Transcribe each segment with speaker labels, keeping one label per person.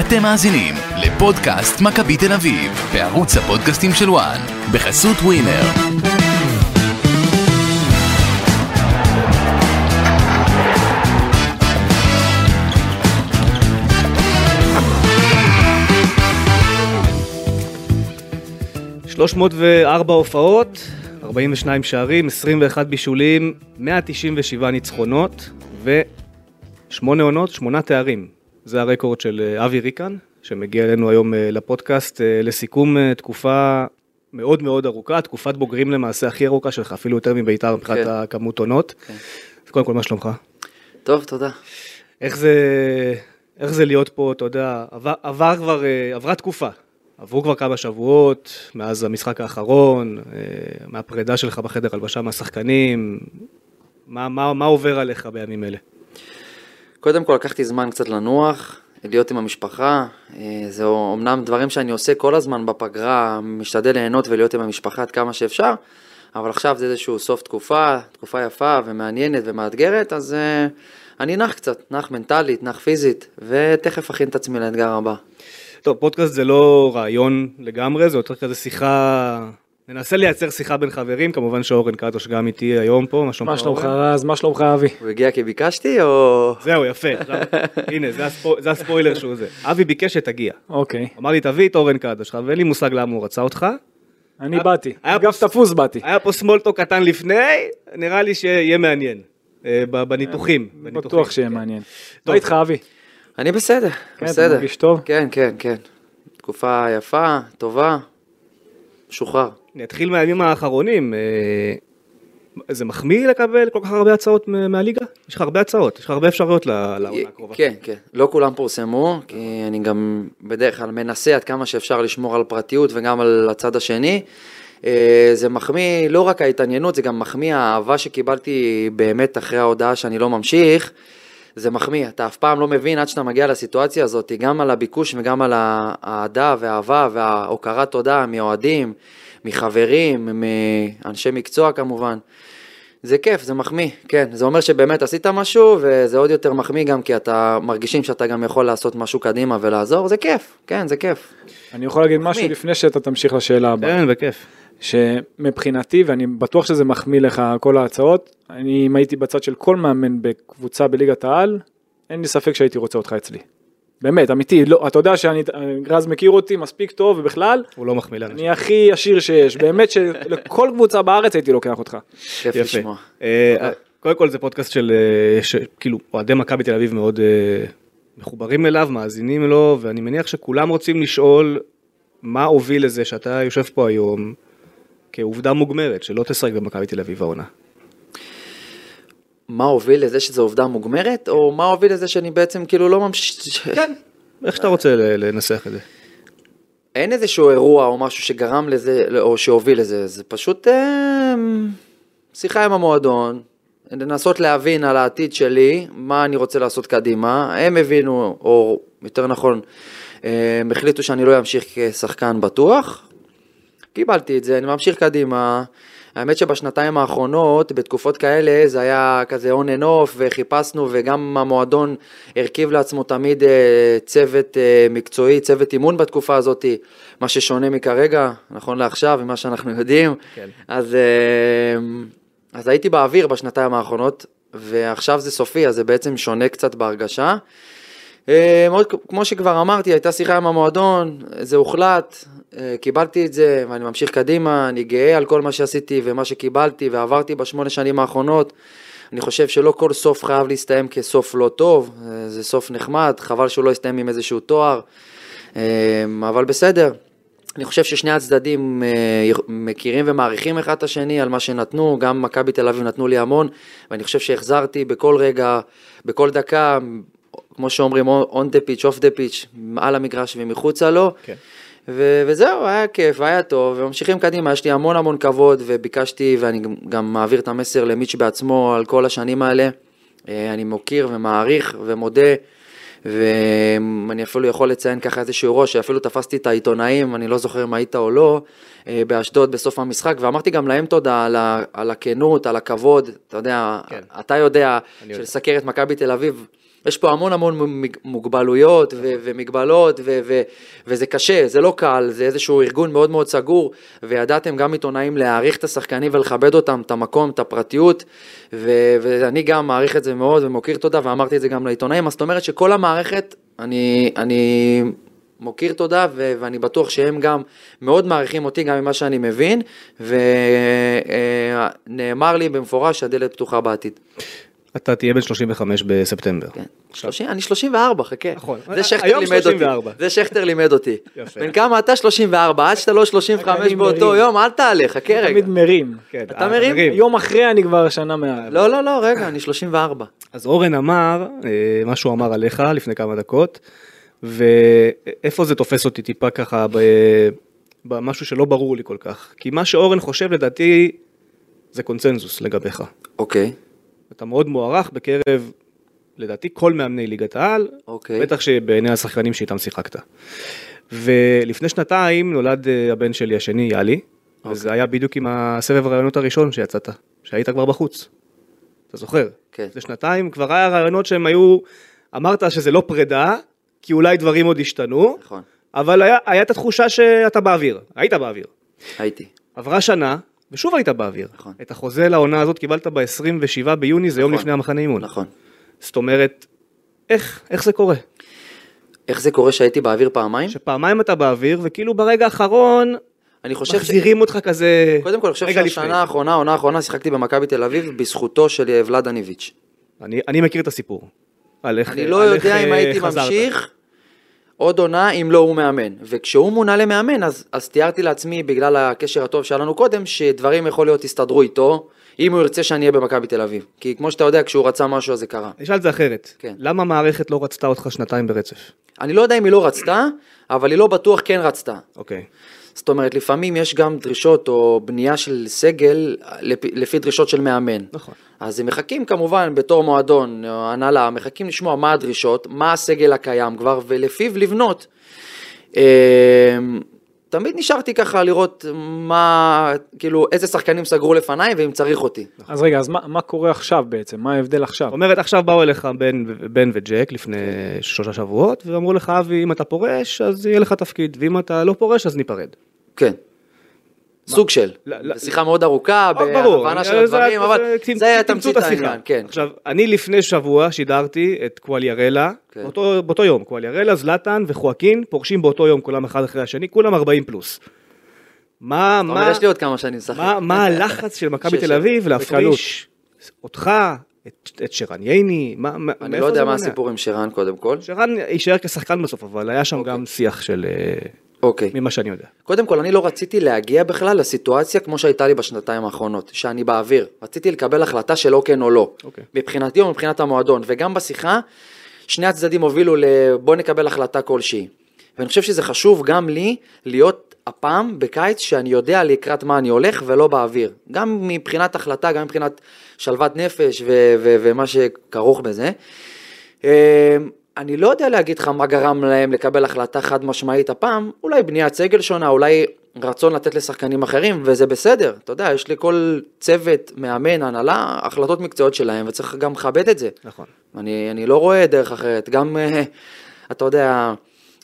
Speaker 1: אתם מאזינים לפודקאסט מכבי תל אביב, בערוץ הפודקאסטים של וואן, בחסות ווינר.
Speaker 2: ו- 304 הופעות, 42 שערים, 21 בישולים, 197 ניצחונות ושמונה עונות, שמונה תארים. זה הרקורד של אה, אבי ריקן, שמגיע אלינו היום אה, לפודקאסט אה, לסיכום אה, תקופה מאוד מאוד ארוכה, תקופת בוגרים למעשה הכי ארוכה שלך, אפילו יותר מביתר מבחינת
Speaker 3: כן.
Speaker 2: הכמות עונות.
Speaker 3: כן.
Speaker 2: אז קודם כל, מה שלומך?
Speaker 3: טוב, תודה.
Speaker 2: איך זה, איך זה להיות פה, אתה יודע, עבר, עבר כבר, אה, עברה תקופה. עברו כבר כמה שבועות, מאז המשחק האחרון, אה, מהפרידה שלך בחדר הלבשה מהשחקנים, מה, מה, מה עובר עליך בימים אלה?
Speaker 3: קודם כל לקחתי זמן קצת לנוח, להיות עם המשפחה. אה, זה אומנם דברים שאני עושה כל הזמן בפגרה, משתדל ליהנות ולהיות עם המשפחה עד כמה שאפשר, אבל עכשיו זה איזשהו סוף תקופה, תקופה יפה ומעניינת ומאתגרת, אז אה, אני נח קצת, נח מנטלית, נח פיזית, ותכף אכין את עצמי לאתגר הבא.
Speaker 2: טוב, פודקאסט זה לא רעיון לגמרי, זה יותר כזה שיחה... ננסה לייצר שיחה בין חברים, כמובן שאורן קדוש גם איתי היום פה, מה שלומך?
Speaker 4: מה שלומך
Speaker 2: אורן?
Speaker 4: רז? מה שלומך אבי?
Speaker 3: הוא הגיע כי ביקשתי, או...
Speaker 2: זהו, יפה, עכשיו- הנה, זה, הספו... זה הספוילר שהוא זה. אבי ביקש שתגיע.
Speaker 4: אוקיי.
Speaker 2: אמר לי, תביא את אורן קדוש שלך, ואין לי מושג למה הוא רצה אותך,
Speaker 4: אני באתי.
Speaker 2: היה
Speaker 4: אגב
Speaker 2: פה-
Speaker 4: תפוס באתי.
Speaker 2: היה פה סמולטו קטן לפני, נראה לי שיהיה מעניין. אה, ב- בניתוחים. בניתוחים.
Speaker 4: בטוח שיהיה מעניין.
Speaker 2: כן. טוב.
Speaker 4: מה איתך אבי?
Speaker 3: אני בסדר,
Speaker 4: אתה
Speaker 3: בסדר.
Speaker 4: מרגיש טוב?
Speaker 3: כן, כן, כן. תקופה יפה, טובה, משוחרר.
Speaker 2: נתחיל מהימים האחרונים. אה, זה מחמיא לקבל כל כך הרבה הצעות מה- מהליגה? יש לך הרבה הצעות, יש לך הרבה אפשרויות ל- לעונה הקרובה.
Speaker 3: כן, כן. לא כולם פורסמו, כי אני גם בדרך כלל מנסה עד כמה שאפשר לשמור על פרטיות וגם על הצד השני. אה, זה מחמיא, לא רק ההתעניינות, זה גם מחמיא האהבה שקיבלתי באמת אחרי ההודעה שאני לא ממשיך. זה מחמיא, אתה אף פעם לא מבין עד שאתה מגיע לסיטואציה הזאת, גם על הביקוש וגם על האהדה והאהבה וההוקרת תודה מאוהדים, מחברים, מאנשי מקצוע כמובן. זה כיף, זה מחמיא, כן. זה אומר שבאמת עשית משהו, וזה עוד יותר מחמיא גם כי אתה מרגישים שאתה גם יכול לעשות משהו קדימה ולעזור, זה כיף, כן, זה כיף.
Speaker 4: אני יכול להגיד משהו לפני שאתה תמשיך לשאלה הבאה.
Speaker 2: כן, בכיף.
Speaker 4: שמבחינתי, ואני בטוח שזה מחמיא לך כל ההצעות, אני אם הייתי בצד של כל מאמן בקבוצה בליגת העל, אין לי ספק שהייתי רוצה אותך אצלי. באמת, אמיתי, לא, אתה יודע שאני, רז מכיר אותי מספיק טוב ובכלל,
Speaker 2: הוא לא מחמיא לאנשים.
Speaker 4: אני הכי עשיר שיש, באמת שלכל קבוצה בארץ הייתי לוקח אותך.
Speaker 3: כיף לשמוע.
Speaker 2: אה, קודם כל זה פודקאסט של, אה, ש- כאילו, אוהדי מכבי תל אביב מאוד אה, מחוברים אליו, מאזינים לו, ואני מניח שכולם רוצים לשאול מה הוביל לזה שאתה יושב פה היום כעובדה מוגמרת, שלא תשחק במכבי תל אביב העונה.
Speaker 3: מה הוביל לזה שזו עובדה מוגמרת, או מה הוביל לזה שאני בעצם כאילו לא ממש...
Speaker 2: כן. איך שאתה רוצה ל- לנסח את זה.
Speaker 3: אין איזשהו אירוע או משהו שגרם לזה, או שהוביל לזה, זה פשוט אה, שיחה עם המועדון, לנסות להבין על העתיד שלי, מה אני רוצה לעשות קדימה, הם הבינו, או יותר נכון, אה, הם החליטו שאני לא אמשיך כשחקן בטוח, קיבלתי את זה, אני ממשיך קדימה. האמת שבשנתיים האחרונות, בתקופות כאלה, זה היה כזה און אנ אוף, וחיפשנו, וגם המועדון הרכיב לעצמו תמיד אה, צוות אה, מקצועי, צוות אימון בתקופה הזאת, מה ששונה מכרגע, נכון לעכשיו, ממה שאנחנו יודעים.
Speaker 2: כן.
Speaker 3: אז, אה, אז הייתי באוויר בשנתיים האחרונות, ועכשיו זה סופי, אז זה בעצם שונה קצת בהרגשה. אה, מאוד, כמו שכבר אמרתי, הייתה שיחה עם המועדון, זה הוחלט, אה, קיבלתי את זה, ואני ממשיך קדימה, אני גאה על כל מה שעשיתי ומה שקיבלתי ועברתי בשמונה שנים האחרונות. אני חושב שלא כל סוף חייב להסתיים כסוף לא טוב, אה, זה סוף נחמד, חבל שהוא לא יסתיים עם איזשהו תואר, אה, אבל בסדר. אני חושב ששני הצדדים אה, מכירים ומעריכים אחד את השני על מה שנתנו, גם מכבי תל אביב נתנו לי המון, ואני חושב שהחזרתי בכל רגע, בכל דקה, כמו שאומרים, on the pitch, off the pitch, על המגרש ומחוצה לו.
Speaker 2: כן.
Speaker 3: ו- וזהו, היה כיף, היה טוב, וממשיכים קדימה, יש לי המון המון כבוד, וביקשתי, ואני גם- גם מעביר את המסר למיץ' בעצמו על כל השנים האלה. אה, אני מוקיר ומעריך ומודה, ואני אפילו יכול לציין ככה איזשהו אירוע, שאפילו תפסתי את העיתונאים, אני לא זוכר אם היית או לא, אה, באשדוד בסוף המשחק, ואמרתי גם להם תודה על, ה- על הכנות, על הכבוד, אתה יודע,
Speaker 2: כן.
Speaker 3: אתה יודע,
Speaker 2: אני יודע.
Speaker 3: שלסקר את מכבי תל אביב. יש פה המון המון מג- מוגבלויות ו- ומגבלות, ו- ו- וזה קשה, זה לא קל, זה איזשהו ארגון מאוד מאוד סגור, וידעתם גם עיתונאים להעריך את השחקנים ולכבד אותם, את המקום, את הפרטיות, ו- ואני גם מעריך את זה מאוד ומוקיר תודה, ואמרתי את זה גם לעיתונאים, אז זאת אומרת שכל המערכת, אני, אני מוקיר תודה, ו- ואני בטוח שהם גם מאוד מעריכים אותי, גם ממה שאני מבין, ונאמר לי במפורש שהדלת פתוחה בעתיד.
Speaker 2: אתה תהיה בן 35 בספטמבר.
Speaker 3: כן. 30, אני 34, חכה.
Speaker 2: נכון.
Speaker 3: זה שכטר
Speaker 2: היום
Speaker 3: לימד אותי.
Speaker 2: 34.
Speaker 3: זה שכטר לימד אותי.
Speaker 2: יפה.
Speaker 3: בן כמה אתה 34, עד שאתה לא 35
Speaker 4: אני
Speaker 3: באותו
Speaker 4: מרים.
Speaker 3: יום, אל תעלה, חכה רגע.
Speaker 4: תמיד מרים.
Speaker 2: כן,
Speaker 3: אתה
Speaker 2: אה,
Speaker 3: מרים?
Speaker 2: חברים.
Speaker 4: יום אחרי אני כבר שנה מעל.
Speaker 3: לא, לא, לא, רגע, אני 34.
Speaker 2: אז אורן אמר אה, מה שהוא אמר עליך לפני כמה דקות, ואיפה זה תופס אותי טיפה ככה ב- במשהו שלא ברור לי כל כך. כי מה שאורן חושב לדעתי זה קונצנזוס לגביך.
Speaker 3: אוקיי,
Speaker 2: אתה מאוד מוערך בקרב, לדעתי, כל מאמני ליגת העל,
Speaker 3: אוקיי.
Speaker 2: בטח שבעיני השחקנים שאיתם שיחקת. ולפני שנתיים נולד אה, הבן שלי השני, יאלי, וזה
Speaker 3: אוקיי.
Speaker 2: היה בדיוק עם הסבב הרעיונות הראשון שיצאת, שהיית כבר בחוץ. אתה זוכר?
Speaker 3: כן.
Speaker 2: לפני שנתיים כבר היה רעיונות שהם היו, אמרת שזה לא פרידה, כי אולי דברים עוד השתנו,
Speaker 3: נכון,
Speaker 2: אבל היה, היה את התחושה שאתה באוויר, היית באוויר.
Speaker 3: הייתי.
Speaker 2: עברה שנה, ושוב היית באוויר.
Speaker 3: נכון.
Speaker 2: את החוזה לעונה הזאת קיבלת ב-27 ביוני, זה יום
Speaker 3: נכון.
Speaker 2: לפני המחנה אימון.
Speaker 3: נכון.
Speaker 2: זאת אומרת, איך, איך זה קורה?
Speaker 3: איך זה קורה שהייתי באוויר פעמיים?
Speaker 2: שפעמיים אתה באוויר, וכאילו ברגע האחרון
Speaker 3: אני חושב ש...
Speaker 2: מחזירים אותך כזה...
Speaker 3: קודם כל, אני חושב
Speaker 2: רגע לפני.
Speaker 3: שהשנה האחרונה, העונה האחרונה, שיחקתי במכבי תל אביב בזכותו של ולדניביץ'.
Speaker 2: אני, אני מכיר את הסיפור. על איך,
Speaker 3: אני לא
Speaker 2: על איך,
Speaker 3: יודע אם
Speaker 2: אה,
Speaker 3: הייתי
Speaker 2: חזרת.
Speaker 3: ממשיך עוד עונה אם לא הוא מאמן. וכשהוא מונה למאמן, אז, אז תיארתי לעצמי, בגלל הקשר הטוב שהיה לנו קודם, שדברים יכול להיות יסתדרו איתו, אם הוא ירצה שאני אהיה במכבי תל אביב. כי כמו שאתה יודע, כשהוא רצה משהו אז זה קרה.
Speaker 2: אני אשאל את זה אחרת.
Speaker 3: כן.
Speaker 2: למה המערכת לא רצתה אותך שנתיים ברצף?
Speaker 3: אני לא יודע אם היא לא רצתה, אבל היא לא בטוח כן רצתה.
Speaker 2: אוקיי.
Speaker 3: זאת אומרת, לפעמים יש גם דרישות או בנייה של סגל לפי, לפי דרישות של מאמן.
Speaker 2: נכון.
Speaker 3: אז הם מחכים כמובן בתור מועדון, או הנהלה, מחכים לשמוע מה הדרישות, מה הסגל הקיים כבר, ולפיו לבנות. אמ, תמיד נשארתי ככה לראות מה, כאילו, איזה שחקנים סגרו לפניי ואם צריך אותי.
Speaker 4: אז רגע, אז מה מה קורה עכשיו בעצם? מה ההבדל עכשיו?
Speaker 2: זאת אומרת, עכשיו באו אליך בן, בן וג'ק לפני שלושה שבועות, ואמרו לך, אבי, אם אתה פורש, אז יהיה לך תפקיד, ואם אתה לא פורש, אז ניפרד.
Speaker 3: כן. סוג של,
Speaker 2: לא, לא.
Speaker 3: שיחה מאוד ארוכה,
Speaker 2: אה, ברור,
Speaker 3: בהבנה
Speaker 2: אני-
Speaker 3: של
Speaker 2: זה-
Speaker 3: הדברים, אבל
Speaker 2: צמצ-
Speaker 3: זה היה
Speaker 2: צמצום
Speaker 3: תמצית
Speaker 2: השיחה.
Speaker 3: העניין, כן.
Speaker 2: עכשיו, אני לפני שבוע שידרתי את קואליארלה,
Speaker 3: כן.
Speaker 2: באותו- באותו יום, קואליארלה, זלאטן וחואקין פורשים באותו יום, כולם אחד אחרי השני, כולם 40 פלוס. מה,
Speaker 3: אתה אומר,
Speaker 2: מה,
Speaker 3: יש לי עוד כמה שנים לשחק.
Speaker 2: מה, מה הלחץ של מכבי
Speaker 3: ש-
Speaker 2: תל
Speaker 3: ש-
Speaker 2: אביב
Speaker 4: בקלות.
Speaker 2: להפריש אותך, את, את שרן ייני, מה, מה-
Speaker 3: אני
Speaker 2: מאיפה
Speaker 3: לא יודע
Speaker 2: זה
Speaker 3: מה
Speaker 2: מונע?
Speaker 3: הסיפור עם שרן קודם כל.
Speaker 2: שרן יישאר כשחקן בסוף, אבל היה שם גם שיח של, אה,
Speaker 3: אוקיי.
Speaker 2: ממה שאני יודע.
Speaker 3: קודם כל, אני לא רציתי להגיע בכלל לסיטואציה כמו שהייתה לי בשנתיים האחרונות, שאני באוויר. רציתי לקבל החלטה של או כן או לא.
Speaker 2: אוקיי.
Speaker 3: מבחינתי או מבחינת המועדון, וגם בשיחה, שני הצדדים הובילו ל... בוא נקבל החלטה כלשהי. ואני חושב שזה חשוב גם לי להיות הפעם בקיץ שאני יודע לקראת מה אני הולך ולא באוויר. גם מבחינת החלטה, גם מבחינת שלוות נפש ו- ו- ומה שכרוך בזה. אמ, אני לא יודע להגיד לך מה גרם להם לקבל החלטה חד משמעית הפעם, אולי בניית סגל שונה, אולי רצון לתת לשחקנים אחרים, וזה בסדר, אתה יודע, יש לכל צוות, מאמן, הנהלה, החלטות מקצועיות שלהם, וצריך גם לכבד את זה.
Speaker 2: נכון.
Speaker 3: אני, אני לא רואה דרך אחרת, גם, אה, אתה יודע,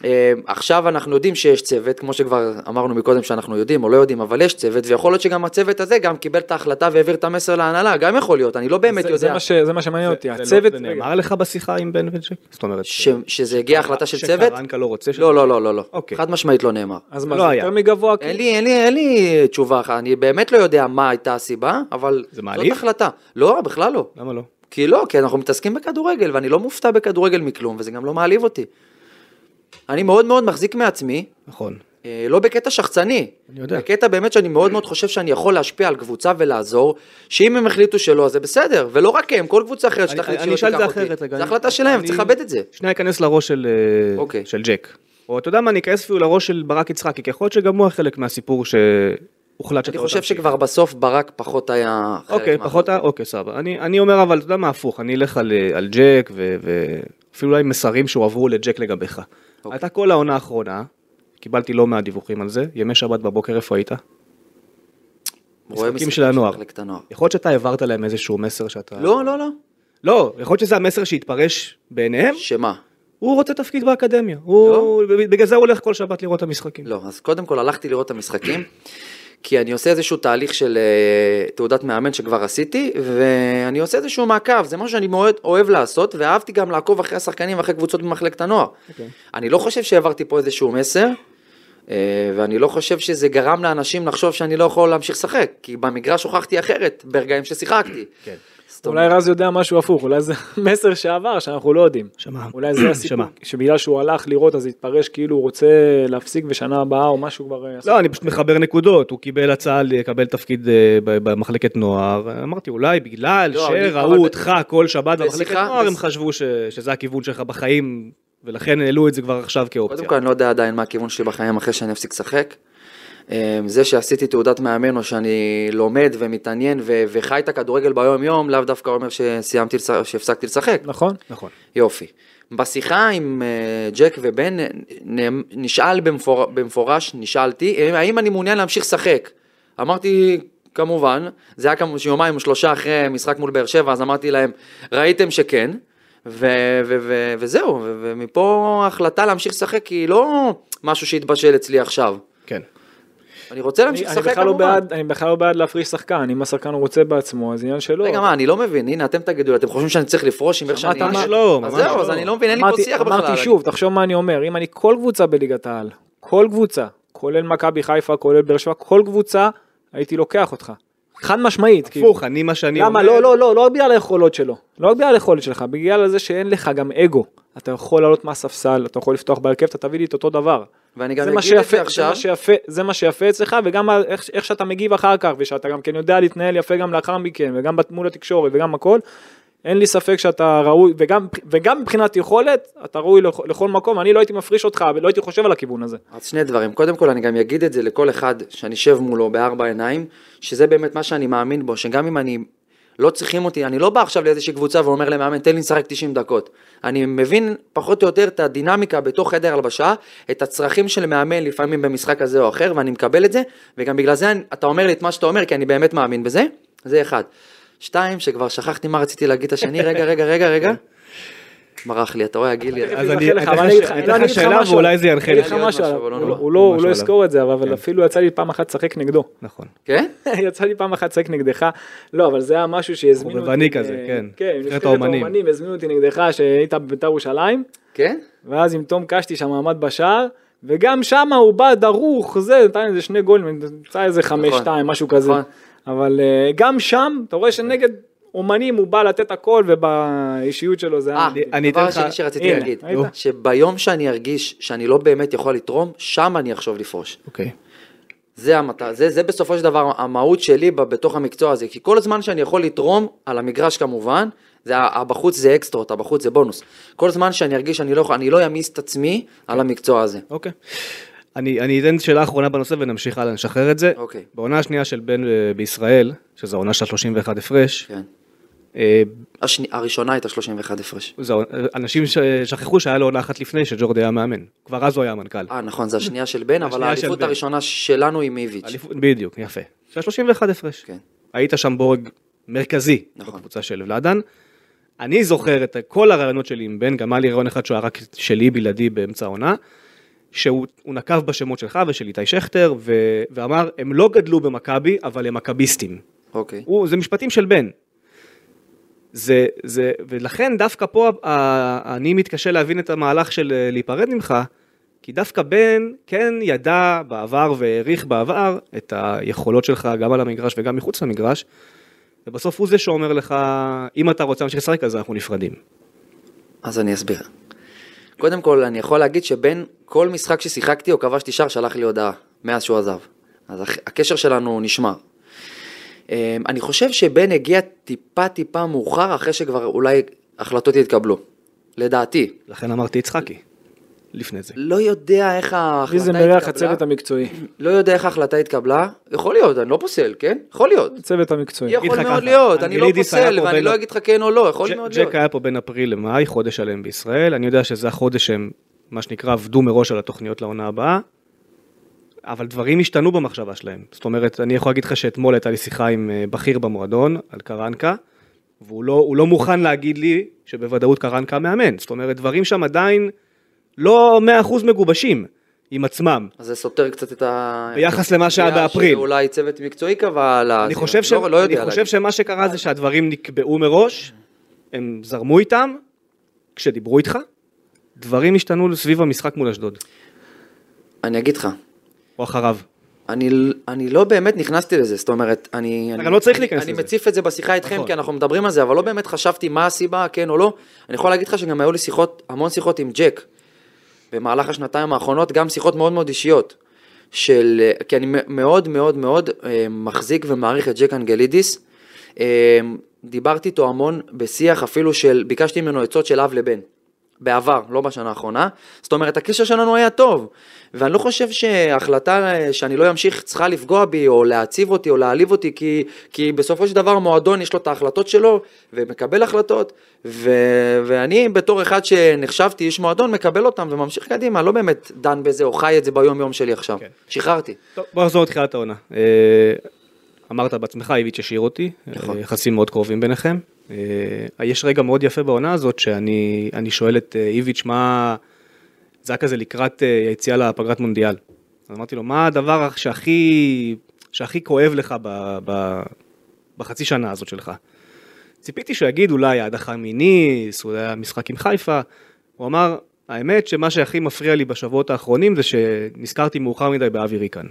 Speaker 3: אה, עכשיו אנחנו יודעים שיש צוות, כמו שכבר אמרנו מקודם שאנחנו יודעים או לא יודעים, אבל יש צוות, ויכול להיות שגם הצוות הזה גם קיבל את ההחלטה והעביר את המסר להנהלה, גם יכול להיות, אני לא באמת
Speaker 4: זה-
Speaker 3: יודע.
Speaker 4: זה מה ש- זה מה שמעניין אותי,
Speaker 2: זה לא-
Speaker 4: הצוות...
Speaker 2: זה
Speaker 4: רגע,
Speaker 2: נאמר לך בשיחה עם בן וג'ק? זאת אומרת,
Speaker 3: ש... שזה הגיע החלטה של צוות?
Speaker 2: שקרנקה לא רוצה שזה-
Speaker 3: לא, לא, לא, לא, לא.
Speaker 2: אוקיי.
Speaker 3: חד משמעית לא נאמר.
Speaker 4: אז
Speaker 2: זה
Speaker 4: מה,
Speaker 2: לא
Speaker 4: זה
Speaker 2: היה.
Speaker 4: יותר מגבוה?
Speaker 3: אין לי, אין לי, אין לי תשובה אחת, אני באמת לא יודע מה הייתה הסיבה, אבל
Speaker 2: זה מעליב?
Speaker 3: זאת החלטה. לא, בכלל לא.
Speaker 2: למה לא?
Speaker 3: כי לא, כי אנחנו מתעסקים בכדורגל, ואני לא מופתע בכדורגל מכלום, וזה גם לא מעליב אותי. אני מאוד מאוד מחזיק מעצמי,
Speaker 2: נכון.
Speaker 3: אה, לא בקטע שחצני.
Speaker 2: אני יודע.
Speaker 3: בקטע באמת שאני מאוד מאוד חושב שאני יכול להשפיע על קבוצה ולעזור, שאם הם החליטו שלא, אז זה בסדר. ולא רק הם, כל קבוצה אחרת
Speaker 2: אני-
Speaker 3: שתחליט
Speaker 2: אני
Speaker 3: שלא
Speaker 2: אשאל את
Speaker 3: תיקח
Speaker 2: זה
Speaker 3: אותי.
Speaker 2: אחרת רגע.
Speaker 3: זו
Speaker 2: אני-
Speaker 3: החלטה שלהם,
Speaker 2: אני-
Speaker 3: צריך לכבד את זה.
Speaker 2: שנייה אכנס לראש של, אה,
Speaker 3: אוקיי.
Speaker 2: של ג'ק. או אתה יודע מה, אני אכנס אפילו לראש של ברק יצחקי, כי יכול להיות שגם הוא היה חלק מהסיפור שהוחלט שאתה
Speaker 3: אני
Speaker 2: לא
Speaker 3: חושב
Speaker 2: תמשיך.
Speaker 3: שכבר בסוף ברק פחות היה חלק
Speaker 2: אוקיי,
Speaker 3: מה-
Speaker 2: פחות, ה- אוקיי, סבבה. אני, אני אומר אבל, אתה יודע מה, הפוך, אני אלך על, אה, על ג'ק, ו- ואפילו אולי מסרים שהועברו לג'ק לגביך.
Speaker 3: אוקיי.
Speaker 2: אתה כל העונה האחרונה, קיבלתי לא מעט דיווחים על זה, ימי שבת בבוקר, איפה היית?
Speaker 3: רואה
Speaker 2: משחקים של הנוער.
Speaker 3: מחלקת הנוער.
Speaker 2: יכול להיות שאתה העברת להם איזשהו מסר שאתה...
Speaker 3: לא, לא, לא.
Speaker 2: לא, יכול להיות שזה המסר שהתפרש בעיניהם,
Speaker 3: שמה?
Speaker 2: הוא רוצה תפקיד באקדמיה. הוא, בגלל זה הוא הולך כל שבת לראות את המשחקים.
Speaker 3: לא, אז קודם כל הלכתי לראות את המשחקים, כי אני עושה איזשהו תהליך של אה, תעודת מאמן שכבר עשיתי, ואני עושה איזשהו מעקב, זה משהו שאני מאוד אוהב לעשות, ואהבתי גם לעקוב אחרי השחקנים ואחרי קבוצות במחלקת הנוער. אני לא חושב שהעברתי פה איזשהו מסר, אה, ואני לא חושב שזה גרם לאנשים לחשוב שאני לא יכול להמשיך לשחק, כי במגרש הוכחתי אחרת ברגעים ששיחקתי. כן.
Speaker 4: אולי רז יודע משהו הפוך, אולי זה מסר שעבר שאנחנו לא יודעים.
Speaker 2: שמע.
Speaker 4: אולי זה הסיפור,
Speaker 2: שמע.
Speaker 4: שבגלל שהוא הלך לראות אז התפרש כאילו הוא רוצה להפסיק בשנה הבאה או משהו כבר... אה,
Speaker 2: לא, אני פשוט מחבר נקודות, הוא קיבל הצעה לקבל תפקיד אה, ב- במחלקת נוער, אמרתי אולי בגלל
Speaker 3: לא, אני- אבל-
Speaker 2: שראו אותך כל שבת במחלקת
Speaker 3: בשיחה-
Speaker 2: נוער, הם
Speaker 3: בש-
Speaker 2: חשבו ש- שזה הכיוון שלך בחיים, ולכן העלו את זה כבר עכשיו
Speaker 3: קודם
Speaker 2: כאופציה.
Speaker 3: כל אני לא יודע עדיין מה הכיוון שלי בחיים אחרי שאני אפסיק לשחק. אמ, זה שעשיתי תעודת מאמן או שאני לומד ומתעניין ו- וחי את הכדורגל ביום יום לאו דווקא אומר שסיימתי, לש- שהפסקתי לשחק.
Speaker 4: נכון?
Speaker 2: נכון.
Speaker 3: יופי. בשיחה עם אה, ג'ק ובן אה, נ- נשאל במפור... במפורש, נשאלתי, אה, האם אני מעוניין להמשיך לשחק? אמרתי, כמובן, זה היה כמובן יומיים או שלושה אחרי משחק מול באר שבע, אז אמרתי להם, ראיתם שכן, ו... ו... ו... וזהו, ו... ומפה ההחלטה להמשיך לשחק היא לא משהו שהתבשל אצלי עכשיו.
Speaker 2: כן.
Speaker 3: אני רוצה
Speaker 4: אני
Speaker 3: להמשיך
Speaker 4: אני
Speaker 3: לשחק
Speaker 4: בכלל לא בעד, אני בכלל לא בעד להפריש שחקן, אם השחקן רוצה בעצמו, אז עניין שלו.
Speaker 3: רגע, מה, אני לא מבין, הנה, אתם תגידו לי, אתם חושבים שאני צריך לפרוש עם איך
Speaker 4: שמעת
Speaker 3: שאני...
Speaker 4: מה?
Speaker 2: ממש לא,
Speaker 3: אז
Speaker 2: ממש
Speaker 3: זהו,
Speaker 2: לא.
Speaker 3: אז אני לא מבין, אין לי פה
Speaker 4: אמרתי-
Speaker 3: שיח בכלל.
Speaker 4: אמרתי שוב, תחשוב מה אני אומר, אם אני כל קבוצה בליגת העל, כל קבוצה, כולל מכבי חיפה, כולל באר שבע, כל קבוצה, הייתי לוקח אותך. חד משמעית, כאילו.
Speaker 2: הפוך, אני מה שאני
Speaker 4: למה? לא, לא, לא, לא רק בגלל היכולות שלו. לא רק בגלל היכולת שלך, בגלל זה שאין לך גם אגו. אתה יכול לעלות מהספסל, אתה יכול לפתוח בהרכב, אתה תביא לי את אותו דבר.
Speaker 3: ואני גם
Speaker 4: זה מה
Speaker 3: אגיד את
Speaker 4: שיפה,
Speaker 3: זה
Speaker 4: זה
Speaker 3: עכשיו.
Speaker 4: מה שיפה, זה מה שיפה אצלך, וגם ה- איך, איך שאתה מגיב אחר כך, ושאתה גם כן יודע להתנהל יפה גם לאחר מכן, וגם בת- מול התקשורת, וגם הכל. אין לי ספק שאתה ראוי, וגם, וגם מבחינת יכולת, אתה ראוי לכ, לכל מקום, אני לא הייתי מפריש אותך, ולא הייתי חושב על הכיוון הזה.
Speaker 3: אז שני דברים, קודם כל אני גם אגיד את זה לכל אחד שאני אשב מולו בארבע עיניים, שזה באמת מה שאני מאמין בו, שגם אם אני, לא צריכים אותי, אני לא בא עכשיו לאיזושהי קבוצה ואומר למאמן תן לי לשחק 90 דקות, אני מבין פחות או יותר את הדינמיקה בתוך חדר הלבשה, את הצרכים של מאמן לפעמים במשחק כזה או אחר, ואני מקבל את זה, וגם בגלל זה אני, אתה אומר לי את מה שאתה אומר, כי אני באמת מאמין בזה, זה אחד. שתיים, שכבר שכחתי מה רציתי להגיד את השני, רגע, רגע, רגע, רגע. ברח לי, אתה רואה, גילי.
Speaker 4: תכף
Speaker 2: אז
Speaker 4: יבחר
Speaker 2: אני
Speaker 4: לך,
Speaker 2: אתן
Speaker 4: אבל
Speaker 2: לך
Speaker 4: כן. אני
Speaker 2: ש-
Speaker 4: אגיד לך-
Speaker 2: אתן
Speaker 4: לא, אני
Speaker 2: לך
Speaker 4: אגיד לך
Speaker 2: שאלה
Speaker 4: משהו.
Speaker 2: ואולי זה ינחה
Speaker 4: אני
Speaker 2: לי.
Speaker 4: אגיד לך
Speaker 3: עוד
Speaker 4: משהו
Speaker 3: משהו,
Speaker 4: עליו.
Speaker 3: אבל לא
Speaker 4: הוא לא-
Speaker 3: נורא.
Speaker 4: הוא לא- הוא
Speaker 2: משהו
Speaker 4: לא
Speaker 2: עליו. כן.
Speaker 4: יזכור את זה, אבל אפילו יצא לי פעם אחת לשחק נגדו.
Speaker 2: נכון.
Speaker 3: כן?
Speaker 4: יצא לי פעם אחת לשחק נגדך, לא, אבל זה היה משהו שהזמינו אותי.
Speaker 2: חובבני כזה,
Speaker 4: אה,
Speaker 2: כן.
Speaker 4: כן,
Speaker 2: נבחרת
Speaker 4: נבחרת
Speaker 2: האומנים.
Speaker 4: האומנים, הזמינו אותי נגדך, שהיית בבית"ר ירושלים,
Speaker 3: כן?
Speaker 4: ואז עם תום קשתי שם עמד בשער, וגם שם הוא בא דרוך, זה, נתן איזה שני גולים, נמצא איזה חמש, שתיים, משהו כזה.
Speaker 3: נכון.
Speaker 4: אבל אה, גם שם, אתה רואה שנגד אומנים הוא בא לתת הכל, ובאישיות שלו זה היה...
Speaker 3: אה,
Speaker 4: מדהים.
Speaker 2: אני
Speaker 3: הדבר
Speaker 2: אתן לך-
Speaker 3: השני שרציתי
Speaker 4: הנה,
Speaker 3: להגיד,
Speaker 4: ראית?
Speaker 3: שביום שאני ארגיש שאני לא באמת יכול לתרום, שם אני אחשוב לפרוש.
Speaker 2: אוקיי.
Speaker 3: זה המטרה, זה, זה בסופו של דבר המהות שלי ב- בתוך המקצוע הזה, כי כל הזמן שאני יכול לתרום, על המגרש כמובן, זה, ה- הבחוץ זה אקסטרות, הבחוץ זה בונוס. כל זמן שאני ארגיש שאני לא יכול, אני לא אמיס את עצמי על המקצוע הזה.
Speaker 2: אוקיי. אני, אני אתן שאלה אחרונה בנושא ונמשיך הלאה, נשחרר את זה.
Speaker 3: אוקיי.
Speaker 2: בעונה השנייה של בן אה, בישראל, שזו העונה של 31 הפרש,
Speaker 3: כן.
Speaker 2: אה,
Speaker 3: השני, הראשונה הייתה 31 הפרש.
Speaker 2: זהו, אנשים ש- שכחו שהיה לו עונה אחת לפני שג'ורדי היה מאמן. כבר אז הוא היה מנכ"ל.
Speaker 3: אה נכון, זה השנייה של בן, אבל
Speaker 2: השנייה של
Speaker 3: האליפות
Speaker 2: בן.
Speaker 3: הראשונה שלנו עם איביץ'.
Speaker 2: אליפות- בדיוק, יפה. של 31 הפרש.
Speaker 3: כן.
Speaker 2: היית שם בורג מרכזי,
Speaker 3: נכון.
Speaker 2: בקבוצה של ולאדן. אני זוכר את כל הרעיונות שלי עם בן, גם היה לי רעיון אחד שהוא היה רק שלי בלעדי באמצע העונה, שהוא הוא נקב בשמות שלך ושל איתי שכטר, ו- ואמר, הם לא גדלו במכבי, אבל הם מכביסטים.
Speaker 3: אוקיי.
Speaker 2: הוא, זה משפטים של בן. זה, זה, ולכן דווקא פה ה- ה- אני מתקשה להבין את המהלך של אה, להיפרד ממך, כי דווקא בן כן ידע בעבר והעריך בעבר את היכולות שלך גם על המגרש וגם מחוץ למגרש, ובסוף הוא זה שאומר לך, אם אתה רוצה להמשיך לשחק אז אנחנו נפרדים.
Speaker 3: אז אני אסביר. קודם כל, אני יכול להגיד שבין כל משחק ששיחקתי או כבשתי שער, שלח לי הודעה, מאז שהוא עזב. אז הח- הקשר שלנו נשמר. אמ, אני חושב שבן הגיע טיפה טיפה מאוחר, אחרי שכבר אולי החלטות יתקבלו. לדעתי.
Speaker 2: לכן אמרתי יצחקי, לפני זה.
Speaker 3: לא יודע איך ההחלטה
Speaker 4: לי זה
Speaker 3: התקבלה.
Speaker 4: מריח הצוות המקצועי,
Speaker 3: לא יודע איך ההחלטה התקבלה. יכול להיות, אני לא פוסל, כן? יכול להיות.
Speaker 4: הצוות המקצועי.
Speaker 2: אגיד
Speaker 3: יכול
Speaker 2: לך
Speaker 3: מאוד
Speaker 2: ככה,
Speaker 3: להיות, אני לא
Speaker 2: אנגלידיס היה
Speaker 3: פוסל,
Speaker 2: פה
Speaker 3: ואני
Speaker 2: בין-
Speaker 3: לא אגיד לך כן או לא, יכול
Speaker 2: ג'-
Speaker 3: מאוד להיות.
Speaker 2: ג'ק היה פה בין אפריל למאי, חודש שלם בישראל, אני יודע שזה החודש שהם, מה שנקרא, עבדו מראש על התוכניות לעונה הבאה, אבל דברים השתנו במחשבה שלהם. זאת אומרת, אני יכול להגיד לך שאתמול הייתה לי שיחה עם אה, בכיר במועדון, על קרנקה, והוא לא, הוא לא מוכן להגיד לי שבוודאות קרנקה מאמן. זאת אומרת, דברים שם עדיין לא 100% מגובשים עם עצמם.
Speaker 3: אז זה סותר קצת את ה...
Speaker 2: ביחס למה שהיה
Speaker 3: הקביעה
Speaker 2: באפריל.
Speaker 3: שאולי צוות מקצועי קבע על ה...
Speaker 2: אני חושב, ש...
Speaker 3: לא, לא
Speaker 2: אני
Speaker 3: יודע
Speaker 2: חושב שמה שקרה זה שהדברים נקבעו מראש, הם זרמו איתם, כשדיברו איתך, דברים השתנו סביב המשחק מול אשדוד,
Speaker 3: אני אגיד לך,
Speaker 2: או אחריו.
Speaker 3: אני, אני לא באמת נכנסתי לזה, זאת אומרת, אני...
Speaker 2: אתה
Speaker 3: אני
Speaker 2: גם לא צריך
Speaker 3: אני-
Speaker 2: להיכנס
Speaker 3: אני
Speaker 2: לזה.
Speaker 3: מציף את זה בשיחה איתכם,
Speaker 2: נכון.
Speaker 3: כי אנחנו מדברים על זה, אבל לא באמת חשבתי מה הסיבה, כן או לא. אני יכול להגיד לך שגם היו לי שיחות, המון שיחות עם ג'ק, במהלך השנתיים האחרונות, גם שיחות מאוד מאוד אישיות. של... אה, כי אני מ- מאוד מאוד מאוד אה, מחזיק ומעריך את ג'ק אנגלידיס. אה, דיברתי איתו המון בשיח אפילו של... ביקשתי ממנו עצות של אב לבן. בעבר, לא בשנה האחרונה. זאת אומרת, הקשר שלנו היה טוב. ואני לא חושב שהחלטה אה, שאני לא אמשיך צריכה לפגוע בי, או להעציב אותי, או להעליב אותי, כי, כי בסופו של דבר מועדון יש לו את ההחלטות שלו, ומקבל החלטות, ו, ואני בתור אחד שנחשבתי איש מועדון, מקבל אותם וממשיך קדימה, לא באמת דן בזה או חי את זה ביום-יום שלי עכשיו.
Speaker 2: כן.
Speaker 3: שחררתי.
Speaker 2: טוב, בוא נחזור לתחילת העונה. אה, אמרת בעצמך, איביץ' השאיר אותי,
Speaker 3: נכון.
Speaker 2: אה, יחסים מאוד קרובים ביניכם. אה, יש רגע מאוד יפה בעונה הזאת, שאני אני שואל את אה, איביץ' מה... זה היה כזה לקראת אה, היציאה לפגרת מונדיאל. אז אמרתי לו, מה הדבר שהכי, שהכי כואב לך ב, ב, בחצי שנה הזאת שלך? ציפיתי שהוא יגיד אולי ההדחה מניס, אולי המשחק עם חיפה. הוא אמר, האמת שמה שהכי מפריע לי בשבועות האחרונים זה שנזכרתי מאוחר מדי באבי ריקן.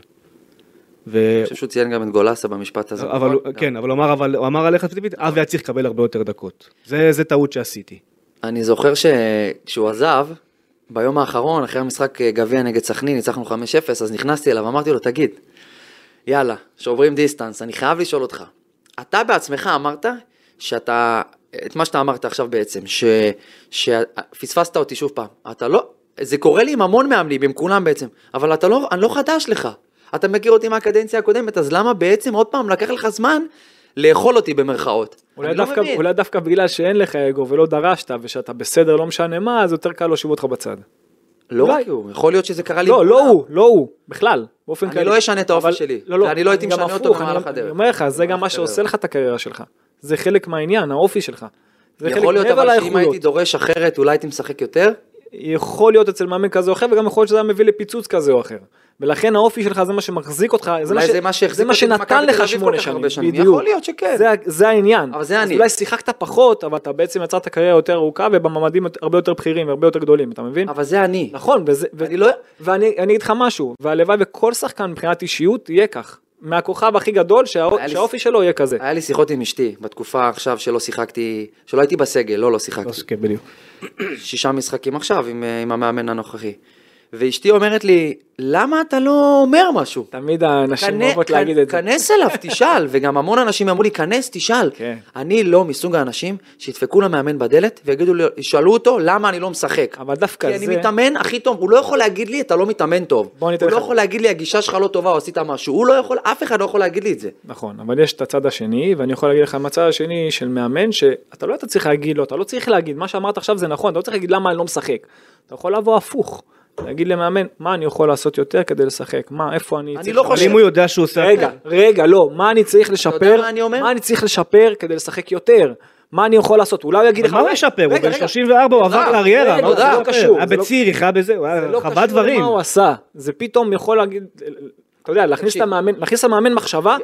Speaker 2: ו...
Speaker 3: אני חושב שהוא ציין גם את גולסה במשפט הזה.
Speaker 2: אבל,
Speaker 3: נכון?
Speaker 2: כן, אבל הוא אמר, אבל הוא אמר עליך ספציפית, אבי היה צריך לקבל הרבה יותר דקות. זה, זה טעות שעשיתי.
Speaker 3: אני זוכר שכשהוא עזב, ביום האחרון, אחרי המשחק אה, גביע נגד סכנין, ניצחנו 5-0, אז נכנסתי אליו, אמרתי לו, תגיד, יאללה, שעוברים דיסטנס, אני חייב לשאול אותך. אתה בעצמך אמרת שאתה, את מה שאתה אמרת עכשיו בעצם, ש, שפספסת אותי שוב פעם. אתה לא, זה קורה לי עם המון מאמנים, עם כולם בעצם, אבל אתה לא, אני לא חדש לך. אתה מכיר אותי מהקדנציה הקודמת, אז למה בעצם עוד פעם לקח לך זמן לאכול אותי במרכאות?
Speaker 4: אולי
Speaker 3: אני לא
Speaker 4: דווקא,
Speaker 3: מבין.
Speaker 4: אולי דווקא בגלל שאין לך אגו ולא דרשת ושאתה בסדר לא משנה מה אז יותר קל להושיב אותך בצד.
Speaker 3: לא
Speaker 4: אולי.
Speaker 3: רק הוא, יכול להיות שזה קרה לי.
Speaker 4: לא
Speaker 3: עם
Speaker 4: לא
Speaker 3: כולם.
Speaker 4: הוא לא הוא בכלל באופן
Speaker 3: אני
Speaker 4: כללי.
Speaker 3: לא אשנה את האופי
Speaker 4: אבל-
Speaker 3: שלי, ואני לא הייתי
Speaker 4: גם
Speaker 3: משנה אותו
Speaker 4: הפוך,
Speaker 3: במהלך
Speaker 4: אני-
Speaker 3: הדרך. לא.
Speaker 4: אני אומר לך זה גם מה
Speaker 3: במהלך
Speaker 4: שעושה
Speaker 3: הדרך.
Speaker 4: לך את הקריירה שלך זה חלק מהעניין האופי שלך. זה חלק
Speaker 3: יכול להיות
Speaker 4: מעבר
Speaker 3: אבל שאם
Speaker 4: לאיכויות.
Speaker 3: הייתי דורש אחרת אולי הייתי משחק יותר?
Speaker 4: יכול להיות אצל מאמן כזה או אחר וגם יכול להיות שזה היה מביא לפיצוץ כזה או אחר. ולכן האופי שלך זה מה שמחזיק אותך, זה מה,
Speaker 3: אולי
Speaker 4: ש...
Speaker 3: זה מה שהחזיק
Speaker 4: זה מה
Speaker 3: אותי במכבי תל
Speaker 4: שנתן לך
Speaker 3: אביב כל
Speaker 4: שמונה
Speaker 3: כך
Speaker 4: שנים,
Speaker 3: הרבה שנים.
Speaker 4: בדיוק.
Speaker 3: יכול להיות שכן.
Speaker 4: זה, ה- זה העניין.
Speaker 3: אבל זה
Speaker 4: אז
Speaker 3: אני.
Speaker 4: אולי שיחקת פחות, אבל אתה בעצם יצרת קריירה יותר ארוכה ובממדים הרבה יותר בכירים והרבה יותר גדולים, אתה מבין?
Speaker 3: אבל זה אני.
Speaker 4: נכון, וזה, ו...
Speaker 3: אני לא-
Speaker 4: ואני אני אגיד לך משהו, והלוואי וכל שחקן מבחינת אישיות יהיה כך. מהכוכב הכי גדול שהאו-
Speaker 3: היה לי-
Speaker 4: שהאופי שלו יהיה כזה.
Speaker 3: היה לי שיחות עם אשתי בתקופה עכשיו שלא שיחקתי, שלא הייתי בסגל, לא, לא
Speaker 2: לא
Speaker 3: שיחקתי.
Speaker 4: כן,
Speaker 2: סכם, בדיוק.
Speaker 3: שישה משחקים עכשיו עם, אה, עם המאמן הנוכחי. ואשתי אומרת לי, למה אתה לא אומר משהו?
Speaker 4: תמיד הנשים
Speaker 3: כנה-
Speaker 4: אוהבות
Speaker 3: כ-
Speaker 4: להגיד את זה.
Speaker 3: כנס אליו, תשאל, וגם המון אנשים אמרו לי, כנס, תשאל.
Speaker 4: כן.
Speaker 3: אני לא מסוג האנשים שידפקו למאמן בדלת ויגידו לי, ישאלו אותו למה אני לא משחק.
Speaker 4: אבל דווקא
Speaker 3: כי
Speaker 4: זה...
Speaker 3: אני מתאמן הכי טוב, הוא לא יכול להגיד לי אתה לא מתאמן טוב.
Speaker 4: בוא אני אתן
Speaker 3: הוא
Speaker 4: לך-
Speaker 3: לא יכול להגיד לי הגישה שלך לא טובה או עשית משהו, הוא לא יכול, אף אחד לא יכול להגיד לי את זה.
Speaker 4: נכון, אבל יש את הצד השני, ואני יכול להגיד לך מהצד השני של מאמן, שאתה לא היית צריך להגיד לו, אתה לא צריך להגיד, מה שאמרת עכשיו זה נכון, אתה לא צריך להגיד למה אני לא משחק. אתה יכול לבוא הפוך, להגיד למאמן, מה אני יכול לעשות יותר כדי לשחק, מה, איפה אני
Speaker 3: אני
Speaker 4: צריך...
Speaker 3: לא
Speaker 2: אבל
Speaker 3: חושב-
Speaker 2: אם הוא יודע שהוא עושה...
Speaker 4: רגע, רגע, לא, מה אני צריך לשפר,
Speaker 3: מה אני אומר?
Speaker 4: מה אני צריך לשפר כדי לשחק יותר, מה אני יכול לעשות, אולי הוא יגיד לך...
Speaker 2: אבל מה הוא
Speaker 4: "רגע,
Speaker 2: ישפר? הוא
Speaker 4: רגע,
Speaker 2: בן
Speaker 4: רגע,
Speaker 2: 34, הוא עבר
Speaker 3: תודה,
Speaker 2: קריירה,
Speaker 4: רגע,
Speaker 2: מה הוא
Speaker 4: זה
Speaker 2: צריך
Speaker 4: לא
Speaker 2: לשפר?
Speaker 4: קשור,
Speaker 2: היה
Speaker 4: זה לא-
Speaker 2: בציריך, היה בזה, הוא
Speaker 4: זה
Speaker 2: היה
Speaker 4: לא
Speaker 2: חווה
Speaker 4: קשור
Speaker 2: דברים.
Speaker 4: למה הוא עשה, זה פתאום יכול להגיד, אתה יודע, להכניס את
Speaker 3: תקשיב. כן.
Speaker 4: המאמן, להכניס למאמן מחשבה,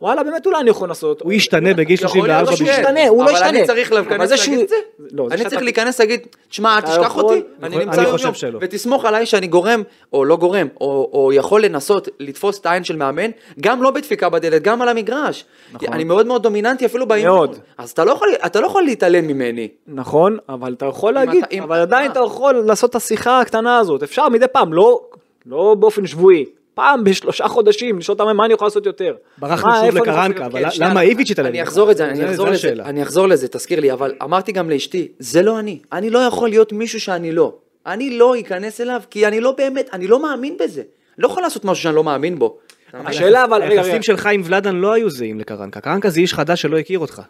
Speaker 4: וואלה באמת אולי אני יכול לעשות,
Speaker 2: הוא ישתנה בגיל
Speaker 3: יכול
Speaker 2: 34
Speaker 3: להיות
Speaker 4: שהוא
Speaker 3: כן,
Speaker 2: בשביל...
Speaker 4: ישתנה, הוא לא ישתנה.
Speaker 3: אבל אני צריך
Speaker 4: אבל
Speaker 3: להיכנס
Speaker 4: זה
Speaker 3: להגיד
Speaker 4: שהוא-
Speaker 3: את זה?
Speaker 4: לא, זה
Speaker 3: אני
Speaker 4: שאתה-
Speaker 3: צריך להיכנס להגיד, תשמע, אל
Speaker 4: אתה
Speaker 3: תשכח
Speaker 4: יכול-
Speaker 3: אותי,
Speaker 4: אני
Speaker 3: אני
Speaker 2: יכול-
Speaker 3: נמצא
Speaker 2: אני
Speaker 3: יום
Speaker 2: חושב
Speaker 3: יום,
Speaker 2: שלא.
Speaker 3: ותסמוך עליי שאני גורם, או לא גורם, או או יכול לנסות לתפוס את העין של מאמן, גם לא בדפיקה בדלת, גם על המגרש. אני מאוד מאוד דומיננטי אפילו באימון.
Speaker 4: נכון. מאוד.
Speaker 3: אז אתה לא יכול- אתה לא יכול להתעלם ממני.
Speaker 4: נכון, אבל אתה יכול להגיד,
Speaker 3: אתה- אם-
Speaker 4: אבל עדיין
Speaker 3: מה?
Speaker 4: אתה יכול לעשות את השיחה הקטנה הזאת, אפשר מדי פעם, לא, לא באופן שבועי, פעם בשלושה חודשים, לשאול אותם מה אני יכול לעשות יותר.
Speaker 2: ברחנו
Speaker 4: מה,
Speaker 2: שוב
Speaker 4: איפה אני יכול
Speaker 2: לקרנקה,
Speaker 4: לעשות-
Speaker 2: אבל
Speaker 3: כן, שנייה,
Speaker 2: למה איביץ' התעלם?
Speaker 3: אני אחזור את זה,
Speaker 2: זה-
Speaker 3: אני
Speaker 2: זה
Speaker 3: אחזור לזה,
Speaker 2: השאלה.
Speaker 3: אני אחזור לזה, תזכיר לי, אבל אמרתי גם לאשתי, זה לא אני, אני לא יכול להיות מישהו שאני לא. אני לא אכנס אליו, כי אני לא באמת, אני לא מאמין בזה. לא יכול לעשות משהו שאני לא מאמין בו.
Speaker 4: השאלה אבל, רגע, רגע,
Speaker 2: היחסים שלך עם ולאדן לא היו זהים לקרנקה. קרנקה זה איש חדש שלא הכיר אותך.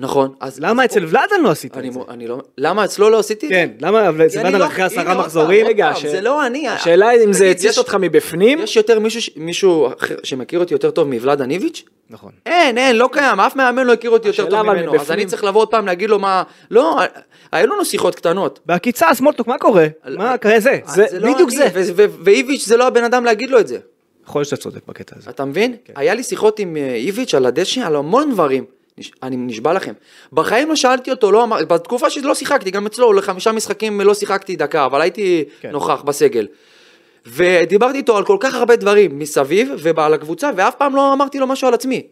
Speaker 3: נכון. אז
Speaker 2: למה
Speaker 3: אז
Speaker 2: אצל ולאדן לא עשית
Speaker 3: אני,
Speaker 2: את זה?
Speaker 3: מו- אני לא... למה אצלו לא עשיתי את זה?
Speaker 2: כן, למה אבל
Speaker 3: כי
Speaker 2: אצל
Speaker 3: אני
Speaker 2: ולאדן
Speaker 3: לא-
Speaker 2: אחרי
Speaker 3: הנה,
Speaker 2: עשרה
Speaker 3: עוד
Speaker 2: מחזורים?
Speaker 3: פעם,
Speaker 4: רגע,
Speaker 3: עוד
Speaker 4: ש-
Speaker 3: פעם, זה לא אני.
Speaker 4: השאלה היא אם זה
Speaker 3: תגיד, יש-
Speaker 4: הציץ אותך מבפנים,
Speaker 3: יש יותר מישהו, ש- מישהו אחר, שמכיר אותי יותר טוב מוולאד אניביץ'?
Speaker 2: נכון.
Speaker 3: אין, אין, לא קיים, אף מאמן לא הכיר אותי יותר
Speaker 4: השאלה
Speaker 3: טוב
Speaker 4: אבל
Speaker 3: ממנו, אז
Speaker 4: מבפנים.
Speaker 3: אני צריך לבוא עוד פעם להגיד לו מה... לא, היו לנו שיחות קטנות.
Speaker 2: בעקיצה, סמולטוק, מה קורה? מה, כזה זה?
Speaker 3: אז
Speaker 2: זה
Speaker 3: לא
Speaker 2: בדיוק
Speaker 3: אני,
Speaker 2: זה.
Speaker 3: ו- ו- ואיביץ' זה לא הבן אדם להגיד לו את זה.
Speaker 2: יכול להיות שאתה צודק בקטע הזה.
Speaker 3: אתה מבין?
Speaker 4: כן.
Speaker 3: היה לי שיחות עם אה, איביץ' על הדשא, על המון דברים. נש- אני נשבע לכם. בחיים לא שאלתי אותו, לא אמר, בתקופה שלא שיחקתי, גם אצלו, לחמישה משחקים לא שיחקתי דקה, אבל הייתי
Speaker 2: כן.
Speaker 3: נוכח בסגל. ודיברתי איתו על כל כך הרבה דברים מסביב ועל הקבוצה, ואף פעם לא אמרתי לו משהו על עצמי.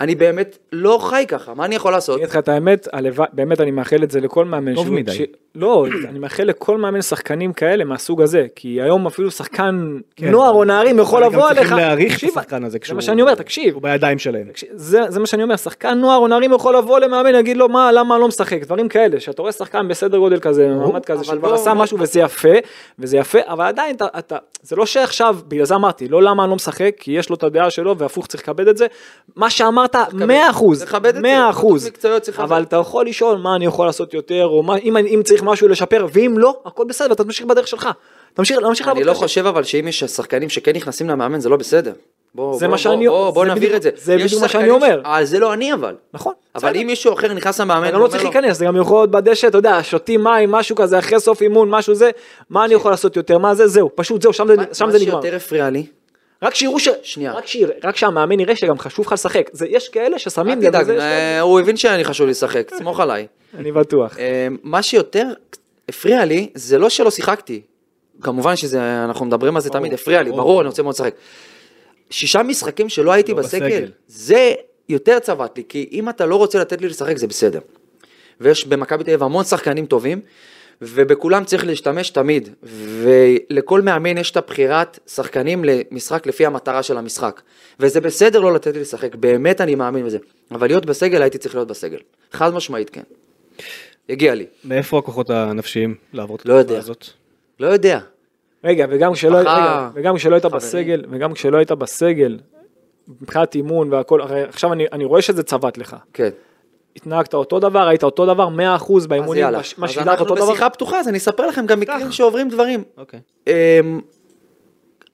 Speaker 3: אני באמת לא חי ככה, מה אני יכול לעשות?
Speaker 4: אני אגיד לך את האמת, הלוואי- באמת אני מאחל את זה לכל מאמן.
Speaker 2: טוב
Speaker 4: שהוא-
Speaker 2: מדי.
Speaker 4: ש- לא, אני מאחל לכל מאמן שחקנים כאלה מהסוג הזה, כי היום אפילו שחקן
Speaker 2: כן.
Speaker 4: נוער או נערים יכול
Speaker 2: אבל
Speaker 4: לבוא
Speaker 2: גם
Speaker 4: אליך.
Speaker 2: צריכים להעריך את
Speaker 4: תקשיב,
Speaker 2: השחקן הזה
Speaker 4: זה
Speaker 2: כשהוא...
Speaker 4: מה שאני אומר, תקשיב.
Speaker 2: הוא בידיים שלהם.
Speaker 3: כן.
Speaker 4: כש- זה, זה מה שאני אומר, שחקן נוער או נערים יכול לבוא למאמן, יגיד לו מה, למה אני לא משחק, דברים כאלה, שאתה רואה שחקן בסדר גודל כזה, מעמד כזה,
Speaker 3: אבל לא,
Speaker 4: שכבר
Speaker 3: בוא-
Speaker 4: עשה משהו וזה יפה, וזה יפה, אבל עדיין אתה, אתה, זה לא שעכשיו, בגלל זה אמרתי, לא למה אני לא משחק, כי יש לו את הדעה שלו, והפוך צריך לכבד את זה, מה שאמרת, 100%, 100%,
Speaker 3: לכבד את זה, החלטות מקצועיות צריך
Speaker 4: אבל
Speaker 3: לכבד.
Speaker 4: אתה יכול לשאול מה אני יכול לעשות יותר, או מה, אם, אני- אם צריך משהו לשפר, ואם לא, הכל בסדר, ואתה תמשיך בדרך שלך, תמשיך, תמשיך
Speaker 3: אני
Speaker 4: לעבוד
Speaker 3: לא
Speaker 4: קשה.
Speaker 3: חושב אבל שאם יש שחקנים שכן נכנסים למאמן זה לא בסדר. בוא,
Speaker 4: זה
Speaker 3: בוא,
Speaker 4: מה שאני-
Speaker 3: בוא, בוא, בוא
Speaker 4: זה
Speaker 3: נבהיר
Speaker 4: בדיוק-
Speaker 3: את זה.
Speaker 4: זה
Speaker 3: יש
Speaker 4: בדיוק מה שאני
Speaker 3: שחקנים
Speaker 4: אומר.
Speaker 3: ש- אה, זה לא אני אבל.
Speaker 4: נכון,
Speaker 3: אבל
Speaker 4: בסדר.
Speaker 3: אם מישהו אחר נכנס למאמן,
Speaker 4: אני
Speaker 3: ואומר
Speaker 4: לא צריך
Speaker 3: לו,
Speaker 4: להיכנס, זה גם יכול להיות בדשא, אתה יודע, שותים מים, משהו כזה, אחרי סוף אימון, משהו זה, מה אני יכול לעשות יותר, מה זה, זהו, פשוט זהו, שם זה-
Speaker 3: כן. "מה-
Speaker 4: שם זה נגמר.
Speaker 3: מה שיותר הפריע לי,
Speaker 4: רק שיראו ש...
Speaker 3: שנייה.
Speaker 4: רק שיר- רק שהמאמן יראה שגם חשוב לך לשחק. זה- יש כאלה
Speaker 3: אל
Speaker 4: ששמים לב
Speaker 3: תדאג,
Speaker 4: לזה, יש
Speaker 3: אה, הוא הבין שאני חשוב לשחק, סמוך עליי.
Speaker 4: כאלה. אני בטוח.
Speaker 3: אה, מה שיותר הפריע לי, זה לא שלא שיחקתי. כמובן שזה, אנחנו מדברים על זה תמיד, הפריע לי, ברור, אני רוצה מאוד לשחק. שישה משחקים שלא הייתי
Speaker 2: לא בסגל.
Speaker 3: בסגל, זה יותר צבט לי, כי אם אתה לא רוצה לתת לי לשחק זה בסדר. ויש במכבי תל אביב המון שחקנים טובים, ובכולם צריך להשתמש תמיד. ולכל מאמן יש את הבחירת שחקנים למשחק לפי המטרה של המשחק. וזה בסדר לא לתת לי לשחק, באמת אני מאמין בזה. אבל להיות בסגל הייתי צריך להיות בסגל. חד משמעית כן. הגיע לי.
Speaker 2: מאיפה הכוחות הנפשיים לעבור את
Speaker 3: לא יודע.
Speaker 2: התקופה הזאת?
Speaker 3: לא יודע.
Speaker 4: רגע, וגם כשלא
Speaker 3: משפחה,
Speaker 4: רגע, וגם כשלא היית
Speaker 3: חברים.
Speaker 4: בסגל, וגם כשלא היית בסגל, מבחינת אימון והכל, הרי עכשיו אני- אני רואה שזה צבט לך.
Speaker 3: כן.
Speaker 4: התנהגת אותו דבר, היית אותו דבר, 100%
Speaker 3: אז
Speaker 4: באימונים,
Speaker 3: יאללה.
Speaker 4: מה ש- מה
Speaker 3: אז
Speaker 4: שידעת
Speaker 3: אנחנו
Speaker 4: אותו דבר.
Speaker 3: בשיחה פתוחה, אז אני אספר לכם גם מקרים שעוברים דברים.
Speaker 2: אוקיי.
Speaker 3: אמ,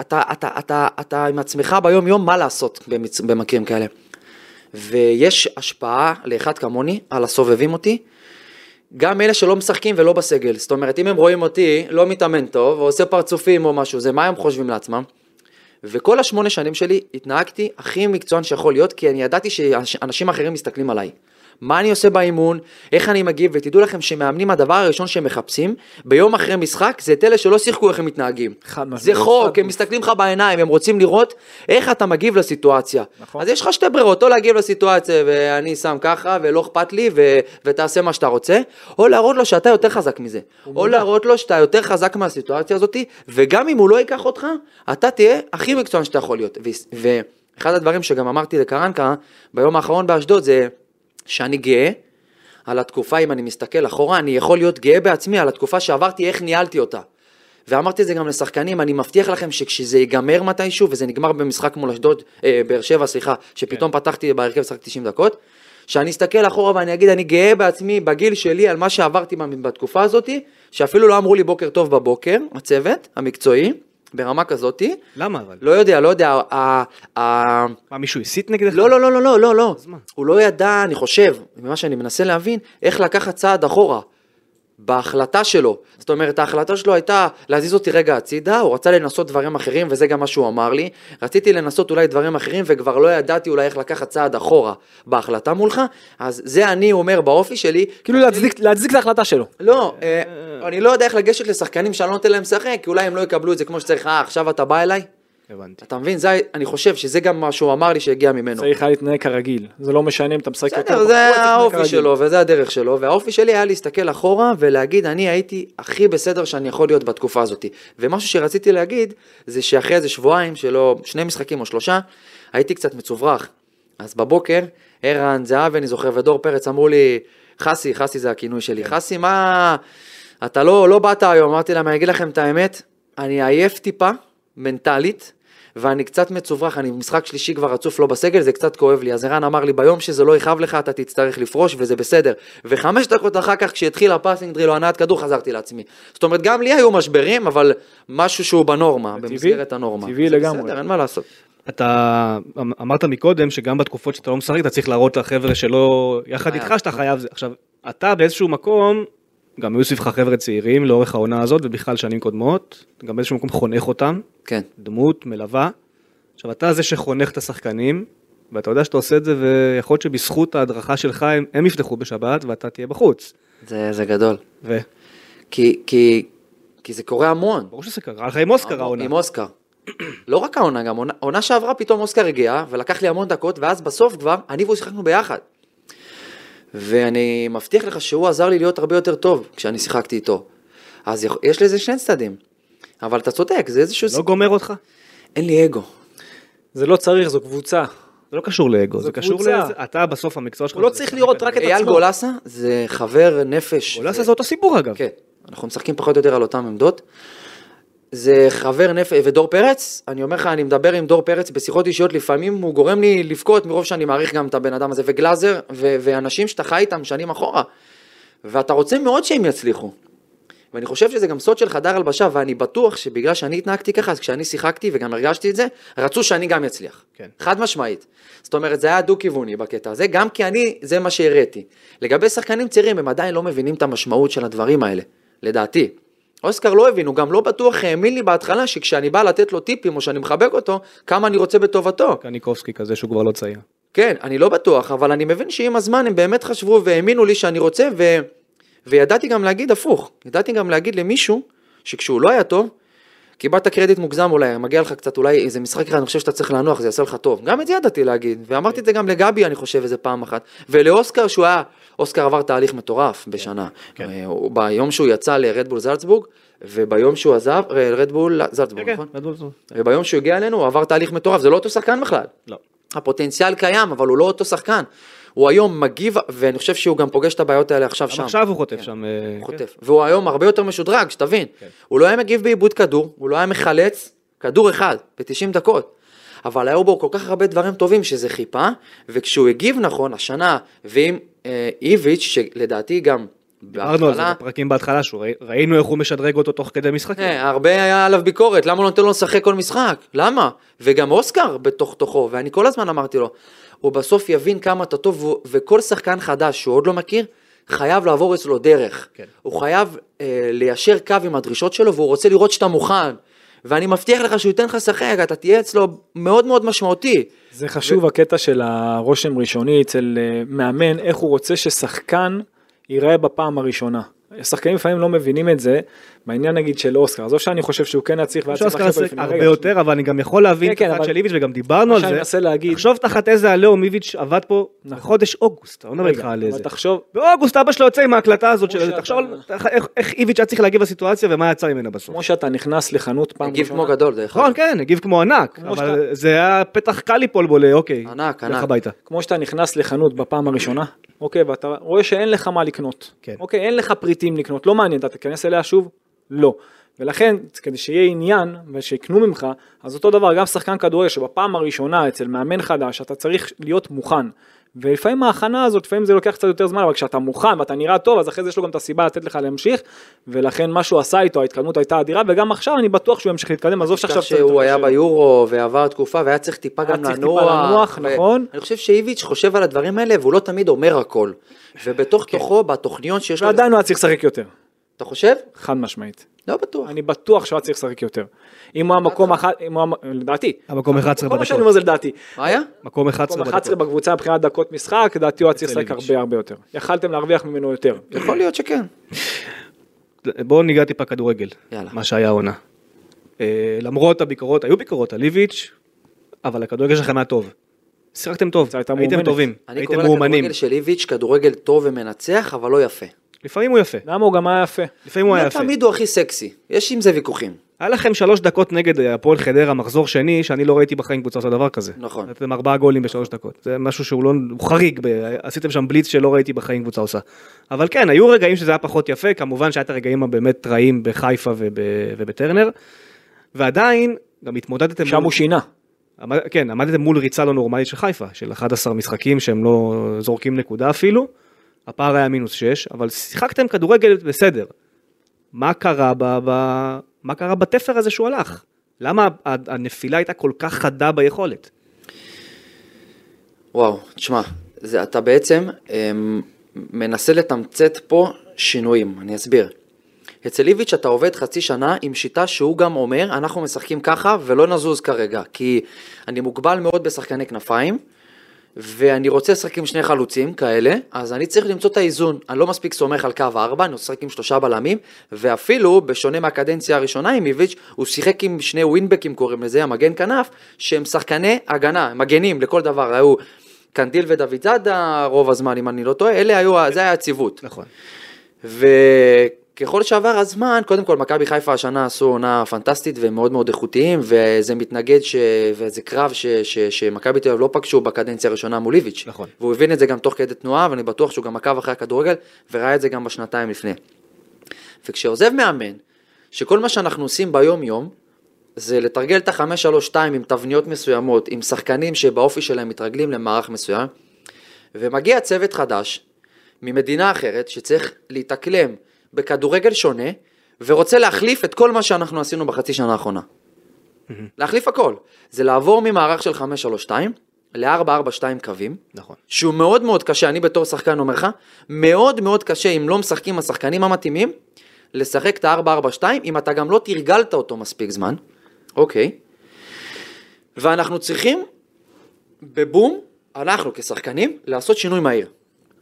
Speaker 3: אתה, אתה, אתה, אתה עם עצמך ביום יום מה לעשות במצ... במקרים כאלה. ויש השפעה לאחד כמוני על הסובבים אותי, גם אלה שלא משחקים ולא בסגל. זאת אומרת, אם הם רואים אותי לא מתאמן טוב, או עושה פרצופים או משהו, זה מה הם חושבים לעצמם. וכל השמונה שנים שלי התנהגתי הכי מקצוען שיכול להיות, כי אני ידעתי שאנשים אחרים מסתכלים עליי. מה אני עושה באימון, איך אני מגיב, ותדעו לכם שמאמנים הדבר הראשון שהם מחפשים ביום אחרי משחק זה את אלה שלא שיחקו איך הם מתנהגים.
Speaker 4: חד משמעית.
Speaker 3: זה חוק,
Speaker 4: חד
Speaker 3: הם מסתכלים לך בעיניים, הם רוצים לראות איך אתה מגיב לסיטואציה.
Speaker 4: נכון.
Speaker 3: אז יש לך שתי ברירות, או להגיב לסיטואציה ואני שם ככה ולא אכפת לי ו- ותעשה מה שאתה רוצה, או להראות לו שאתה יותר חזק מזה. או להראות לו שאתה יותר חזק מהסיטואציה הזאת, וגם אם הוא לא ייקח אותך, אתה תהיה הכי מקצוען שאתה יכול להיות. ו- ואחד הדברים שגם אמרתי לקרנקה ביום האחרון באשדוד זה שאני גאה. על התקופה, אם אני מסתכל אחורה, אני יכול להיות גאה בעצמי על התקופה שעברתי, איך ניהלתי אותה. ואמרתי את זה גם לשחקנים, אני מבטיח לכם שכשזה ייגמר מתישהו, וזה נגמר במשחק מול אשדוד, אה, באר שבע, סליחה, שפתאום פתחתי בהרכב שחק 90 דקות, שאני אסתכל אחורה ואני אגיד, אני גאה בעצמי, בגיל שלי, על מה שעברתי ב- בתקופה הזאת, שאפילו לא אמרו לי בוקר טוב בבוקר, הצוות המקצועי, ברמה כזאתי,
Speaker 2: למה אבל?
Speaker 3: לא יודע, לא יודע, ה- ה-
Speaker 2: מה, מישהו הסית נגדך?
Speaker 3: לא, לא, לא, לא, לא, לא, לא.
Speaker 2: אז מה?
Speaker 3: הוא לא ידע, אני חושב, ממה שאני מנסה להבין, איך לקחת צעד אחורה. בהחלטה שלו. זאת אומרת, ההחלטה שלו הייתה להזיז אותי רגע הצידה, הוא רצה לנסות דברים אחרים, וזה גם מה שהוא אמר לי. רציתי לנסות אולי דברים אחרים, וכבר לא ידעתי אולי איך לקחת צעד אחורה בהחלטה מולך, אז זה אני אומר באופי שלי.
Speaker 4: כאילו להצדיק- להצדיק את ההחלטה שלו.
Speaker 3: לא, אה, אני לא יודע איך לגשת לשחקנים שאני לא נותן להם לשחק, כי אולי הם לא יקבלו את זה כמו שצריך, אה, עכשיו אתה בא אליי?
Speaker 2: הבנתי.
Speaker 3: אתה מבין? זה, אני חושב שזה גם מה שהוא אמר לי שהגיע ממנו.
Speaker 4: צריך היה להתנהג כרגיל, זה לא משנה אם אתה משחק יותר.
Speaker 3: לא. בסדר, זה
Speaker 4: פחות, תתנהג
Speaker 3: האופי
Speaker 4: כרגיל.
Speaker 3: שלו וזה הדרך שלו, והאופי שלי היה להסתכל אחורה ולהגיד, אני הייתי הכי בסדר שאני יכול להיות בתקופה הזאת. ומשהו שרציתי להגיד, זה שאחרי איזה שבועיים שלא, שני משחקים או שלושה, הייתי קצת מצוברח. אז בבוקר, ערן זהב, אני זוכר, ודור פרץ אמרו לי, חסי, חסי זה הכינוי שלי,
Speaker 4: כן.
Speaker 3: חסי, מה... אתה לא, לא באת היום, אמרתי להם, אני אגיד לכם את האמת, אני עייף טיפה, מנטלית, ואני קצת מצוברח, אני משחק שלישי כבר רצוף לא בסגל, זה קצת כואב לי. אז ערן אמר לי, ביום שזה לא יכאב לך, אתה תצטרך לפרוש, וזה בסדר. וחמש דקות אחר כך, כשהתחיל הפאסינג דריל או הנעת כדור, חזרתי לעצמי. זאת אומרת, גם לי היו משברים, אבל משהו שהוא בנורמה,
Speaker 4: טבעי,
Speaker 3: במסגרת הנורמה.
Speaker 4: טבעי
Speaker 3: זה
Speaker 4: לגמרי.
Speaker 3: בסדר, אין מה לעשות.
Speaker 2: אתה אמ- אמרת מקודם שגם בתקופות שאתה לא משחק אתה צריך להראות לחבר'ה שלא, יחד
Speaker 3: חייב.
Speaker 2: איתך שאתה חייב זה. עכשיו, אתה באיזשהו מקום, גם היו סביבך חבר'ה צעירים לאורך העונה הזאת ובכלל שנים קודמות, אתה גם באיזשהו מקום חונך אותם,
Speaker 3: כן.
Speaker 2: דמות, מלווה. עכשיו, אתה זה שחונך את השחקנים, ואתה יודע שאתה עושה את זה ויכול להיות שבזכות ההדרכה שלך הם, הם יפתחו בשבת ואתה תהיה בחוץ.
Speaker 3: זה, זה גדול.
Speaker 2: ו...
Speaker 3: כי, כי, כי זה קורה המון.
Speaker 2: ברור שזה קרה לך עם אוסקר העונה.
Speaker 3: עם אוסקר. לא רק העונה, גם עונה, עונה שעברה פתאום אוסקר הגיע, ולקח לי המון דקות, ואז בסוף כבר, אני והוא שיחקנו ביחד. ואני מבטיח לך שהוא עזר לי להיות הרבה יותר טוב כשאני שיחקתי איתו. אז יכ- יש לזה שני צדדים. אבל אתה צודק, זה איזשהו...
Speaker 2: לא
Speaker 3: סיפור.
Speaker 2: גומר אותך?
Speaker 3: אין לי אגו.
Speaker 4: זה לא צריך, זו קבוצה.
Speaker 2: זה לא קשור לאגו,
Speaker 4: זו
Speaker 2: זה קשור
Speaker 4: קבוצה.
Speaker 2: לזה. אתה בסוף המקצוע שלך.
Speaker 4: הוא לא
Speaker 2: זה
Speaker 4: צריך
Speaker 2: לשחק
Speaker 4: לראות
Speaker 2: כדורגל.
Speaker 4: רק את
Speaker 3: אייל
Speaker 4: עצמו.
Speaker 3: גולסה זה חבר נפש.
Speaker 2: גולסה לא זה אותו סיפור אגב.
Speaker 3: כן, אנחנו משחקים פחות או יותר על אותן עמדות. זה חבר נפש, ודור פרץ, אני אומר לך, אני מדבר עם דור פרץ בשיחות אישיות, לפעמים הוא גורם לי לבכות מרוב שאני מעריך גם את הבן אדם הזה, וגלאזר, ו- ואנשים שאתה חי איתם שנים אחורה. ואתה רוצה מאוד שהם יצליחו. ואני חושב שזה גם סוד של חדר הלבשה, ואני בטוח שבגלל שאני התנהגתי ככה, אז כשאני שיחקתי וגם הרגשתי את זה, רצו שאני גם אצליח.
Speaker 2: כן.
Speaker 3: חד משמעית. זאת אומרת, זה היה דו-כיווני בקטע הזה, גם כי אני, זה מה שהראיתי. לגבי שחקנים צעירים, הם עדיין לא מבינים את המשמעות של הדברים האלה, לדעתי. אוסקר לא הבין, הוא גם לא בטוח האמין לי בהתחלה שכשאני בא לתת לו טיפים או שאני מחבק אותו, כמה אני רוצה בטובתו.
Speaker 2: קניקובסקי כזה שהוא כבר לא צעיר.
Speaker 3: כן, אני לא בטוח, אבל אני מבין שעם הזמן הם באמת חשבו והאמינו לי שאני רוצה, ו... וידעתי גם להגיד הפוך. ידעתי גם להגיד למישהו, שכשהוא לא היה טוב, קיבלת קרדיט מוגזם אולי, מגיע לך קצת אולי איזה משחק אחד, אני חושב שאתה צריך לנוח, זה יעשה לך טוב. גם את זה ידעתי להגיד, ואמרתי את זה גם לגבי, אני חושב, איזה פעם אחת. ולאוסקר שהוא היה, אוסקר עבר תהליך מטורף בשנה.
Speaker 2: כן.
Speaker 3: אה, הוא- ביום שהוא יצא לרדבול זלצבורג, וביום שהוא עזב, אה, רדבול
Speaker 2: כן,
Speaker 3: זלצבורג, נכון? וביום שהוא הגיע אלינו הוא עבר תהליך מטורף, זה לא אותו שחקן בכלל.
Speaker 2: לא.
Speaker 3: הפוטנציאל קיים, אבל הוא לא אותו שחקן. הוא היום מגיב, ואני חושב שהוא גם פוגש את הבעיות האלה עכשיו שם.
Speaker 2: גם עכשיו הוא חוטף
Speaker 3: כן.
Speaker 2: שם. כן. אה,
Speaker 3: הוא חוטף. והוא היום הרבה יותר משודרג, שתבין. הוא לא היה מגיב בעיבוד כדור, הוא לא היה מחלץ כדור אחד ב-90 דקות. אבל היו בו כל כך הרבה דברים טובים שזה חיפה, וכשהוא הגיב נכון השנה, ועם אה, איביץ', שלדעתי גם
Speaker 2: דיברנו על זה
Speaker 3: בהתחלה-
Speaker 2: בפרקים בהתחלה, שהוא ראי- ראינו איך הוא משדרג אותו תוך כדי משחקים.
Speaker 3: כן, הרבה היה עליו ביקורת, למה הוא לא נותן לו לשחק כל משחק? למה? וגם אוסקר בתוך תוכו, ואני כל הזמן אמרתי לו, הוא בסוף יבין כמה אתה טוב, והוא- וכל שחקן חדש שהוא עוד לא מכיר, חייב לעבור אצלו דרך.
Speaker 2: כן.
Speaker 3: הוא חייב אה, ליישר קו עם הדרישות שלו, והוא רוצה לראות שאתה מוכן. ואני מבטיח לך שהוא ייתן לך לשחק, אתה תהיה אצלו מאוד מאוד משמעותי.
Speaker 4: זה חשוב הקטע של הרושם ראשוני אצל אה, מאמן, איך הוא רוצה ששחקן ייראה בפעם הראשונה. השחקנים לפעמים לא מבינים את זה, בעניין נגיד של אוסקר, עזוב שאני חושב שהוא כן היה צריך והיה צריך
Speaker 2: שאוסקר
Speaker 4: לחשוב
Speaker 2: עשה
Speaker 4: לפני.
Speaker 2: הרבה
Speaker 4: רגע,
Speaker 2: יותר, אבל אני גם יכול להבין
Speaker 4: כן,
Speaker 2: את
Speaker 4: כן,
Speaker 2: הצד
Speaker 4: אבל-
Speaker 2: של איביץ' וגם דיברנו
Speaker 4: מה
Speaker 2: על
Speaker 4: שאני
Speaker 2: זה.
Speaker 4: מנסה להגיד- נכון.
Speaker 2: תחשוב תחת איזה עליהום איביץ' עבד פה בחודש אוגוסט, אני לא מדבר
Speaker 4: רגע,
Speaker 2: איתך על
Speaker 4: אבל
Speaker 2: איזה.
Speaker 4: תחשוב,
Speaker 2: באוגוסט אבא שלו יוצא עם ההקלטה הזאת
Speaker 4: כמו
Speaker 2: של...
Speaker 4: שאתה-
Speaker 2: תחשוב על- תח- איך- איך איביץ' היה צריך להגיב לסיטואציה ומה יצא ממנה בסוף.
Speaker 4: כמו שאתה נכנס לחנות פעם
Speaker 3: הגיב כמו
Speaker 4: ראשונה,
Speaker 3: גדול, דרך אגב.
Speaker 2: נכון, כן, הגיב כמו ענק,
Speaker 4: כמו
Speaker 2: אבל זה היה פתח קל ליפול בו לאוקיי,
Speaker 3: ענק,
Speaker 2: לך
Speaker 3: ענק.
Speaker 2: הביתה.
Speaker 4: כמו שאתה נכנס לחנות בפעם הראשונה, אוקיי, ואתה רואה שאין לך מה לקנות.
Speaker 2: כן.
Speaker 4: אוקיי, אין לך פריטים לקנות, לא מעניין, אתה תיכנס אליה שוב? לא. ולכן, כדי שיהיה עניין ושיקנו ממך, אז אותו דבר, גם שחקן כדורגל שבפעם הראשונה אצל מאמן חדש, אתה צריך להיות מוכן. ולפעמים ההכנה הזאת, לפעמים זה לוקח קצת יותר זמן, אבל כשאתה מוכן ואתה נראה טוב, אז אחרי זה יש לו גם את הסיבה לתת לך להמשיך, ולכן מה שהוא עשה איתו, ההתקדמות הייתה אדירה, וגם עכשיו אני בטוח שהוא ימשיך להתקדם, עזוב
Speaker 3: עכשיו
Speaker 4: שעכשיו...
Speaker 3: שהוא היה ביורו ועבר תקופה והיה צריך טיפה
Speaker 4: היה
Speaker 3: גם
Speaker 4: צריך טיפה
Speaker 3: לנוח.
Speaker 4: לנוח, נכון.
Speaker 3: אני חושב שאיביץ' חושב על הדברים האלה והוא לא תמיד אומר הכל. ובתוך תוכו, בתוכניות שיש לו...
Speaker 4: כן. ועדיין הוא היה צריך לשחק יותר,
Speaker 3: אתה חושב?
Speaker 4: חד משמעית.
Speaker 3: לא בטוח.
Speaker 4: אני בטוח שהוא היה צריך לשחק יותר. אם הוא היה מקום אחת, אם הוא היה, לדעתי.
Speaker 2: המקום 11
Speaker 4: כל מה שאני
Speaker 2: בדקות.
Speaker 4: אומר זה לדעתי.
Speaker 3: מה היה?
Speaker 2: מקום
Speaker 4: מקום
Speaker 2: 11
Speaker 4: 11
Speaker 2: בדקות.
Speaker 4: בקבוצה מבחינת דקות משחק, לדעתי הוא היה צריך לשחק
Speaker 2: איביץ'.
Speaker 4: הרבה הרבה יותר. יכלתם להרוויח ממנו יותר.
Speaker 3: יכול להיות שכן.
Speaker 2: בואו ניגע טיפה כדורגל,
Speaker 3: יאללה.
Speaker 2: מה שהיה העונה. אה, למרות הביקורות, היו ביקורות על איביץ', אבל הכדורגל שלכם היה טוב. שיחקתם טוב,
Speaker 4: זה הייתה
Speaker 2: הייתם
Speaker 4: מאומנת.
Speaker 2: טובים,
Speaker 3: אני
Speaker 2: הייתם
Speaker 3: קורא
Speaker 2: מאומנים.
Speaker 3: לכדורגל של איביץ' כדורגל טוב ומנצח, אבל לא יפה.
Speaker 2: לפעמים הוא יפה,
Speaker 4: למה הוא גם היה יפה?
Speaker 2: לפעמים הוא היה
Speaker 3: לא
Speaker 2: יפה.
Speaker 3: תמיד הוא הכי סקסי. יש עם זה ויכוחים.
Speaker 2: היה לכם שלוש דקות נגד אה, הפועל חדרה, מחזור שני, שאני לא ראיתי בחיים קבוצה עושה דבר כזה.
Speaker 3: נכון.
Speaker 2: נתתם ארבעה גולים בשלוש דקות. זה משהו שהוא לא, הוא חריג, ב- עשיתם שם בליץ שלא ראיתי בחיים קבוצה עושה. אבל כן, היו רגעים שזה היה פחות יפה, כמובן שהיה את הרגעים הבאמת רעים בחיפה וב, ובטרנר. ועדיין, גם התמודדתם...
Speaker 4: שם
Speaker 2: מול-
Speaker 4: הוא שינה.
Speaker 2: עמד, כן, עמדתם מול ריצה לא נורמלית של חיפה, של 11 משחקים שהם לא זורקים נקודה אפילו, הפער היה מינוס 6, אבל שיחקתם כדורגל בסדר. מה קרה, ב, ב, מה קרה בתפר הזה שהוא הלך? למה ה- הנפילה הייתה כל כך חדה ביכולת?
Speaker 3: וואו, תשמע, זה, אתה בעצם אמ, מנסה לתמצת פה שינויים, אני אסביר. אצל איביץ' אתה עובד חצי שנה עם שיטה שהוא גם אומר, אנחנו משחקים ככה ולא נזוז כרגע, כי אני מוגבל מאוד בשחקני כנפיים, ואני רוצה לשחק עם שני חלוצים כאלה, אז אני צריך למצוא את האיזון. אני לא מספיק סומך על קו הארבע, אני משחק עם שלושה בלמים, ואפילו, בשונה מהקדנציה הראשונה עם איביץ', הוא שיחק עם שני ווינבקים קוראים לזה, המגן כנף, שהם שחקני הגנה, הם מגנים לכל דבר, היו קנדיל ודוד זאדה רוב הזמן, אם אני לא טועה, אלה היו, ה- זה היה הציוות.
Speaker 2: נכון.
Speaker 3: וככל שעבר הזמן, קודם כל מכבי חיפה השנה עשו עונה פנטסטית והם מאוד מאוד איכותיים, וזה מתנגד ש... וזה קרב ש... ש... שמכבי תל אביב לא פגשו בקדנציה הראשונה מול איביץ'.
Speaker 2: נכון.
Speaker 3: והוא הבין את זה גם תוך כדי תנועה, ואני בטוח שהוא גם עקב אחרי הכדורגל, וראה את זה גם בשנתיים לפני. וכשעוזב מאמן, שכל מה שאנחנו עושים ביום יום, זה לתרגל את ה-5-3-2 עם תבניות מסוימות, עם שחקנים שבאופי שלהם מתרגלים למערך מסוים, ומגיע צוות חדש ממדינה אחרת שצריך להתאקלם בכדורגל שונה, ורוצה להחליף את כל מה שאנחנו עשינו בחצי שנה האחרונה. להחליף הכל. זה לעבור ממערך של 5-3-2 ל-4-4-2 קווים,
Speaker 2: נכון.
Speaker 3: שהוא מאוד מאוד קשה, אני בתור שחקן אומר לך, מאוד מאוד קשה אם לא משחקים השחקנים המתאימים, לשחק את ה-4-4-2, אם אתה גם לא תרגלת אותו מספיק זמן, אוקיי. ואנחנו צריכים, בבום, אנחנו כשחקנים, לעשות שינוי מהיר.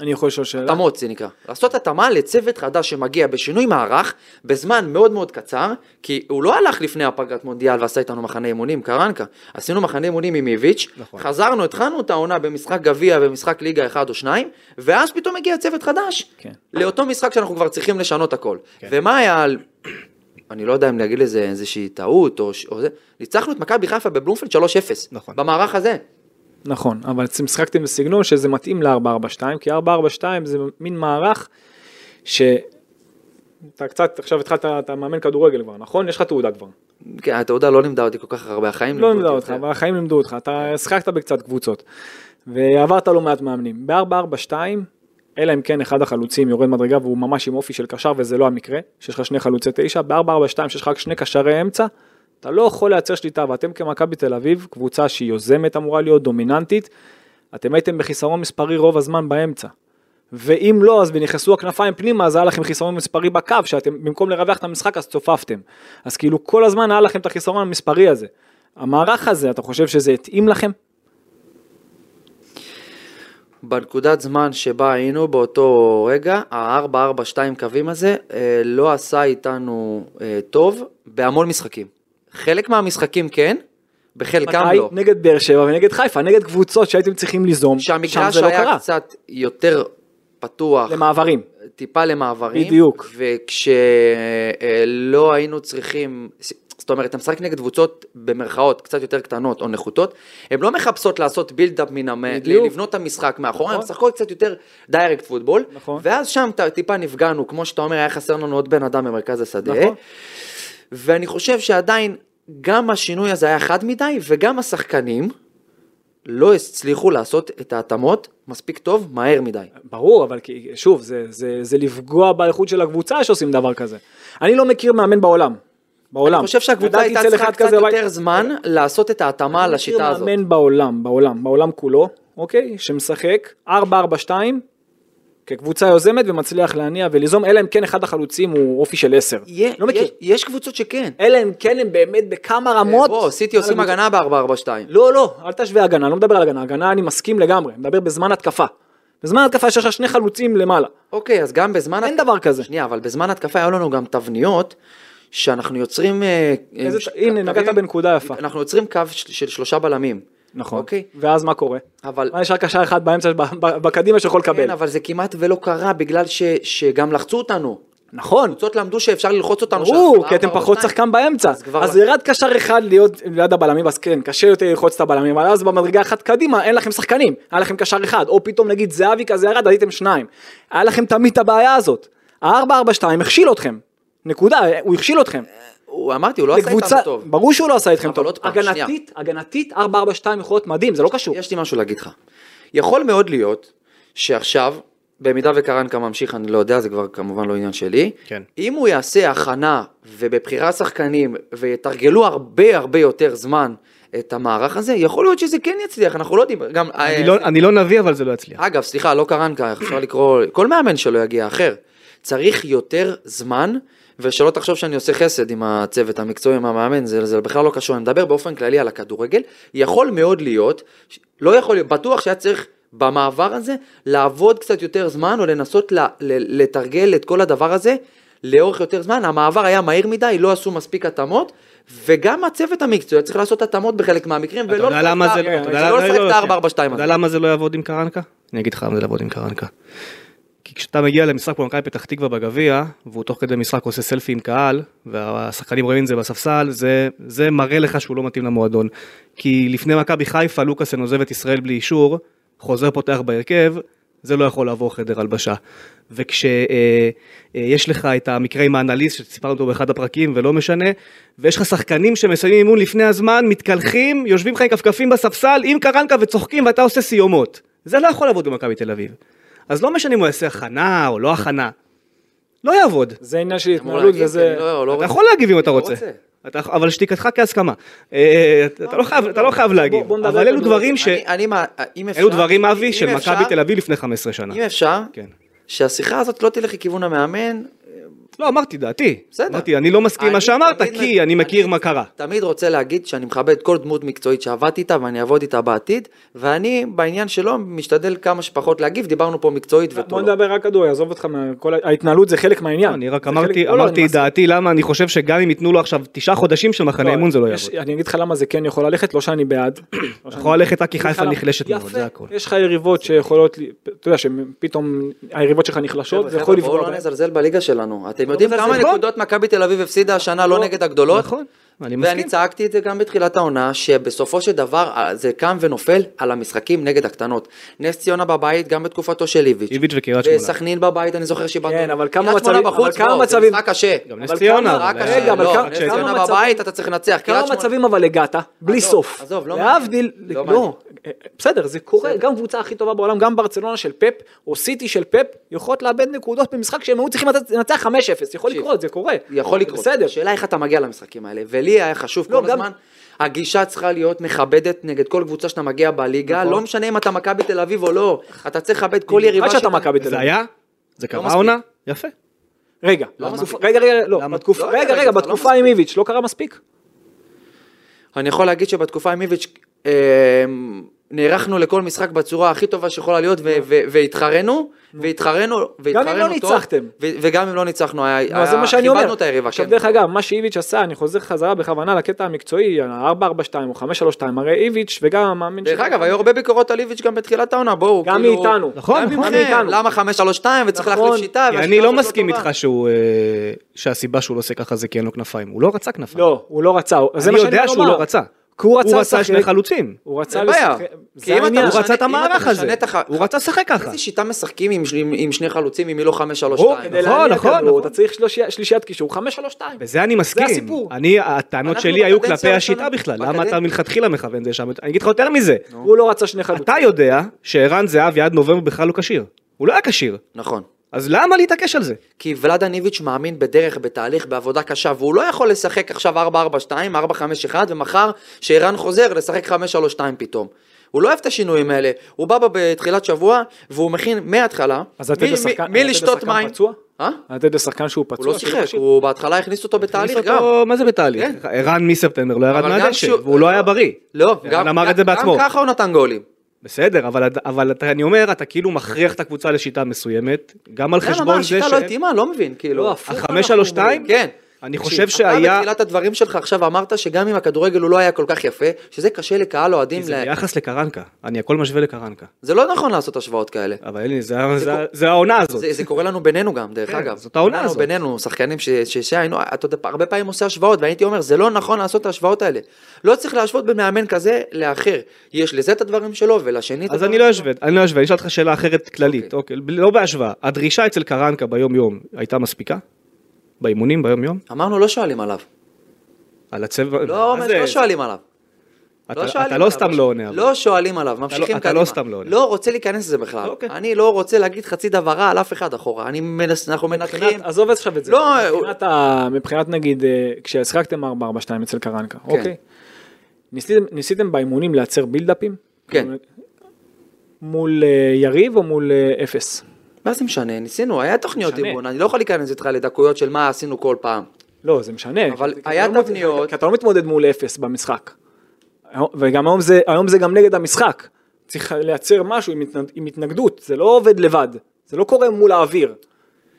Speaker 4: אני יכול לשאול שאלה?
Speaker 3: התאמות זה נקרא. לעשות התאמה לצוות חדש שמגיע בשינוי מערך, בזמן מאוד מאוד קצר, כי הוא לא הלך לפני הפגרת מונדיאל ועשה איתנו מחנה אימונים, קרנקה. עשינו מחנה אימונים עם איביץ',
Speaker 2: נכון.
Speaker 3: חזרנו, התחלנו את העונה במשחק גביע ומשחק ליגה אחד או שניים, ואז פתאום הגיע צוות חדש.
Speaker 4: כן.
Speaker 3: לאותו משחק שאנחנו כבר צריכים לשנות הכל.
Speaker 2: כן.
Speaker 3: ומה היה על... אני לא יודע אם להגיד לזה איזושהי טעות או, ש- או זה, ניצחנו את מכבי חיפה בבלומפילד 3-0.
Speaker 2: נכון.
Speaker 3: במערך הזה.
Speaker 4: נכון, אבל אתם שיחקתם בסגנון שזה מתאים ל-442, כי 442 זה מין מערך ש... אתה קצת, עכשיו התחלת, אתה מאמן כדורגל כבר, נכון? יש לך תעודה כבר.
Speaker 3: כן, התעודה לא לימדה אותי כל כך הרבה, החיים
Speaker 4: לא
Speaker 3: לימדו
Speaker 4: לימדה אותך,
Speaker 3: יותר.
Speaker 4: אבל החיים לימדו אותך, אתה שיחקת בקצת קבוצות. ועברת לא מעט מאמנים. ב-442, אלא אם כן אחד החלוצים יורד מדרגה והוא ממש עם אופי של קשר, וזה לא המקרה, שיש לך שני חלוצי תשע, ב-442 שיש לך רק שני קשרי אמצע, אתה לא יכול לייצר שליטה, ואתם כמכבי תל אביב, קבוצה שהיא יוזמת אמורה להיות, דומיננטית, אתם הייתם בחיסרון מספרי רוב הזמן באמצע. ואם לא, אז נכנסו הכנפיים פנימה, אז היה לכם חיסרון מספרי בקו, שאתם במקום לרווח את המשחק אז צופפתם. אז כאילו כל הזמן היה לכם את החיסרון המספרי הזה. המערך הזה, אתה חושב שזה התאים לכם?
Speaker 3: בנקודת זמן שבה היינו באותו רגע, ה-442 קווים הזה אה, לא עשה איתנו אה, טוב בהמון משחקים. חלק מהמשחקים כן, בחלקם
Speaker 4: מתי?
Speaker 3: לא.
Speaker 4: נגד באר שבע ונגד חיפה, נגד קבוצות שהייתם צריכים ליזום, שם
Speaker 3: שהמגרש
Speaker 4: זה לא
Speaker 3: היה
Speaker 4: קרה.
Speaker 3: קצת יותר פתוח,
Speaker 4: למעברים.
Speaker 3: טיפה למעברים.
Speaker 4: בדיוק.
Speaker 3: וכשלא היינו צריכים, זאת אומרת, אתה משחק נגד קבוצות במרכאות קצת יותר קטנות או נחותות, הן לא מחפשות לעשות בילדאפ מן המ...
Speaker 4: בדיוק.
Speaker 3: לבנות את המשחק מאחורה, הן
Speaker 4: נכון.
Speaker 3: משחקות קצת יותר דיירקט פוטבול,
Speaker 4: נכון.
Speaker 3: ואז שם ט- טיפה נפגענו, כמו שאתה אומר, היה חסר לנו עוד בן אדם במרכז השדה.
Speaker 4: נכון.
Speaker 3: ואני חושב שעדיין גם השינוי הזה היה חד מדי, וגם השחקנים לא הצליחו לעשות את ההתאמות מספיק טוב, מהר מדי.
Speaker 4: ברור, אבל כי- שוב, זה, זה, זה לפגוע באיכות של הקבוצה שעושים דבר כזה. אני לא מכיר מאמן בעולם. בעולם.
Speaker 3: אני חושב שהקבוצה
Speaker 4: גדלתי
Speaker 3: הייתה
Speaker 4: אצל
Speaker 3: צריכה
Speaker 4: אחד
Speaker 3: קצת
Speaker 4: כזה, אבל-
Speaker 3: יותר זמן אה, לעשות את ההתאמה לשיטה הזאת.
Speaker 4: לא מאמן בעולם, בעולם, בעולם כולו, אוקיי? שמשחק 4-4-2 כקבוצה יוזמת ומצליח להניע וליזום, אלא אם כן אחד החלוצים הוא אופי של 10.
Speaker 3: יה-
Speaker 4: לא מכיר.
Speaker 3: יש- יש קבוצות שכן.
Speaker 4: אלא אם כן הם באמת בכמה רמות.
Speaker 3: בוא, סיטי עושים
Speaker 4: על הקבוצה.
Speaker 3: הגנה ב-442.
Speaker 4: לא, לא, אל תשווה הגנה, אני לא מדבר על הגנה, הגנה אני מסכים לגמרי, אני מדבר בזמן התקפה. בזמן התקפה שיש לך שני חלוצים למעלה.
Speaker 3: אוקיי, אז גם בזמן...
Speaker 4: אין
Speaker 3: הת-
Speaker 4: דבר כזה.
Speaker 3: שנייה, אבל בזמן התקפה היו לנו גם תבניות שאנחנו יוצרים... אה,
Speaker 4: איזה-
Speaker 3: אה, ש-
Speaker 4: הנה, נגעת
Speaker 3: קווים-
Speaker 4: בנקודה יפה. נכון.
Speaker 3: אנחנו יוצרים קו של של שלושה בלמים. אוקיי.
Speaker 4: ואז מה קורה?
Speaker 3: אבל...
Speaker 4: מה, יש רק קשר אחד באמצע, ב- ב- בקדימה שיכול
Speaker 3: כן,
Speaker 4: לקבל.
Speaker 3: אבל זה כמעט ולא קרה בגלל ש- שגם לחצו אותנו.
Speaker 4: נכון.
Speaker 3: קבוצות למדו שאפשר ללחוץ אותנו.
Speaker 4: ברור,
Speaker 3: שאנחנו
Speaker 4: כי אתם פחות
Speaker 3: 4-4-2.
Speaker 4: שחקן באמצע.
Speaker 3: אה, אוקיי. אז כבר- לא.
Speaker 4: אז ירד קשר אחד להיות ליד הבלמים, אז כן, קשה יותר ללחוץ את הבלמים, אבל אז במדרגה אחת קדימה, אין לכם שחקנים, היה לכם קשר אחד, או פתאום נגיד זהבי כזה ירד, הייתם שניים. היה לכם תמיד את הבעיה הזאת. ה-442 הכשיל אתכם. נקודה, הוא הכשיל אתכם.
Speaker 3: הוא- אמרתי, הוא לא עשה
Speaker 5: לקבוצה,
Speaker 3: איתנו טוב.
Speaker 5: ברור שהוא לא עשה איתכם
Speaker 3: אבל
Speaker 5: טוב.
Speaker 3: עוד פעם,
Speaker 5: הגנתית, הגנתית 4-4-2 יכול להיות מדהים, זה לא קשור.
Speaker 3: יש לי משהו להגיד לך. יכול מאוד להיות שעכשיו, במידה וקרנקה ממשיך, אני לא יודע, זה כבר כמובן לא עניין שלי.
Speaker 2: כן.
Speaker 3: אם הוא יעשה הכנה ובבחירת שחקנים ויתרגלו הרבה הרבה יותר זמן את המערך הזה, יכול להיות שזה כן יצליח, אנחנו לא יודעים, גם...
Speaker 2: אני לא- אני לא נביא, אבל זה לא יצליח.
Speaker 3: אגב, סליחה, לא קרנקה, אפשר לקרוא, כל מאמן שלא יגיע אחר. צריך יותר זמן, ושלא תחשוב שאני עושה חסד עם הצוות המקצועי, עם המאמן, זה, זה בכלל לא קשור, אני מדבר באופן כללי על הכדורגל. יכול מאוד להיות, ש- לא יכול להיות, בטוח שהיה צריך במעבר הזה לעבוד קצת יותר זמן, או לנסות ל, ל, לתרגל את כל הדבר הזה לאורך יותר זמן. המעבר היה מהיר מדי, לא עשו מספיק התאמות. וגם הצוות המקצועי צריך לעשות התאמות בחלק מהמקרים,
Speaker 2: אתה
Speaker 3: ולא
Speaker 2: יודע למה זה אתה יודע
Speaker 3: לא
Speaker 2: למה זה
Speaker 3: לשחק את
Speaker 2: יצליח.
Speaker 3: ה-4-4-2
Speaker 2: אתה
Speaker 3: הזה.
Speaker 2: יודע למה זה לא יעבוד עם קרנקה? כן, אני אגיד לך למה זה לא יעבוד עם קרנקה. כי כשאתה מגיע למשחק מול מכבי פתח תקווה בגביע, והוא תוך כדי משחק עושה סלפי עם קהל, והשחקנים רואים את זה בספסל, זה, זה מראה לך שהוא לא מתאים למועדון. כי לפני מכבי חיפה לוקאסן עוזב את ישראל בלי אישור, חוזר פותח בהרכב, זה לא יכול לעבור חדר הלבשה. וכשיש אה, אה, יש לך את המקרה עם האנליסט שסיפרנו אותו באחד הפרקים ולא משנה, ויש לך שחקנים שמסיימים אימון לפני הזמן, מתקלחים, יושבים לך עם כפכפים בספסל עם קרנקה וצוחקים ואתה עושה סיומות. זה לא יכול לעבוד במכבי תל אביב. אז לא משנה אם הוא יעשה הכנה או לא הכנה, לא יעבוד.
Speaker 4: זה עניין של
Speaker 3: אמור
Speaker 4: התנהלות
Speaker 3: להגיב, כי
Speaker 4: וזה...
Speaker 3: אני לא- לא
Speaker 2: אתה
Speaker 3: רוצה.
Speaker 2: יכול להגיב אם אתה
Speaker 3: לא
Speaker 2: רוצה.
Speaker 3: רוצה.
Speaker 2: אתה- אבל שתיקתך כהסכמה. אה, אתה- אתה לא חייב- אתה לא חייב להגיב.
Speaker 4: בוא נדבר
Speaker 2: אבל אלו
Speaker 4: כדורגל.
Speaker 2: דברים ש...
Speaker 3: אני, אני, מה- אה, אם אפשר,
Speaker 2: אלו דברים, אבי,
Speaker 3: אם
Speaker 2: של
Speaker 3: אפשר-
Speaker 2: מכבי תל אביב לפני 15 שנה.
Speaker 3: אם אפשר,
Speaker 2: כן.
Speaker 3: שהשיחה הזאת לא תלך לכיוון המאמן,
Speaker 2: לא, אמרתי דעתי.
Speaker 3: בסדר.
Speaker 2: אמרתי, אני לא מסכים עם מה
Speaker 3: אני
Speaker 2: שאמרת,
Speaker 3: תמיד
Speaker 2: כי
Speaker 3: מ-
Speaker 2: אני מכיר מה קרה.
Speaker 3: תמיד רוצה להגיד שאני מכבד כל דמות מקצועית שעבדתי איתה ואני אעבוד איתה בעתיד, ואני בעניין שלו משתדל כמה שפחות להגיב, דיברנו פה מקצועית
Speaker 4: בוא
Speaker 3: ותו לא.
Speaker 4: נדבר רק כדורי, עזוב אותך מה... כל ה- ההתנהלות זה חלק מהעניין.
Speaker 2: אני רק
Speaker 4: זה חלק-
Speaker 2: אמרתי,
Speaker 4: לא, לא,
Speaker 2: אמרתי
Speaker 4: אני
Speaker 2: את דעתי, למה אני חושב שגם אם ייתנו לו עכשיו תשעה חודשים של מחנה אימון, זה לא
Speaker 4: יש-
Speaker 2: יעבוד.
Speaker 4: אני אגיד לך למה זה כן יכול ללכת, לא שאני בעד. לא שאני-
Speaker 2: יכול ללכת רק כי
Speaker 4: אני אגיד לך
Speaker 2: חיפה
Speaker 4: למה-
Speaker 2: נחלשת מאוד,
Speaker 4: יפה.
Speaker 2: זה הכל.
Speaker 4: יש לך יריבות שיכולות, ל- אתה יודע, שפתאום היריבות שלך נחלשות, זה
Speaker 3: חבר'ה,
Speaker 4: יכול
Speaker 3: בואו
Speaker 4: לפגוע
Speaker 3: לא
Speaker 4: בהם.
Speaker 3: נזלזל בליגה שלנו. אתם יודעים
Speaker 2: מזלזל.
Speaker 3: כמה
Speaker 2: נכון.
Speaker 3: נקודות מכבי תל אביב הפסידה השנה לא נגד הגדולות?
Speaker 2: נכון, אני
Speaker 3: ואני
Speaker 2: מסכים.
Speaker 3: צעקתי את זה גם בתחילת העונה, שבסופו של דבר אה, זה קם ונופל על המשחקים נגד הקטנות. נס ציונה בבית, גם בתקופתו של איביץ'.
Speaker 2: איביץ' וקריית שמונה.
Speaker 3: וסכנין בבית, אני זוכר שבאנו.
Speaker 4: כן, אבל כמה
Speaker 3: קריית שמונה
Speaker 4: מצבים-
Speaker 3: בחוץ,
Speaker 4: אבל
Speaker 3: בוא,
Speaker 4: כמה
Speaker 3: זה
Speaker 4: מצבים-
Speaker 3: משחק קשה.
Speaker 2: גם
Speaker 4: אבל
Speaker 2: נס ציונה,
Speaker 4: כמה-
Speaker 2: אבל-
Speaker 3: רק
Speaker 4: רגע,
Speaker 3: קשה,
Speaker 4: אבל
Speaker 3: לא,
Speaker 4: כמה-
Speaker 3: נס
Speaker 4: כמה
Speaker 3: ציונה
Speaker 4: מצבים-
Speaker 3: בבית אתה צריך לנצח,
Speaker 4: כמה
Speaker 3: קריית שמונה.
Speaker 5: מצבים אבל הגעת, בלי
Speaker 3: עזוב,
Speaker 5: סוף.
Speaker 3: עזוב, לא
Speaker 5: להבדיל,
Speaker 3: מעניין. לא מעניין.
Speaker 5: לא. בסדר, זה קורה, גם קבוצה הכי טובה בעולם, גם ברצלונה של פפ, או סיטי של פפ, יכולות לאבד נקודות במשחק שהם היו צריכים לתת- לנצח 5-0, יכול
Speaker 3: תקשיב.
Speaker 5: לקרות, זה קורה.
Speaker 3: יכול לקרות.
Speaker 5: בסדר.
Speaker 3: השאלה איך אתה מגיע למשחקים האלה, ולי היה חשוב
Speaker 5: לא,
Speaker 3: כל
Speaker 5: גם-
Speaker 3: הזמן, הגישה צריכה להיות מכבדת נגד כל קבוצה שאתה מגיע בליגה, לא משנה אם אתה מכבי תל אביב או לא, אתה צריך לכבד כל יריבה
Speaker 4: נכון. עד שאתה מכבי תל
Speaker 2: זה
Speaker 4: אביב.
Speaker 2: היה? זה קרה
Speaker 3: מספיק.
Speaker 2: עונה? יפה.
Speaker 4: רגע, בתקופה- רגע, רגע, לא,
Speaker 2: למה?
Speaker 4: בתקופה-
Speaker 3: לא,
Speaker 4: רגע,
Speaker 3: רגע,
Speaker 4: רגע,
Speaker 3: זה לא
Speaker 4: בתקופה עם איביץ' לא קרה מספיק?
Speaker 3: אני יכול להגיד שבתקופה עם איביץ' אה, נערכנו לכל משחק בצורה הכי טובה שיכולה להיות, ו- ו- והתחרנו, והתחרנו, והתחרנו
Speaker 4: נכון. גם אם לא
Speaker 3: טוב,
Speaker 4: ניצחתם.
Speaker 3: ו- וגם אם לא ניצחנו, היה-
Speaker 4: נו, אז זה מה
Speaker 3: היה-
Speaker 4: שאני אומר.
Speaker 3: כיבדנו את היריבה,
Speaker 4: עכשיו
Speaker 3: כן.
Speaker 4: דרך אגב, מה שאיביץ' עשה, אני חוזר חזרה בכוונה לקטע המקצועי, על ה-442 או 532, הרי איביץ' וגם המאמן
Speaker 3: דרך
Speaker 4: שלו-
Speaker 3: אגב, היו הרבה ביקורות על איביץ' גם בתחילת העונה, בואו,
Speaker 4: גם
Speaker 3: כאילו-
Speaker 4: מאיתנו.
Speaker 2: נכון, נכון.
Speaker 4: גם
Speaker 3: כן,
Speaker 4: ממכם, מאיתנו.
Speaker 3: למה 5-3-2 וצריך
Speaker 4: נכון,
Speaker 3: להחליף שיטה?
Speaker 2: כי
Speaker 3: והשיטה
Speaker 2: אני לא
Speaker 3: הזאת
Speaker 2: מסכים
Speaker 3: טובה.
Speaker 2: איתך שהוא, אה, שהסיבה שהוא לא עושה ככה זה כי אין לו כנפיים. הוא לא רצה כנפיים.
Speaker 4: לא, הוא לא רצה, הוא- זה
Speaker 2: אני
Speaker 4: מה שאני
Speaker 2: יודע
Speaker 4: אומר.
Speaker 2: שהוא לא רצה.
Speaker 4: כי הוא רצה
Speaker 2: הוא רצה שני
Speaker 4: לשחק-
Speaker 2: חלוצים.
Speaker 4: הוא רצה
Speaker 3: אין בעיה.
Speaker 4: לשחק,
Speaker 3: כי אם
Speaker 4: זה
Speaker 3: אתה
Speaker 4: העניין.
Speaker 2: הוא
Speaker 3: משנה-
Speaker 2: רצה את
Speaker 3: אם אתה
Speaker 2: המערך
Speaker 3: משנה
Speaker 2: הזה.
Speaker 3: את הח-
Speaker 2: הוא רצה לשחק ככה.
Speaker 3: איזה שיטה משחקים עם, עם, עם שני חלוצים אם היא לא 5-3-2?
Speaker 2: ברור,
Speaker 4: כדי
Speaker 2: נכון,
Speaker 4: להניע
Speaker 2: נכון,
Speaker 4: כדור,
Speaker 2: נכון.
Speaker 4: אתה צריך שלושי- שלישיית קישור, 532.
Speaker 2: בזה אני מסכים.
Speaker 4: הסיפור.
Speaker 2: אני, הטענות
Speaker 3: אנחנו
Speaker 2: שלי היו
Speaker 3: בקדנציה
Speaker 2: כלפי השיטה
Speaker 3: הראשונה-
Speaker 2: בכלל. למה
Speaker 3: בקדנציה-
Speaker 2: אתה מלכתחילה מכוון זה שם? אני אגיד לך יותר מזה.
Speaker 4: הוא לא רצה שני חלוצים.
Speaker 2: אתה יודע שערן זהבי עד נובמבר בכלל לא כשיר. הוא לא היה כשיר.
Speaker 3: נכון.
Speaker 2: אז למה להתעקש על זה?
Speaker 3: כי ולאדן איביץ' מאמין בדרך, בתהליך, בעבודה קשה, והוא לא יכול לשחק עכשיו 4-4-2, 4-5-1, ומחר, שערן חוזר, לשחק 5-3-2 פתאום. הוא לא אוהב את השינויים האלה, הוא בא בה בתחילת שבוע, והוא מכין מההתחלה,
Speaker 4: אז לתת
Speaker 3: מי-
Speaker 4: לשחקן-
Speaker 3: מי- מי
Speaker 4: לתת
Speaker 3: לשתות
Speaker 4: לשחקן
Speaker 3: מים.
Speaker 4: פצוע?
Speaker 3: אה?
Speaker 4: לתת לשחקן שהוא
Speaker 3: הוא
Speaker 4: פצוע.
Speaker 3: לא
Speaker 4: שהוא
Speaker 3: שיחק,
Speaker 4: כשיר.
Speaker 3: הוא בהתחלה הכניס אותו בתהליך
Speaker 2: הכניס
Speaker 3: גם.
Speaker 2: אותו- מה זה בתהליך?
Speaker 3: כן.
Speaker 2: ערן מספטמבר לא ירד
Speaker 3: אבל גם
Speaker 2: מהדשא,
Speaker 3: שהוא-
Speaker 2: והוא לא היה בריא.
Speaker 3: לא,
Speaker 2: ערן
Speaker 3: גם
Speaker 2: אמר את זה
Speaker 3: גם-
Speaker 2: בעצמו.
Speaker 3: גם ככה הוא נתן גולים.
Speaker 2: בסדר, אבל, אבל אתה, אני אומר, אתה כאילו מכריח את הקבוצה לשיטה מסוימת, גם על
Speaker 3: למה,
Speaker 2: חשבון
Speaker 3: מה,
Speaker 2: זה ש...
Speaker 3: השיטה לא התאימה? לא מבין, כאילו.
Speaker 4: לא,
Speaker 2: החמש שלוש שתיים?
Speaker 3: כן.
Speaker 2: אני
Speaker 3: תקשיב,
Speaker 2: חושב שהיה...
Speaker 3: אתה בתחילת הדברים שלך עכשיו אמרת שגם אם הכדורגל הוא לא היה כל כך יפה, שזה קשה לקהל אוהדים,
Speaker 2: כי זה
Speaker 3: ל-
Speaker 2: ביחס לקרנקה, אני הכל משווה לקרנקה.
Speaker 3: זה לא נכון לעשות השוואות כאלה.
Speaker 2: אבל אין לי, זה, זה, זה, זה העונה הזאת.
Speaker 3: זה, זה קורה לנו בינינו גם, דרך
Speaker 2: כן,
Speaker 3: אגב.
Speaker 2: זאת העונה
Speaker 3: בינינו,
Speaker 2: הזאת.
Speaker 3: בינינו, שחקנים ש- ש- שהיינו, אתה יודע, הרבה פעמים עושה השוואות, ואני הייתי אומר, זה לא נכון לעשות את ההשוואות האלה. לא צריך להשוות בין מאמן כזה לאחר. יש לזה את הדברים שלו, ולשני את
Speaker 2: אז
Speaker 3: הדברים
Speaker 2: אני לא
Speaker 3: שלו.
Speaker 2: אשווה, אני לא אשווה, אני אשאל אותך שאלה אחרת כללית, אוקיי, בלי- לא בהשוואה. הדרישה אצל קרנקה ביום יום הייתה מספיקה? באימונים ביום יום?
Speaker 3: אמרנו, לא שואלים עליו.
Speaker 2: על הצבע...
Speaker 3: לא,
Speaker 2: מה
Speaker 3: אומר,
Speaker 2: זה?
Speaker 3: לא שואלים עליו.
Speaker 2: אתה-
Speaker 3: לא שואלים
Speaker 2: אתה לא
Speaker 3: עליו.
Speaker 2: סתם לא עונה. אבל.
Speaker 3: לא שואלים עליו, ממשיכים
Speaker 2: אתה
Speaker 3: קדימה.
Speaker 2: לא סתם לא עונה.
Speaker 3: לא רוצה להיכנס לזה בכלל.
Speaker 2: אוקיי.
Speaker 3: אני לא רוצה להגיד חצי דבר רע על אף אחד אחורה. אני מנס... אנחנו מנתחים...
Speaker 5: מבחינת- עזוב עכשיו את זה.
Speaker 3: לא,
Speaker 4: מבחינת, ה... מבחינת נגיד, אה, כשהשחקתם 4-4-2 אצל קרנקה,
Speaker 3: כן.
Speaker 4: אוקיי? ניסיתם, ניסיתם באימונים לייצר בילדאפים?
Speaker 3: כן.
Speaker 4: מול אה, יריב או מול אה, אפס?
Speaker 3: מה זה משנה? ניסינו, היה תוכניות
Speaker 4: משנה.
Speaker 3: אימון, אני לא יכול להיכנס איתך לדקויות של מה עשינו כל פעם.
Speaker 4: לא, זה משנה.
Speaker 3: אבל
Speaker 4: כי אתה
Speaker 3: היה
Speaker 4: לא מת-
Speaker 3: תבניות.
Speaker 4: כי אתה לא מתמודד מול אפס במשחק. וגם היום זה, היום זה גם נגד המשחק. צריך לייצר משהו עם, התנד, עם התנגדות, זה לא עובד לבד. זה לא קורה מול האוויר.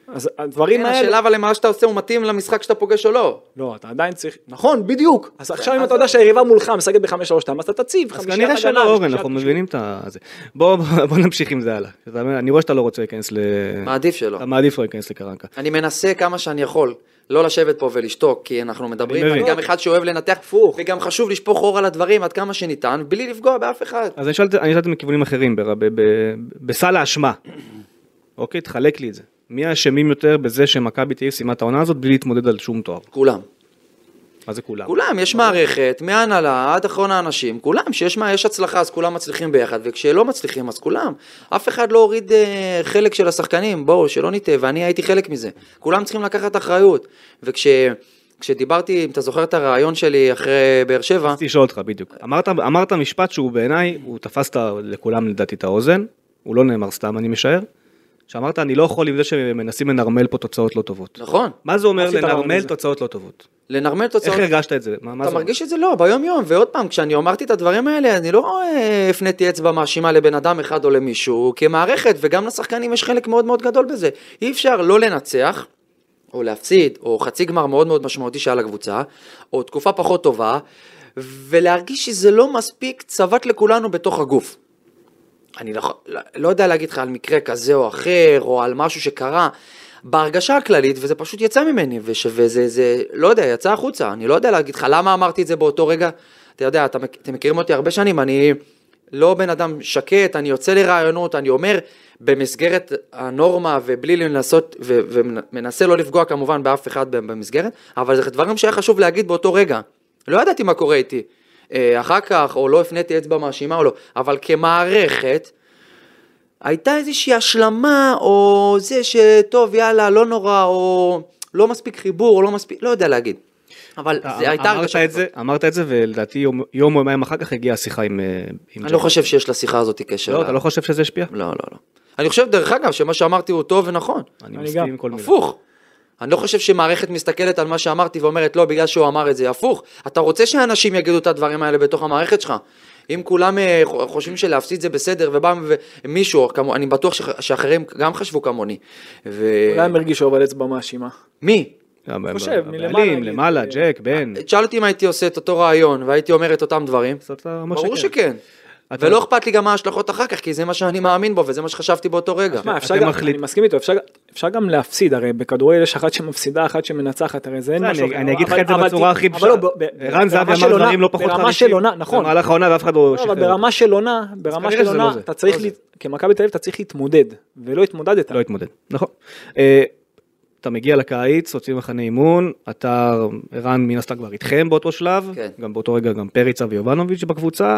Speaker 4: אז הדברים
Speaker 3: כן,
Speaker 4: האלה...
Speaker 3: השאלה אבל למה שאתה עושה הוא מתאים למשחק שאתה פוגש או לא.
Speaker 4: לא, אתה עדיין צריך... נכון, בדיוק. אז עכשיו אם אתה יודע
Speaker 3: אז-
Speaker 4: שהיריבה מולך משחקת ב-5-3-2, אז אתה תציב.
Speaker 2: אוקיי, לא. אז
Speaker 4: חמישיית
Speaker 2: כנראה
Speaker 4: הגנה,
Speaker 2: שלא, אורן,
Speaker 4: חמישיית
Speaker 2: אנחנו
Speaker 4: קישור.
Speaker 2: מבינים את זה. בוא בוא נמשיך עם זה הלאה. אתה מבין? אני רואה שאתה לא רוצה להיכנס ל...
Speaker 3: מעדיף שלא.
Speaker 2: אתה מעדיף לא להיכנס לקרנקה.
Speaker 3: אני מנסה כמה שאני יכול לא לשבת פה ולשתוק, כי אנחנו מדברים,
Speaker 2: אני
Speaker 3: אני
Speaker 2: מבין.
Speaker 3: גם אחד שאוהב לנתח, וגם חשוב לשפוך אור על הדברים עד כמה שניתן, בלי לפגוע באף אחד.
Speaker 2: אז אני אשאל את- אני אשאל את זה מכיוונים אחרים, בר- ב- ב- בסל האשמה. אוקיי, תחלק לי את זה. מי האשמים יותר בזה שמכבי תהיה סיימה את העונה הזאת בלי להתמודד על שום תואר?
Speaker 3: כולם.
Speaker 2: מה זה כולם?
Speaker 3: כולם, יש מערכת, מההנהלה עד אחרון האנשים, כולם, שיש מה, יש הצלחה אז כולם מצליחים ביחד, וכשלא מצליחים אז כולם. אף אחד לא הוריד אה, חלק של השחקנים, בואו, שלא נטעה, ואני הייתי חלק מזה. כולם צריכים לקחת אחריות. וכש... כשדיברתי, אם אתה זוכר את הרעיון שלי אחרי באר שבע,
Speaker 2: רציתי לשאול אותך בדיוק. אמרת, אמרת משפט שהוא בעיניי, הוא תפס את ה- לכולם לדעתי את האוזן, הוא לא נאמר סתם אני משער, שאמרת אני לא יכול עם זה שמנסים לנרמל פה תוצאות לא טובות.
Speaker 3: נכון,
Speaker 2: מה זה אומר
Speaker 4: עשית הרעיון
Speaker 2: לנרמל
Speaker 4: הזה?
Speaker 2: תוצאות לא טובות?
Speaker 3: לנרמל תוצאות.
Speaker 2: איך הרגשת את זה? מה, מה
Speaker 3: אתה
Speaker 2: זה אומר?
Speaker 3: מרגיש את זה? לא, ביום יום, ועוד פעם, כשאני אמרתי את הדברים האלה, אני לא אה, הפניתי אצבע מאשימה לבן אדם אחד או למישהו, כמערכת, וגם לשחקנים יש חלק מאוד מאוד גדול בזה. אי אפשר לא לנצח, או להפסיד, או חצי גמר מאוד מאוד משמעותי שהיה לקבוצה, או תקופה פחות טובה, ולהרגיש שזה לא מספיק צבט לכולנו בתוך הגוף. אני לא, יכול- לא- לא יודע להגיד לך על מקרה כזה או אחר, או על משהו שקרה, בהרגשה הכללית, וזה פשוט יצא ממני, וש, וזה, זה, לא יודע, יצא החוצה, אני לא יודע להגיד לך למה אמרתי את זה באותו רגע. אתה יודע, אתה, מכ- אתם מכירים אותי הרבה שנים, אני לא בן אדם שקט, אני יוצא לרעיונות, אני אומר במסגרת הנורמה, ובלי לנסות, ו- ומנסה לא לפגוע כמובן באף אחד במסגרת, אבל זה דברים שהיה חשוב להגיד באותו רגע. לא ידעתי מה קורה איתי. אה, אחר כך, או לא הפניתי אצבע מאשימה או לא, אבל כמערכת, הייתה איזושהי השלמה, או זה שטוב, יאללה, לא נורא, או לא מספיק חיבור, או לא מספיק, לא יודע להגיד. אבל
Speaker 2: אתה
Speaker 3: זה הייתה
Speaker 2: אה, אמרת את זה, אמרת את זה, ולדעתי יום יום או יומיים אחר כך הגיעה השיחה עם... אה, עם
Speaker 3: אני
Speaker 2: ג'ק.
Speaker 3: לא חושב שיש לשיחה הזאת קשר.
Speaker 2: לא,
Speaker 3: ל-
Speaker 2: אתה לא חושב שזה השפיע?
Speaker 3: לא, לא, לא. אני חושב, דרך אגב, שמה שאמרתי הוא טוב ונכון.
Speaker 2: אני
Speaker 4: אני
Speaker 2: מסכים
Speaker 4: גם.
Speaker 2: עם כל מילה.
Speaker 3: הפוך. אני לא חושב שמערכת מסתכלת על מה שאמרתי ואומרת לא בגלל שהוא אמר את זה, הפוך. אתה רוצה שאנשים יגידו את הדברים האלה בתוך המערכת שלך. אם כולם אה, חו- חושבים שלהפסיד זה בסדר, ובא מישהו, כמו, אני בטוח שח- שאחרים גם חשבו כמוני. ו...
Speaker 4: אולי הם הרגישו אבל אצבע מאשימה.
Speaker 3: מי?
Speaker 2: גם ב-
Speaker 4: חושב,
Speaker 2: ב-
Speaker 4: מלמעלה אה,
Speaker 2: הבעלים,
Speaker 4: נגיד.
Speaker 2: למעלה, ג'ק, בן.
Speaker 3: תשאל אותי אם הייתי עושה את אותו רעיון והייתי אומר את אותם דברים.
Speaker 2: אז אתה אומר
Speaker 3: ברור
Speaker 2: שכן.
Speaker 3: שכן.
Speaker 2: אתה-
Speaker 3: ולא אכפת לי גם מה ההשלכות אחר כך, כי זה מה שאני מאמין בו וזה מה שחשבתי באותו רגע.
Speaker 4: מה, אפשר
Speaker 2: אתם
Speaker 4: גם,
Speaker 2: מחליט-
Speaker 4: אני מסכים איתו, אפשר- אפשר גם להפסיד, הרי בכדורגל יש אחת שמפסידה, אחת שמנצחת, הרי זה אין
Speaker 2: בסדר,
Speaker 4: משהו.
Speaker 2: אני-
Speaker 4: אחר.
Speaker 2: אני אגיד לך
Speaker 4: אבל-
Speaker 2: את זה
Speaker 4: אבל
Speaker 2: בצורה
Speaker 4: ת-
Speaker 2: הכי
Speaker 4: אבל לא, ב- ב-
Speaker 2: ערן זהבי
Speaker 4: ברמה של
Speaker 2: אמר
Speaker 4: עונה-
Speaker 2: דברים לא פחות
Speaker 4: ברמה של עונה, נכון.
Speaker 2: במהלך העונה ואף אחד לא
Speaker 4: לא,
Speaker 2: שחרר.
Speaker 4: אבל ברמה של עונה, ברמה
Speaker 2: כנראה
Speaker 4: של
Speaker 2: שזה לא
Speaker 4: עונה,
Speaker 2: זה.
Speaker 4: אתה צריך,
Speaker 2: לא
Speaker 4: לה- כמכבי תל אביב אתה צריך להתמודד, ולא התמודדת.
Speaker 2: לא התמודד, נכון. אה, אתה מגיע לקיץ, יוצאים מחנה אימון, אתה, ערן מן הסתם כבר איתכם באותו שלב,
Speaker 3: כן.
Speaker 2: גם באותו רגע גם פריצה ויובנוביץ' בקבוצה,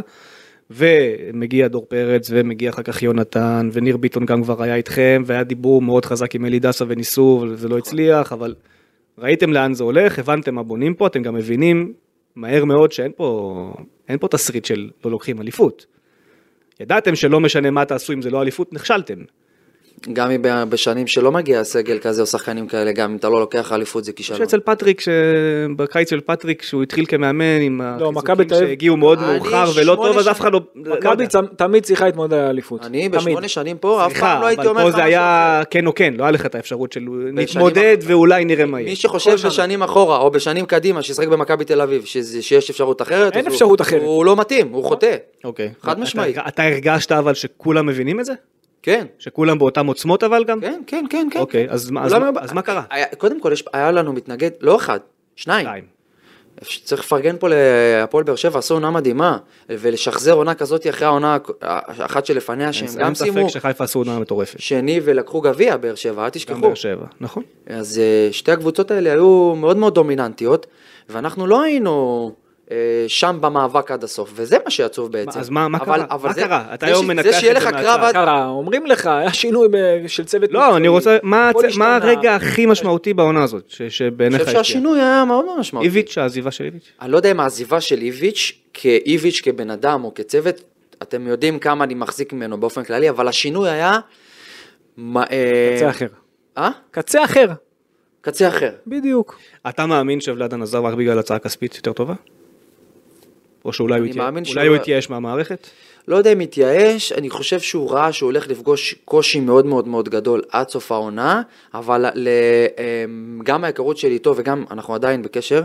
Speaker 2: ומגיע דור פרץ, ומגיע אחר כך יונתן, וניר ביטון גם כבר היה איתכם, והיה דיבור מאוד חזק עם אלי דסה וניסו, וזה לא הצליח, אבל ראיתם לאן זה הולך, הבנתם מה בונים פה, אתם גם מבינים מהר מאוד שאין פה, אין פה תסריט של לא לוקחים אליפות. ידעתם שלא משנה מה תעשו אם זה לא אליפות, נכשלתם.
Speaker 3: גם אם ב- בשנים שלא מגיע סגל כזה או שחקנים כאלה, גם אם אתה לא לוקח אליפות זה
Speaker 2: אני
Speaker 3: כישלון.
Speaker 2: חושב שאצל פטריק, ש- בקיץ של פטריק, שהוא התחיל כמאמן
Speaker 3: לא,
Speaker 2: עם
Speaker 4: מכבי
Speaker 2: החיזוקים
Speaker 4: תל אביב-
Speaker 2: שהגיעו מאוד
Speaker 3: אני
Speaker 2: מאוחר ולא
Speaker 3: שמונה
Speaker 2: טוב, אז
Speaker 3: שנים-
Speaker 2: אף אחד לא... לא
Speaker 4: מכבי
Speaker 2: יודע.
Speaker 4: צ- תמיד צריכה להתמודד על האליפות.
Speaker 3: אני
Speaker 4: תמיד.
Speaker 3: בשמונה שנים פה, אף פעם לא
Speaker 2: סליחה,
Speaker 3: הייתי
Speaker 2: אבל
Speaker 3: אומר
Speaker 2: פה
Speaker 3: לך
Speaker 2: זה
Speaker 3: משהו
Speaker 2: היה כן או כן, לא היה לך את האפשרות של
Speaker 3: בשנים
Speaker 2: נתמודד
Speaker 3: האחרונות.
Speaker 2: ואולי נראה מה
Speaker 3: אחר. מי
Speaker 2: יהיה.
Speaker 3: שחושב בשנים אחורה או בשנים קדימה שישחק במכבי תל אביב, שזה- שיש אפשרות אחרת,
Speaker 4: אין
Speaker 3: אז הוא-
Speaker 4: אפשרות אחרת.
Speaker 3: הוא לא מתאים, הוא חוטא.
Speaker 2: אוקיי.
Speaker 3: חד
Speaker 2: אתה-
Speaker 3: משמעית.
Speaker 2: אתה הרגשת אבל שכולם מבינים את זה?
Speaker 3: כן,
Speaker 2: שכולם באותן עוצמות אבל גם?
Speaker 3: כן, כן, כן, כן.
Speaker 2: אוקיי, אז מה- אז
Speaker 3: אולי-
Speaker 2: מה- אז מה קרה?
Speaker 3: היה- קודם כל, יש- היה לנו מתנגד, לא אחד, שניים.
Speaker 2: שתיים.
Speaker 3: אפשר- צריך לפרגן פה להפועל באר שבע, עשו עונה מדהימה, ולשחזר עונה כזאת אחרי העונה האחת שלפניה, שהם כן, גם
Speaker 2: אין
Speaker 3: סיימו
Speaker 2: ספק שחיפה עשו עונה מטורפת.
Speaker 3: שני ולקחו גביע באר שבע, אל
Speaker 2: גם
Speaker 3: תשכחו.
Speaker 2: באר שבע, נכון.
Speaker 3: אז אה, שתי הקבוצות האלה היו מאוד מאוד דומיננטיות, ואנחנו לא היינו אה, שם במאבק עד הסוף, וזה מה שעצוב בעצם.
Speaker 2: אז מה- מה
Speaker 3: אבל-
Speaker 2: קרה?
Speaker 3: אבל
Speaker 2: מה
Speaker 3: זה-
Speaker 2: קרה? אתה
Speaker 3: זה
Speaker 2: היום
Speaker 3: ש-
Speaker 2: מנתח
Speaker 3: זה שיהיה
Speaker 2: את
Speaker 3: לך
Speaker 2: זה
Speaker 3: קרב
Speaker 2: מהצד.
Speaker 3: עד...
Speaker 5: קרה, אומרים לך, היה שינוי ב- של צוות
Speaker 2: לא, אני רוצה, מה
Speaker 5: הכל
Speaker 2: הצ- מה
Speaker 5: השתנה.
Speaker 2: הרגע הכי משמעותי בעונה הזאת, ש-
Speaker 3: אני
Speaker 2: שבעיניך
Speaker 3: חושב שהשינוי היה מאוד מאוד משמעותי.
Speaker 2: איביץ', העזיבה של איביץ'.
Speaker 3: אני לא יודע אם העזיבה של איביץ', כאיביץ', כבן אדם או כצוות, אתם יודעים כמה אני מחזיק ממנו באופן כללי, אבל השינוי היה... מה, אה,
Speaker 4: קצה אחר.
Speaker 3: אה?
Speaker 5: קצה אחר,
Speaker 3: קצה אחר.
Speaker 5: בדיוק.
Speaker 2: אתה מאמין שוולדן עזב רק בגלל הצעה כספית יותר טובה? או שאולי הוא
Speaker 3: אני
Speaker 2: התייאש-
Speaker 3: מאמין
Speaker 2: אולי
Speaker 3: שהוא-
Speaker 2: הוא התייאש מהמערכת?
Speaker 3: לא יודע אם התייאש, אני חושב שהוא ראה שהוא הולך לפגוש קושי מאוד מאוד מאוד גדול עד סוף העונה, אבל ל, אמ, גם ההיכרות שלי איתו וגם אנחנו עדיין בקשר,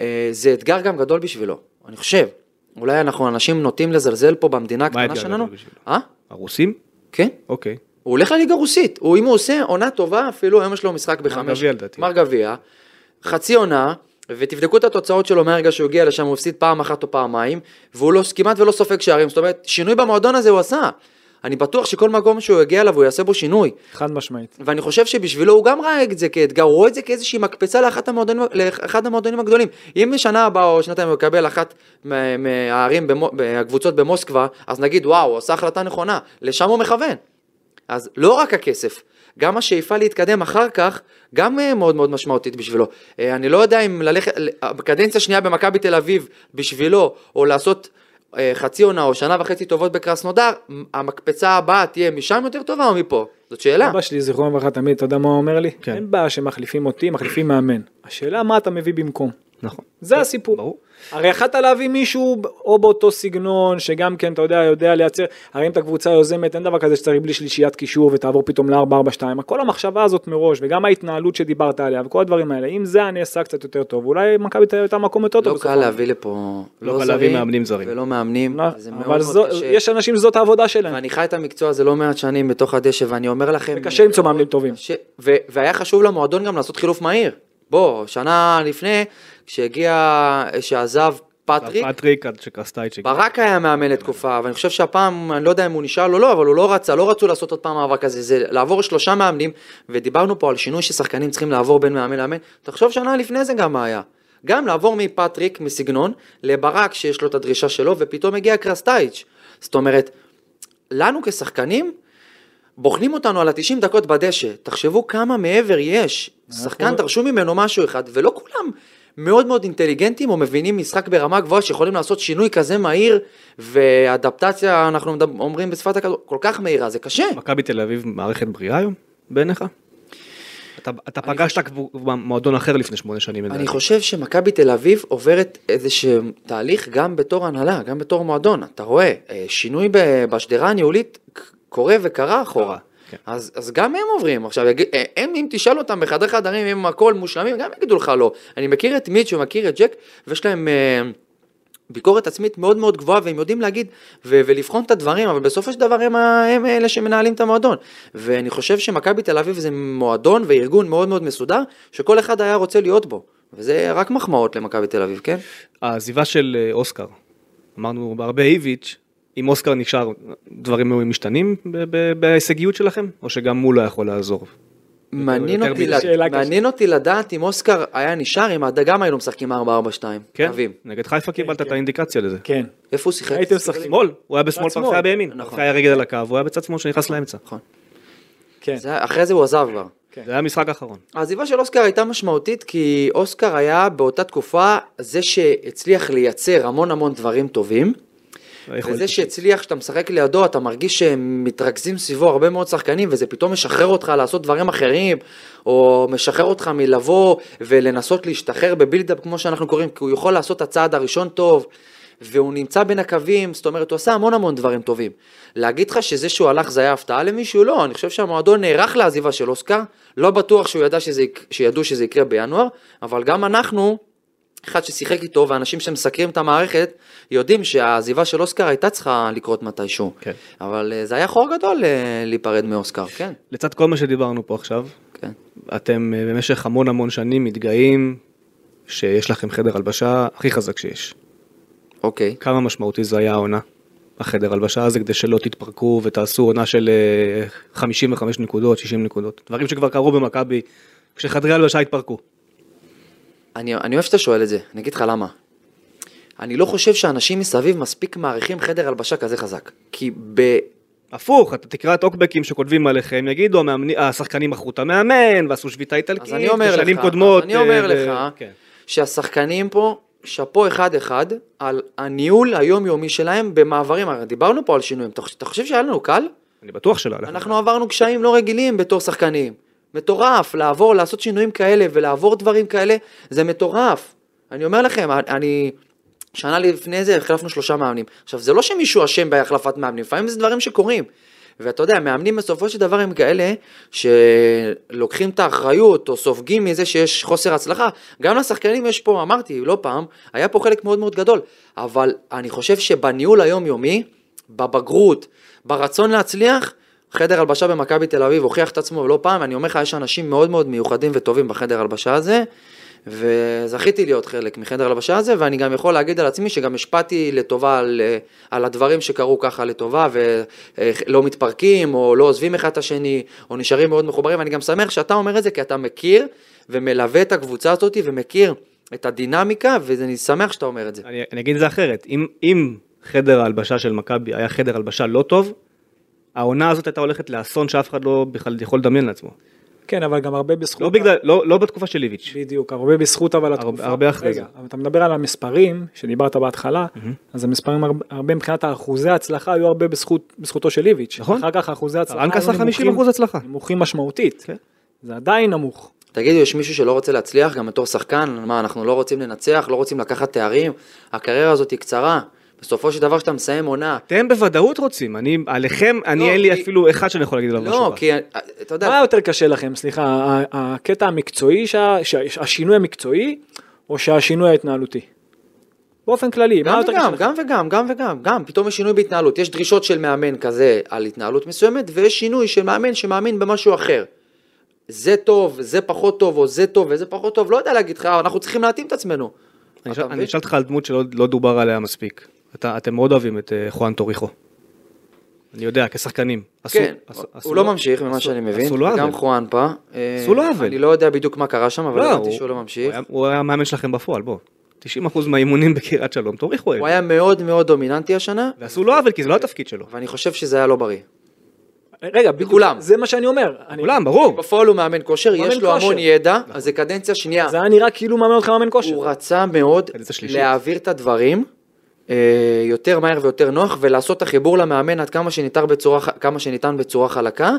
Speaker 3: אה, זה אתגר גם גדול בשבילו, אני חושב. אולי אנחנו אנשים נוטים לזלזל פה במדינה הקטנה
Speaker 2: האתגר
Speaker 3: שלנו.
Speaker 2: הגדול בשבילו?
Speaker 3: אה?
Speaker 2: הרוסים?
Speaker 3: כן?
Speaker 2: אוקיי.
Speaker 3: הוא הולך לליגה הרוסית, הוא אם הוא עושה עונה טובה, אפילו היום יש לו משחק בחמש,
Speaker 2: גביע, לדעתי.
Speaker 3: גמר גביע, חצי עונה, ותבדקו את התוצאות שלו מהרגע שהוא הגיע לשם, הוא הפסיד פעם אחת או פעמיים, והוא לא, כמעט ולא סופג שערים, זאת אומרת, שינוי במועדון הזה הוא עשה. אני בטוח שכל מקום שהוא יגיע אליו הוא יעשה בו שינוי,
Speaker 4: חד משמעית.
Speaker 3: ואני חושב שבשבילו הוא גם ראה את זה כאתגר, הוא רואה את זה כאיזושהי מקפצה לאחת המועדונים, לאחד המועדונים הגדולים. אם בשנה הבאה או שנתיים הוא יקבל אחת מה- מהערים, במו- מהקבוצות במוסקבה, אז נגיד וואו, הוא עשה החלטה נכונה, לשם הוא מכוון. אז לא רק הכסף, גם השאיפה להתקדם אחר כך, גם אה, מאוד מאוד משמעותית בשבילו. אה, אני לא יודע אם ללכת, ל- בקדנציה שנייה במכבי תל אביב בשבילו, או לעשות אה, חצי עונה או שנה וחצי טובות בקרסנודר, מ- המקפצה הבאה תהיה משם יותר טובה או מפה? זאת שאלה.
Speaker 4: אבא שלי זיכרונו לברכה תמיד, אתה יודע מה הוא אומר לי?
Speaker 2: אה. כן.
Speaker 4: אין בעיה שמחליפים אותי, מחליפים מאמן. השאלה מה אתה מביא במקום.
Speaker 2: נכון.
Speaker 4: זה הסיפור.
Speaker 2: ברור.
Speaker 4: הרי יכלת להביא מישהו ב- או באותו סגנון, שגם כן, אתה יודע, יודע לייצר, הרי אם את הקבוצה יוזמת, אין דבר כזה שצריך בלי שלישיית קישור ותעבור פתאום ל-442, כל המחשבה הזאת מראש, וגם ההתנהלות שדיברת עליה, וכל הדברים האלה, אם זה היה נעשה קצת יותר טוב, אולי מכבי תל אביב הייתה מקום יותר טוב.
Speaker 3: לא
Speaker 4: בסופו
Speaker 3: קל
Speaker 4: של
Speaker 3: להביא לפה
Speaker 2: לא
Speaker 3: לא
Speaker 2: קל להביא
Speaker 3: זרים
Speaker 2: מאמנים זרים.
Speaker 3: ולא מאמנים,
Speaker 4: דבר.
Speaker 3: זה מאוד
Speaker 4: לא, אבל
Speaker 3: מאוד
Speaker 4: זו-
Speaker 3: קשה.
Speaker 4: יש אנשים שזאת העבודה שלהם,
Speaker 3: ואני חי את המקצוע הזה לא מעט שנים בתוך הדשא, ואני אומר לכם...
Speaker 4: וקשה למצוא מאמנים טובים.
Speaker 3: ש... ו... והיה חשוב למועדון גם לעשות חילוף מהיר. בוא, שנה לפני, כשהגיע, שעזב פטריק,
Speaker 2: פטריק, עד שקרסטייץ' הגיע.
Speaker 3: ברק היה מאמן לתקופה, ואני חושב שהפעם, אני לא יודע אם הוא נשאל או לא, אבל הוא לא רצה, לא רצו לעשות עוד פעם מאבק כזה, זה לעבור שלושה מאמנים, ודיברנו פה על שינוי ששחקנים צריכים לעבור בין מאמן לאמן, תחשוב שנה לפני זה גם מה היה. גם לעבור מפטריק, מסגנון, לברק שיש לו את הדרישה שלו, ופתאום הגיע קרסטייץ'. זאת אומרת, לנו כשחקנים, בוחנים אותנו על ה-90 דקות בדשא, תחשבו כמה מעבר יש. שחקן דרשו ממנו משהו אחד, ולא כולם מאוד מאוד אינטליגנטים או מבינים משחק ברמה גבוהה שיכולים לעשות שינוי כזה מהיר, ואדפטציה, אנחנו מדבר- אומרים בשפת הכדור, כל כך מהירה, זה קשה.
Speaker 2: מכבי תל אביב מערכת בריאה היום, בעיניך? אתה- אתה פגשת קבו- מועדון אחר לפני שמונה שנים. לדעתי.
Speaker 3: אני חושב שמכבי תל אביב עוברת איזה שהם תהליך גם בתור הנהלה, גם בתור מועדון. אתה רואה, אה, שינוי ב- בשדרה הניהולית ק- קורה וקרה אחורה.
Speaker 2: כן.
Speaker 3: אז, אז גם הם עוברים עכשיו, יגיד, אה, הם אם תשאל אותם בחדר חדרים אם הם הכל מושלמים, גם יגידו לך לא. אני מכיר את מיץ' ומכיר את ג'ק, ויש להם אה, ביקורת עצמית מאוד מאוד גבוהה, והם יודעים להגיד ו- ולבחון את הדברים, אבל בסופו של דבר הם, ה- הם אלה שמנהלים את המועדון. ואני חושב שמכבי תל אביב זה מועדון וארגון מאוד מאוד מסודר, שכל אחד היה רוצה להיות בו. וזה רק מחמאות למכבי תל אביב, כן?
Speaker 2: העזיבה של אה, אוסקר, אמרנו בהרבה איביץ', אם אוסקר נשאר, דברים משתנים ב- ב- בהישגיות שלכם? או שגם הוא לא יכול לעזור?
Speaker 3: מעניין
Speaker 2: יותר
Speaker 3: אותי,
Speaker 2: מדי.
Speaker 3: לד...
Speaker 4: שאלה קשה.
Speaker 3: מעניין אותי לדעת אם אוסקר היה נשאר, אם עד גם היינו משחקים 4-4-2.
Speaker 2: כן?
Speaker 3: אביב.
Speaker 2: נגד חיפה קיבלת את האינדיקציה לזה.
Speaker 4: כן.
Speaker 3: איפה הוא שיחק?
Speaker 4: הייתם משחקים.
Speaker 2: שמאל, הוא היה בשמאל,
Speaker 4: בצד
Speaker 2: פרצה
Speaker 4: שמאל.
Speaker 2: היה בימין.
Speaker 3: נכון.
Speaker 2: נכון. היה רגל על הקו, הוא היה בצד שמאל שנכנס לאמצע.
Speaker 4: כן.
Speaker 3: זה היה- אחרי זה הוא עזב כבר.
Speaker 2: זה היה המשחק האחרון.
Speaker 3: העזיבה של אוסקר הייתה משמעותית כי אוסקר היה באותה תקופה זה שהצליח לייצר המון המון דברים טובים.
Speaker 2: היכולת.
Speaker 3: וזה שהצליח, כשאתה משחק לידו, אתה מרגיש שהם מתרכזים סביבו הרבה מאוד שחקנים, וזה פתאום משחרר אותך לעשות דברים אחרים, או משחרר אותך מלבוא ולנסות להשתחרר בבילדאפ, כמו שאנחנו קוראים, כי הוא יכול לעשות את הצעד הראשון טוב, והוא נמצא בין הקווים, זאת אומרת, הוא עשה המון המון דברים טובים. להגיד לך שזה שהוא הלך זה היה הפתעה למישהו? לא, אני חושב שהמועדון נערך לעזיבה של אוסקר, לא בטוח שהוא ידע שזה, יק- שידעו שזה יקרה בינואר, אבל גם אנחנו, אחד ששיחק איתו ואנשים שמסקרים את המערכת יודעים שהעזיבה של אוסקר הייתה צריכה לקרות מתישהו.
Speaker 2: כן.
Speaker 3: אבל אה, זה היה חור גדול אה, להיפרד מאוסקר, כן.
Speaker 2: לצד כל מה שדיברנו פה עכשיו,
Speaker 3: כן.
Speaker 2: אתם אה, במשך המון המון שנים מתגאים שיש לכם חדר הלבשה הכי חזק שיש.
Speaker 3: אוקיי.
Speaker 2: כמה משמעותי זה היה העונה, החדר הלבשה הזה, כדי שלא תתפרקו ותעשו עונה של אה, 55 נקודות, 60 נקודות. דברים שכבר קרו במכבי, כשחדרי הלבשה התפרקו.
Speaker 3: אני, אני אוהב שאתה שואל את זה, אני אגיד לך למה. אני לא חושב שאנשים מסביב מספיק מעריכים חדר הלבשה כזה חזק. כי ב...
Speaker 2: הפוך, אתה תקרא את אוקבקים שכותבים עליכם, יגידו, המאמני, השחקנים מכרו את המאמן, ועשו שביתה איטלקית,
Speaker 3: אז אני אומר
Speaker 2: כן, בשנים
Speaker 3: לך,
Speaker 2: קודמות.
Speaker 3: אז אני אומר
Speaker 2: אה,
Speaker 3: לך,
Speaker 2: כן.
Speaker 3: שהשחקנים פה, שאפו אחד-אחד, על הניהול היומיומי שלהם במעברים. הרי דיברנו פה על שינויים. אתה, חוש- אתה חושב שהיה לנו קל?
Speaker 2: אני בטוח שלא. היה לך.
Speaker 3: אנחנו עברנו קשיים לא רגילים בתור שחקנים. מטורף, לעבור, לעשות שינויים כאלה ולעבור דברים כאלה, זה מטורף. אני אומר לכם, אני... שנה לפני זה החלפנו שלושה מאמנים. עכשיו, זה לא שמישהו אשם בהחלפת מאמנים, לפעמים זה דברים שקורים. ואתה יודע, מאמנים בסופו של דבר הם כאלה שלוקחים את האחריות או סופגים מזה שיש חוסר הצלחה. גם לשחקנים יש פה, אמרתי לא פעם, היה פה חלק מאוד מאוד גדול. אבל אני חושב שבניהול היומיומי, בבגרות, ברצון להצליח, חדר הלבשה במכבי תל אביב הוכיח את עצמו לא פעם, אני אומר לך, יש אנשים מאוד מאוד מיוחדים וטובים בחדר הלבשה הזה, וזכיתי להיות חלק מחדר הלבשה הזה, ואני גם יכול להגיד על עצמי שגם השפעתי לטובה על, אה, על הדברים שקרו ככה לטובה, ולא מתפרקים, או לא עוזבים אחד את השני, או נשארים מאוד מחוברים, ואני גם שמח שאתה אומר את זה, כי אתה מכיר ומלווה את הקבוצה הזאת, ומכיר את הדינמיקה, ואני שמח שאתה אומר את זה.
Speaker 2: אני, אני אגיד את זה אחרת, אם, אם חדר ההלבשה של מכבי היה חדר הלבשה לא טוב, העונה הזאת הייתה הולכת לאסון שאף אחד לא בכלל יכול לדמיין לעצמו.
Speaker 4: כן, אבל גם הרבה בזכות...
Speaker 2: לא בגלל, לא, לא בתקופה של איביץ'.
Speaker 4: בדיוק, הרבה בזכות אבל
Speaker 2: הרבה-
Speaker 4: התקופה.
Speaker 2: הרבה אחרי
Speaker 4: רגע,
Speaker 2: זה.
Speaker 4: אבל אתה מדבר על המספרים שדיברת בהתחלה, אז המספרים הרבה- הרבה מבחינת האחוזי ההצלחה היו הרבה בזכות, בזכותו של איביץ'.
Speaker 2: נכון.
Speaker 4: אחר כך האחוזי ההצלחה
Speaker 2: אנקה עשה 50% הצלחה.
Speaker 4: נמוכים משמעותית.
Speaker 2: כן.
Speaker 4: זה עדיין נמוך.
Speaker 3: תגידו, יש מישהו שלא רוצה להצליח גם בתור שחקן? מה, אנחנו לא רוצים לנצח, לא רוצים לקחת תארים? הקריירה הזאת היא קצרה. בסופו של דבר כשאתה מסיים עונה...
Speaker 2: אתם בוודאות רוצים, אני, עליכם, אני
Speaker 3: לא,
Speaker 2: אין לי
Speaker 3: כי-
Speaker 2: אפילו אחד שאני יכול להגיד עליו משהו.
Speaker 3: לא,
Speaker 2: רע.
Speaker 3: כי אה, אתה
Speaker 4: מה
Speaker 3: יודע,
Speaker 4: יותר קשה לכם, סליחה, ה- ה- הקטע המקצועי, שה- שה- השינוי המקצועי, או שהשינוי ההתנהלותי? באופן כללי, מה
Speaker 3: גם
Speaker 4: יותר קשה
Speaker 3: וגם,
Speaker 4: לכם?
Speaker 3: גם וגם, גם וגם, גם, פתאום יש שינוי בהתנהלות. יש דרישות של מאמן כזה על התנהלות מסוימת, ויש שינוי של מאמן שמאמין במשהו אחר. זה טוב, זה פחות טוב, או זה טוב וזה פחות טוב, לא יודע להגיד לך, אבל אנחנו צריכים להתאים את עצמנו.
Speaker 2: אני
Speaker 3: אתה
Speaker 2: אשאל- אני
Speaker 3: מבין?
Speaker 2: אשאל אותך על דמות שלא לא דובר עליה מספיק. אתה, אתם מאוד אוהבים את אה, חואן טוריחו. אני יודע, כשחקנים. עשו-
Speaker 3: כן,
Speaker 2: עשו- עשו
Speaker 3: הוא לא
Speaker 2: לו-
Speaker 3: ממשיך ממה
Speaker 2: עשו-
Speaker 3: שאני מבין,
Speaker 2: עשו לו עוול.
Speaker 3: גם חואנפה. אה,
Speaker 2: עשו לו עוול.
Speaker 3: אני לא יודע בדיוק מה קרה שם, אבל
Speaker 2: לא,
Speaker 3: הבנתי
Speaker 2: הוא-
Speaker 3: שהוא לא
Speaker 2: הוא
Speaker 3: ממשיך.
Speaker 2: היה- הוא היה המאמן שלכם בפועל, בוא. 90% מהאימונים בקריית שלום, טוריחו היה.
Speaker 3: הוא היה מאוד מאוד דומיננטי השנה,
Speaker 2: ועשו לו עוול, כי זה לא התפקיד שלו.
Speaker 3: ואני חושב שזה היה לא בריא.
Speaker 4: רגע, בדיוק,
Speaker 3: בכולם.
Speaker 4: זה מה שאני אומר. אני-
Speaker 2: כולם, ברור.
Speaker 3: בפועל הוא מאמן כושר,
Speaker 4: מאמן
Speaker 3: יש לו
Speaker 4: כושר.
Speaker 3: המון ידע,
Speaker 2: נכון.
Speaker 3: אז זה קדנציה שנייה.
Speaker 4: זה היה נראה כאילו מאמן אותך מאמן כושר.
Speaker 3: הוא רצה מאוד
Speaker 2: קדנציה שלישית.
Speaker 3: להעביר את הדברים אה, יותר מהר ויותר נוח, ולעשות את החיבור למאמן עד כמה שניתן בצורה, ח- כמה שניתן בצורה חלקה.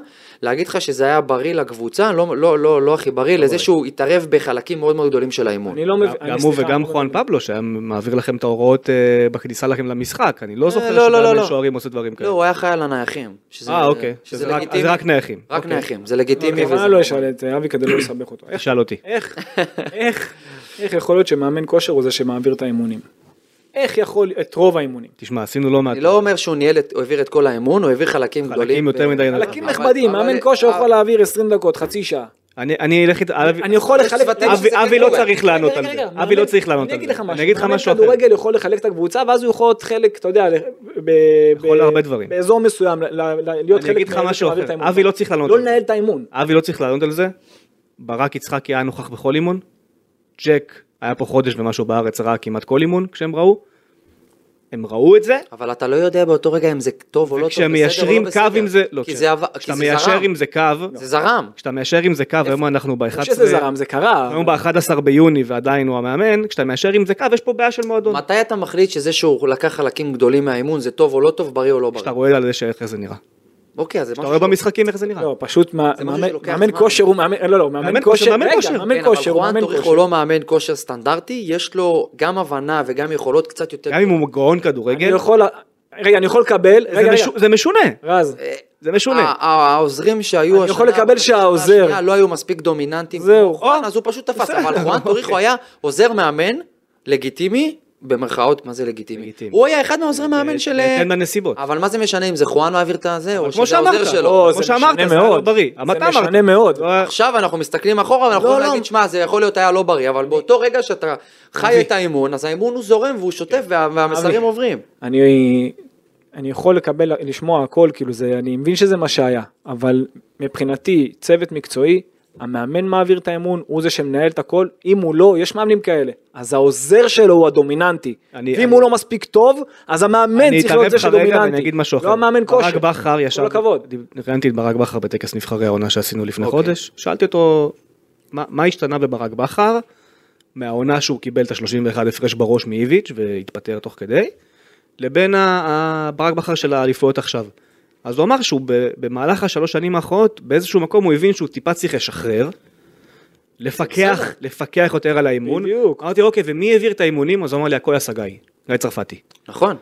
Speaker 3: להגיד לך שזה היה בריא לקבוצה, לא, לא, לא, לא הכי בריא, לזה שהוא התערב בחלקים מאוד מאוד גדולים של האימון.
Speaker 4: אני לא מבין.
Speaker 2: גם הוא וגם חואן פבלו שהיה מעביר לכם את ההוראות אה, בכניסה לכם למשחק, אני לא
Speaker 3: אה,
Speaker 2: זוכר
Speaker 3: לא, לא, לא,
Speaker 2: שבאמן
Speaker 3: לא.
Speaker 2: שוערים עושה דברים
Speaker 3: לא,
Speaker 2: כאלה.
Speaker 3: הוא היה חי על הנייחים. שזה-
Speaker 2: אוקיי. אה אוקיי,
Speaker 3: שזה
Speaker 2: אז זה רק- אז
Speaker 3: לגיטימי.
Speaker 2: זה רק נייחים.
Speaker 3: רק
Speaker 2: אוקיי.
Speaker 3: נייחים, זה לגיטימי. וזה-
Speaker 4: בכוונה לא אשאל את אבי כדי לא לסבך אותו. איך-
Speaker 2: תשאל אותי.
Speaker 4: איך, איך, איך יכול להיות שמאמן כושר הוא זה שמעביר את האימונים? איך יכול, את רוב האימונים?
Speaker 2: תשמע, עשינו לא מעט.
Speaker 3: אני לא אומר שהוא ניהל, את- הוא העביר את כל האמון, הוא העביר חלקים גדולים.
Speaker 2: חלקים יותר
Speaker 3: ב-
Speaker 2: מדי.
Speaker 4: חלקים
Speaker 3: אבל-
Speaker 4: נכבדים,
Speaker 3: אבל- אה,
Speaker 4: מאמן כושר
Speaker 3: אבל-
Speaker 4: יכול להעביר 20 דקות, חצי שעה.
Speaker 2: אני- אני אלך איתך, אבי-
Speaker 4: אני יכול לחלק...
Speaker 3: צוותים
Speaker 4: אבי-
Speaker 3: שזה
Speaker 2: אבי
Speaker 3: כן
Speaker 2: לא
Speaker 3: קורה.
Speaker 2: צריך לענות על
Speaker 4: רגע, רגע,
Speaker 2: זה. אבי
Speaker 4: מאמן-
Speaker 2: לא צריך לענות
Speaker 4: אני
Speaker 2: על
Speaker 4: אגיד
Speaker 2: זה.
Speaker 4: לך
Speaker 2: אני אגיד לך משהו
Speaker 4: מאמן
Speaker 2: אחר.
Speaker 4: כדורגל יכול לחלק את הקבוצה, ואז הוא יכול להיות חלק, אתה יודע, ל- ב-
Speaker 2: יכול
Speaker 4: ב-
Speaker 2: הרבה דברים.
Speaker 4: באזור מסוים, ל- ל- ל- להיות
Speaker 2: אני
Speaker 4: חלק
Speaker 2: אגיד לך
Speaker 4: מהאלה
Speaker 2: משהו
Speaker 4: שמעביר את
Speaker 2: אחר.
Speaker 4: האימון.
Speaker 2: אבי לא צריך לענות
Speaker 4: לא
Speaker 2: על זה.
Speaker 4: לנהל את האימון.
Speaker 2: אבי לא צריך לענות על זה. ברק יצחקי היה נוכח בכל אימון. ג'ק היה פה חודש ומשהו בארץ, ראה כמעט כל אימון כשהם ראו. הם ראו את זה,
Speaker 3: אבל אתה לא יודע באותו רגע אם זה טוב או לא טוב, בסדר או לא
Speaker 2: וכשמיישרים קו
Speaker 3: בסדר.
Speaker 2: עם זה, לא,
Speaker 3: כי
Speaker 2: כש-
Speaker 3: זה עבר- כי
Speaker 2: כשאתה
Speaker 3: זה
Speaker 2: מיישר
Speaker 3: זרם.
Speaker 2: עם זה לא. קו,
Speaker 3: זה זרם.
Speaker 2: כשאתה מיישר עם זה קו, היום אנחנו
Speaker 4: אני חושב שזה
Speaker 2: ב-11,
Speaker 4: זרם, זה קרה.
Speaker 2: היום ב-11 ביוני ועדיין הוא המאמן, כשאתה מיישר עם זה קו, יש פה בעיה של מועדון.
Speaker 3: מתי אתה מחליט שזה שהוא לקח חלקים גדולים מהאימון, זה טוב או לא טוב, בריא או לא
Speaker 2: כשאתה
Speaker 3: בריא?
Speaker 2: רואה על זה שאיך זה נראה.
Speaker 3: אוקיי, אז זה
Speaker 2: אתה רואה
Speaker 3: משהו...
Speaker 2: במשחקים איך זה נראה.
Speaker 4: לא, פשוט מה-
Speaker 3: זה משהו
Speaker 4: מאמן
Speaker 3: שלוקח
Speaker 4: מאמן
Speaker 3: זמן.
Speaker 4: כושר הוא מאמן, לא, לא,
Speaker 2: מאמן
Speaker 4: מאמן
Speaker 2: כושר,
Speaker 4: כושר,
Speaker 2: מאמן כושר.
Speaker 4: רגע,
Speaker 3: כן,
Speaker 4: מאמן
Speaker 3: אבל
Speaker 4: כושר, הוא
Speaker 3: חואן
Speaker 4: מאמן
Speaker 3: טוריך
Speaker 4: כושר.
Speaker 3: הוא לא מאמן כושר סטנדרטי, יש לו גם הבנה וגם יכולות קצת יותר...
Speaker 2: גם אם הוא גאון כדורגל,
Speaker 3: לא
Speaker 4: אני יכול, רגע, אני יכול לקבל,
Speaker 2: זה
Speaker 4: רגע, רגע,
Speaker 2: משו- זה משונה,
Speaker 4: רז,
Speaker 3: אה,
Speaker 2: זה משונה.
Speaker 3: הע- העוזרים שהיו
Speaker 4: אני יכול לקבל
Speaker 3: בשנה
Speaker 4: שהעוזר-
Speaker 3: השנייה לא היו מספיק דומיננטיים.
Speaker 4: זהו.
Speaker 3: כמו חואן, אז הוא פשוט תפס, אבל חואן טוריחו היה עוזר מאמן, לגיטימי, במרכאות, מה זה לגיטימי?
Speaker 2: לגיטימי.
Speaker 3: הוא היה אחד מהעוזרי מאמן של... אה,
Speaker 2: בהתאם לנסיבות.
Speaker 3: אבל מה זה משנה אם זה חואן מעביר את הזה, או
Speaker 2: כמו
Speaker 3: שזה העוזר
Speaker 2: שאמרת,
Speaker 3: שלו?
Speaker 4: או,
Speaker 2: כמו
Speaker 4: זה
Speaker 2: שאמרת,
Speaker 4: משנה
Speaker 2: זה היה
Speaker 4: מאוד.
Speaker 2: לא בריא.
Speaker 4: זה
Speaker 2: אבל אתה אמרת.
Speaker 4: משנה מאוד.
Speaker 2: לא,
Speaker 3: עכשיו אנחנו מסתכלים אחורה, ואנחנו
Speaker 5: לא,
Speaker 3: יכולים
Speaker 5: לא.
Speaker 3: להגיד, שמע, זה יכול להיות היה לא בריא, אבל באותו רגע שאתה חי את האימון, אז האימון הוא זורם והוא שוטף, וה- והמסרים
Speaker 4: אבי.
Speaker 3: עוברים.
Speaker 4: אני, אני יכול לקבל, לשמוע הכל, כאילו זה, אני מבין שזה מה שהיה, אבל מבחינתי צוות מקצועי, המאמן מעביר את האמון, הוא זה שמנהל את הכל, אם הוא לא, יש מאמנים כאלה, אז העוזר שלו הוא הדומיננטי,
Speaker 2: אני-
Speaker 4: ואם
Speaker 2: אני-
Speaker 4: הוא לא מספיק טוב, אז המאמן
Speaker 2: אני
Speaker 4: צריך להיות
Speaker 2: אתערב
Speaker 4: זה
Speaker 2: לך רגע
Speaker 4: שדומיננטי,
Speaker 2: ואני אגיד משהו אחר.
Speaker 4: לא המאמן כושר,
Speaker 2: ברק בכר ישב,
Speaker 4: כל הכבוד,
Speaker 2: דיב- ראיינתי את ברק בכר בטקס נבחרי העונה שעשינו לפני
Speaker 3: אוקיי.
Speaker 2: חודש, שאלתי אותו מה מה השתנה בברק בכר מהעונה שהוא קיבל את ה-31 הפרש בראש מאיביץ' והתפטר תוך כדי, לבין ה- ה- ברק בכר של האליפויות עכשיו. אז הוא אמר שהוא ב- במהלך השלוש שנים האחרונות באיזשהו מקום הוא הבין שהוא טיפה צריך לשחרר. לפקח, לפקח יותר על האימון.
Speaker 4: בדיוק.
Speaker 2: אמרתי, אוקיי, ומי העביר את האימונים? אז הוא אמר לי, הכל הסגאי, גיא צרפתי.
Speaker 3: נכון.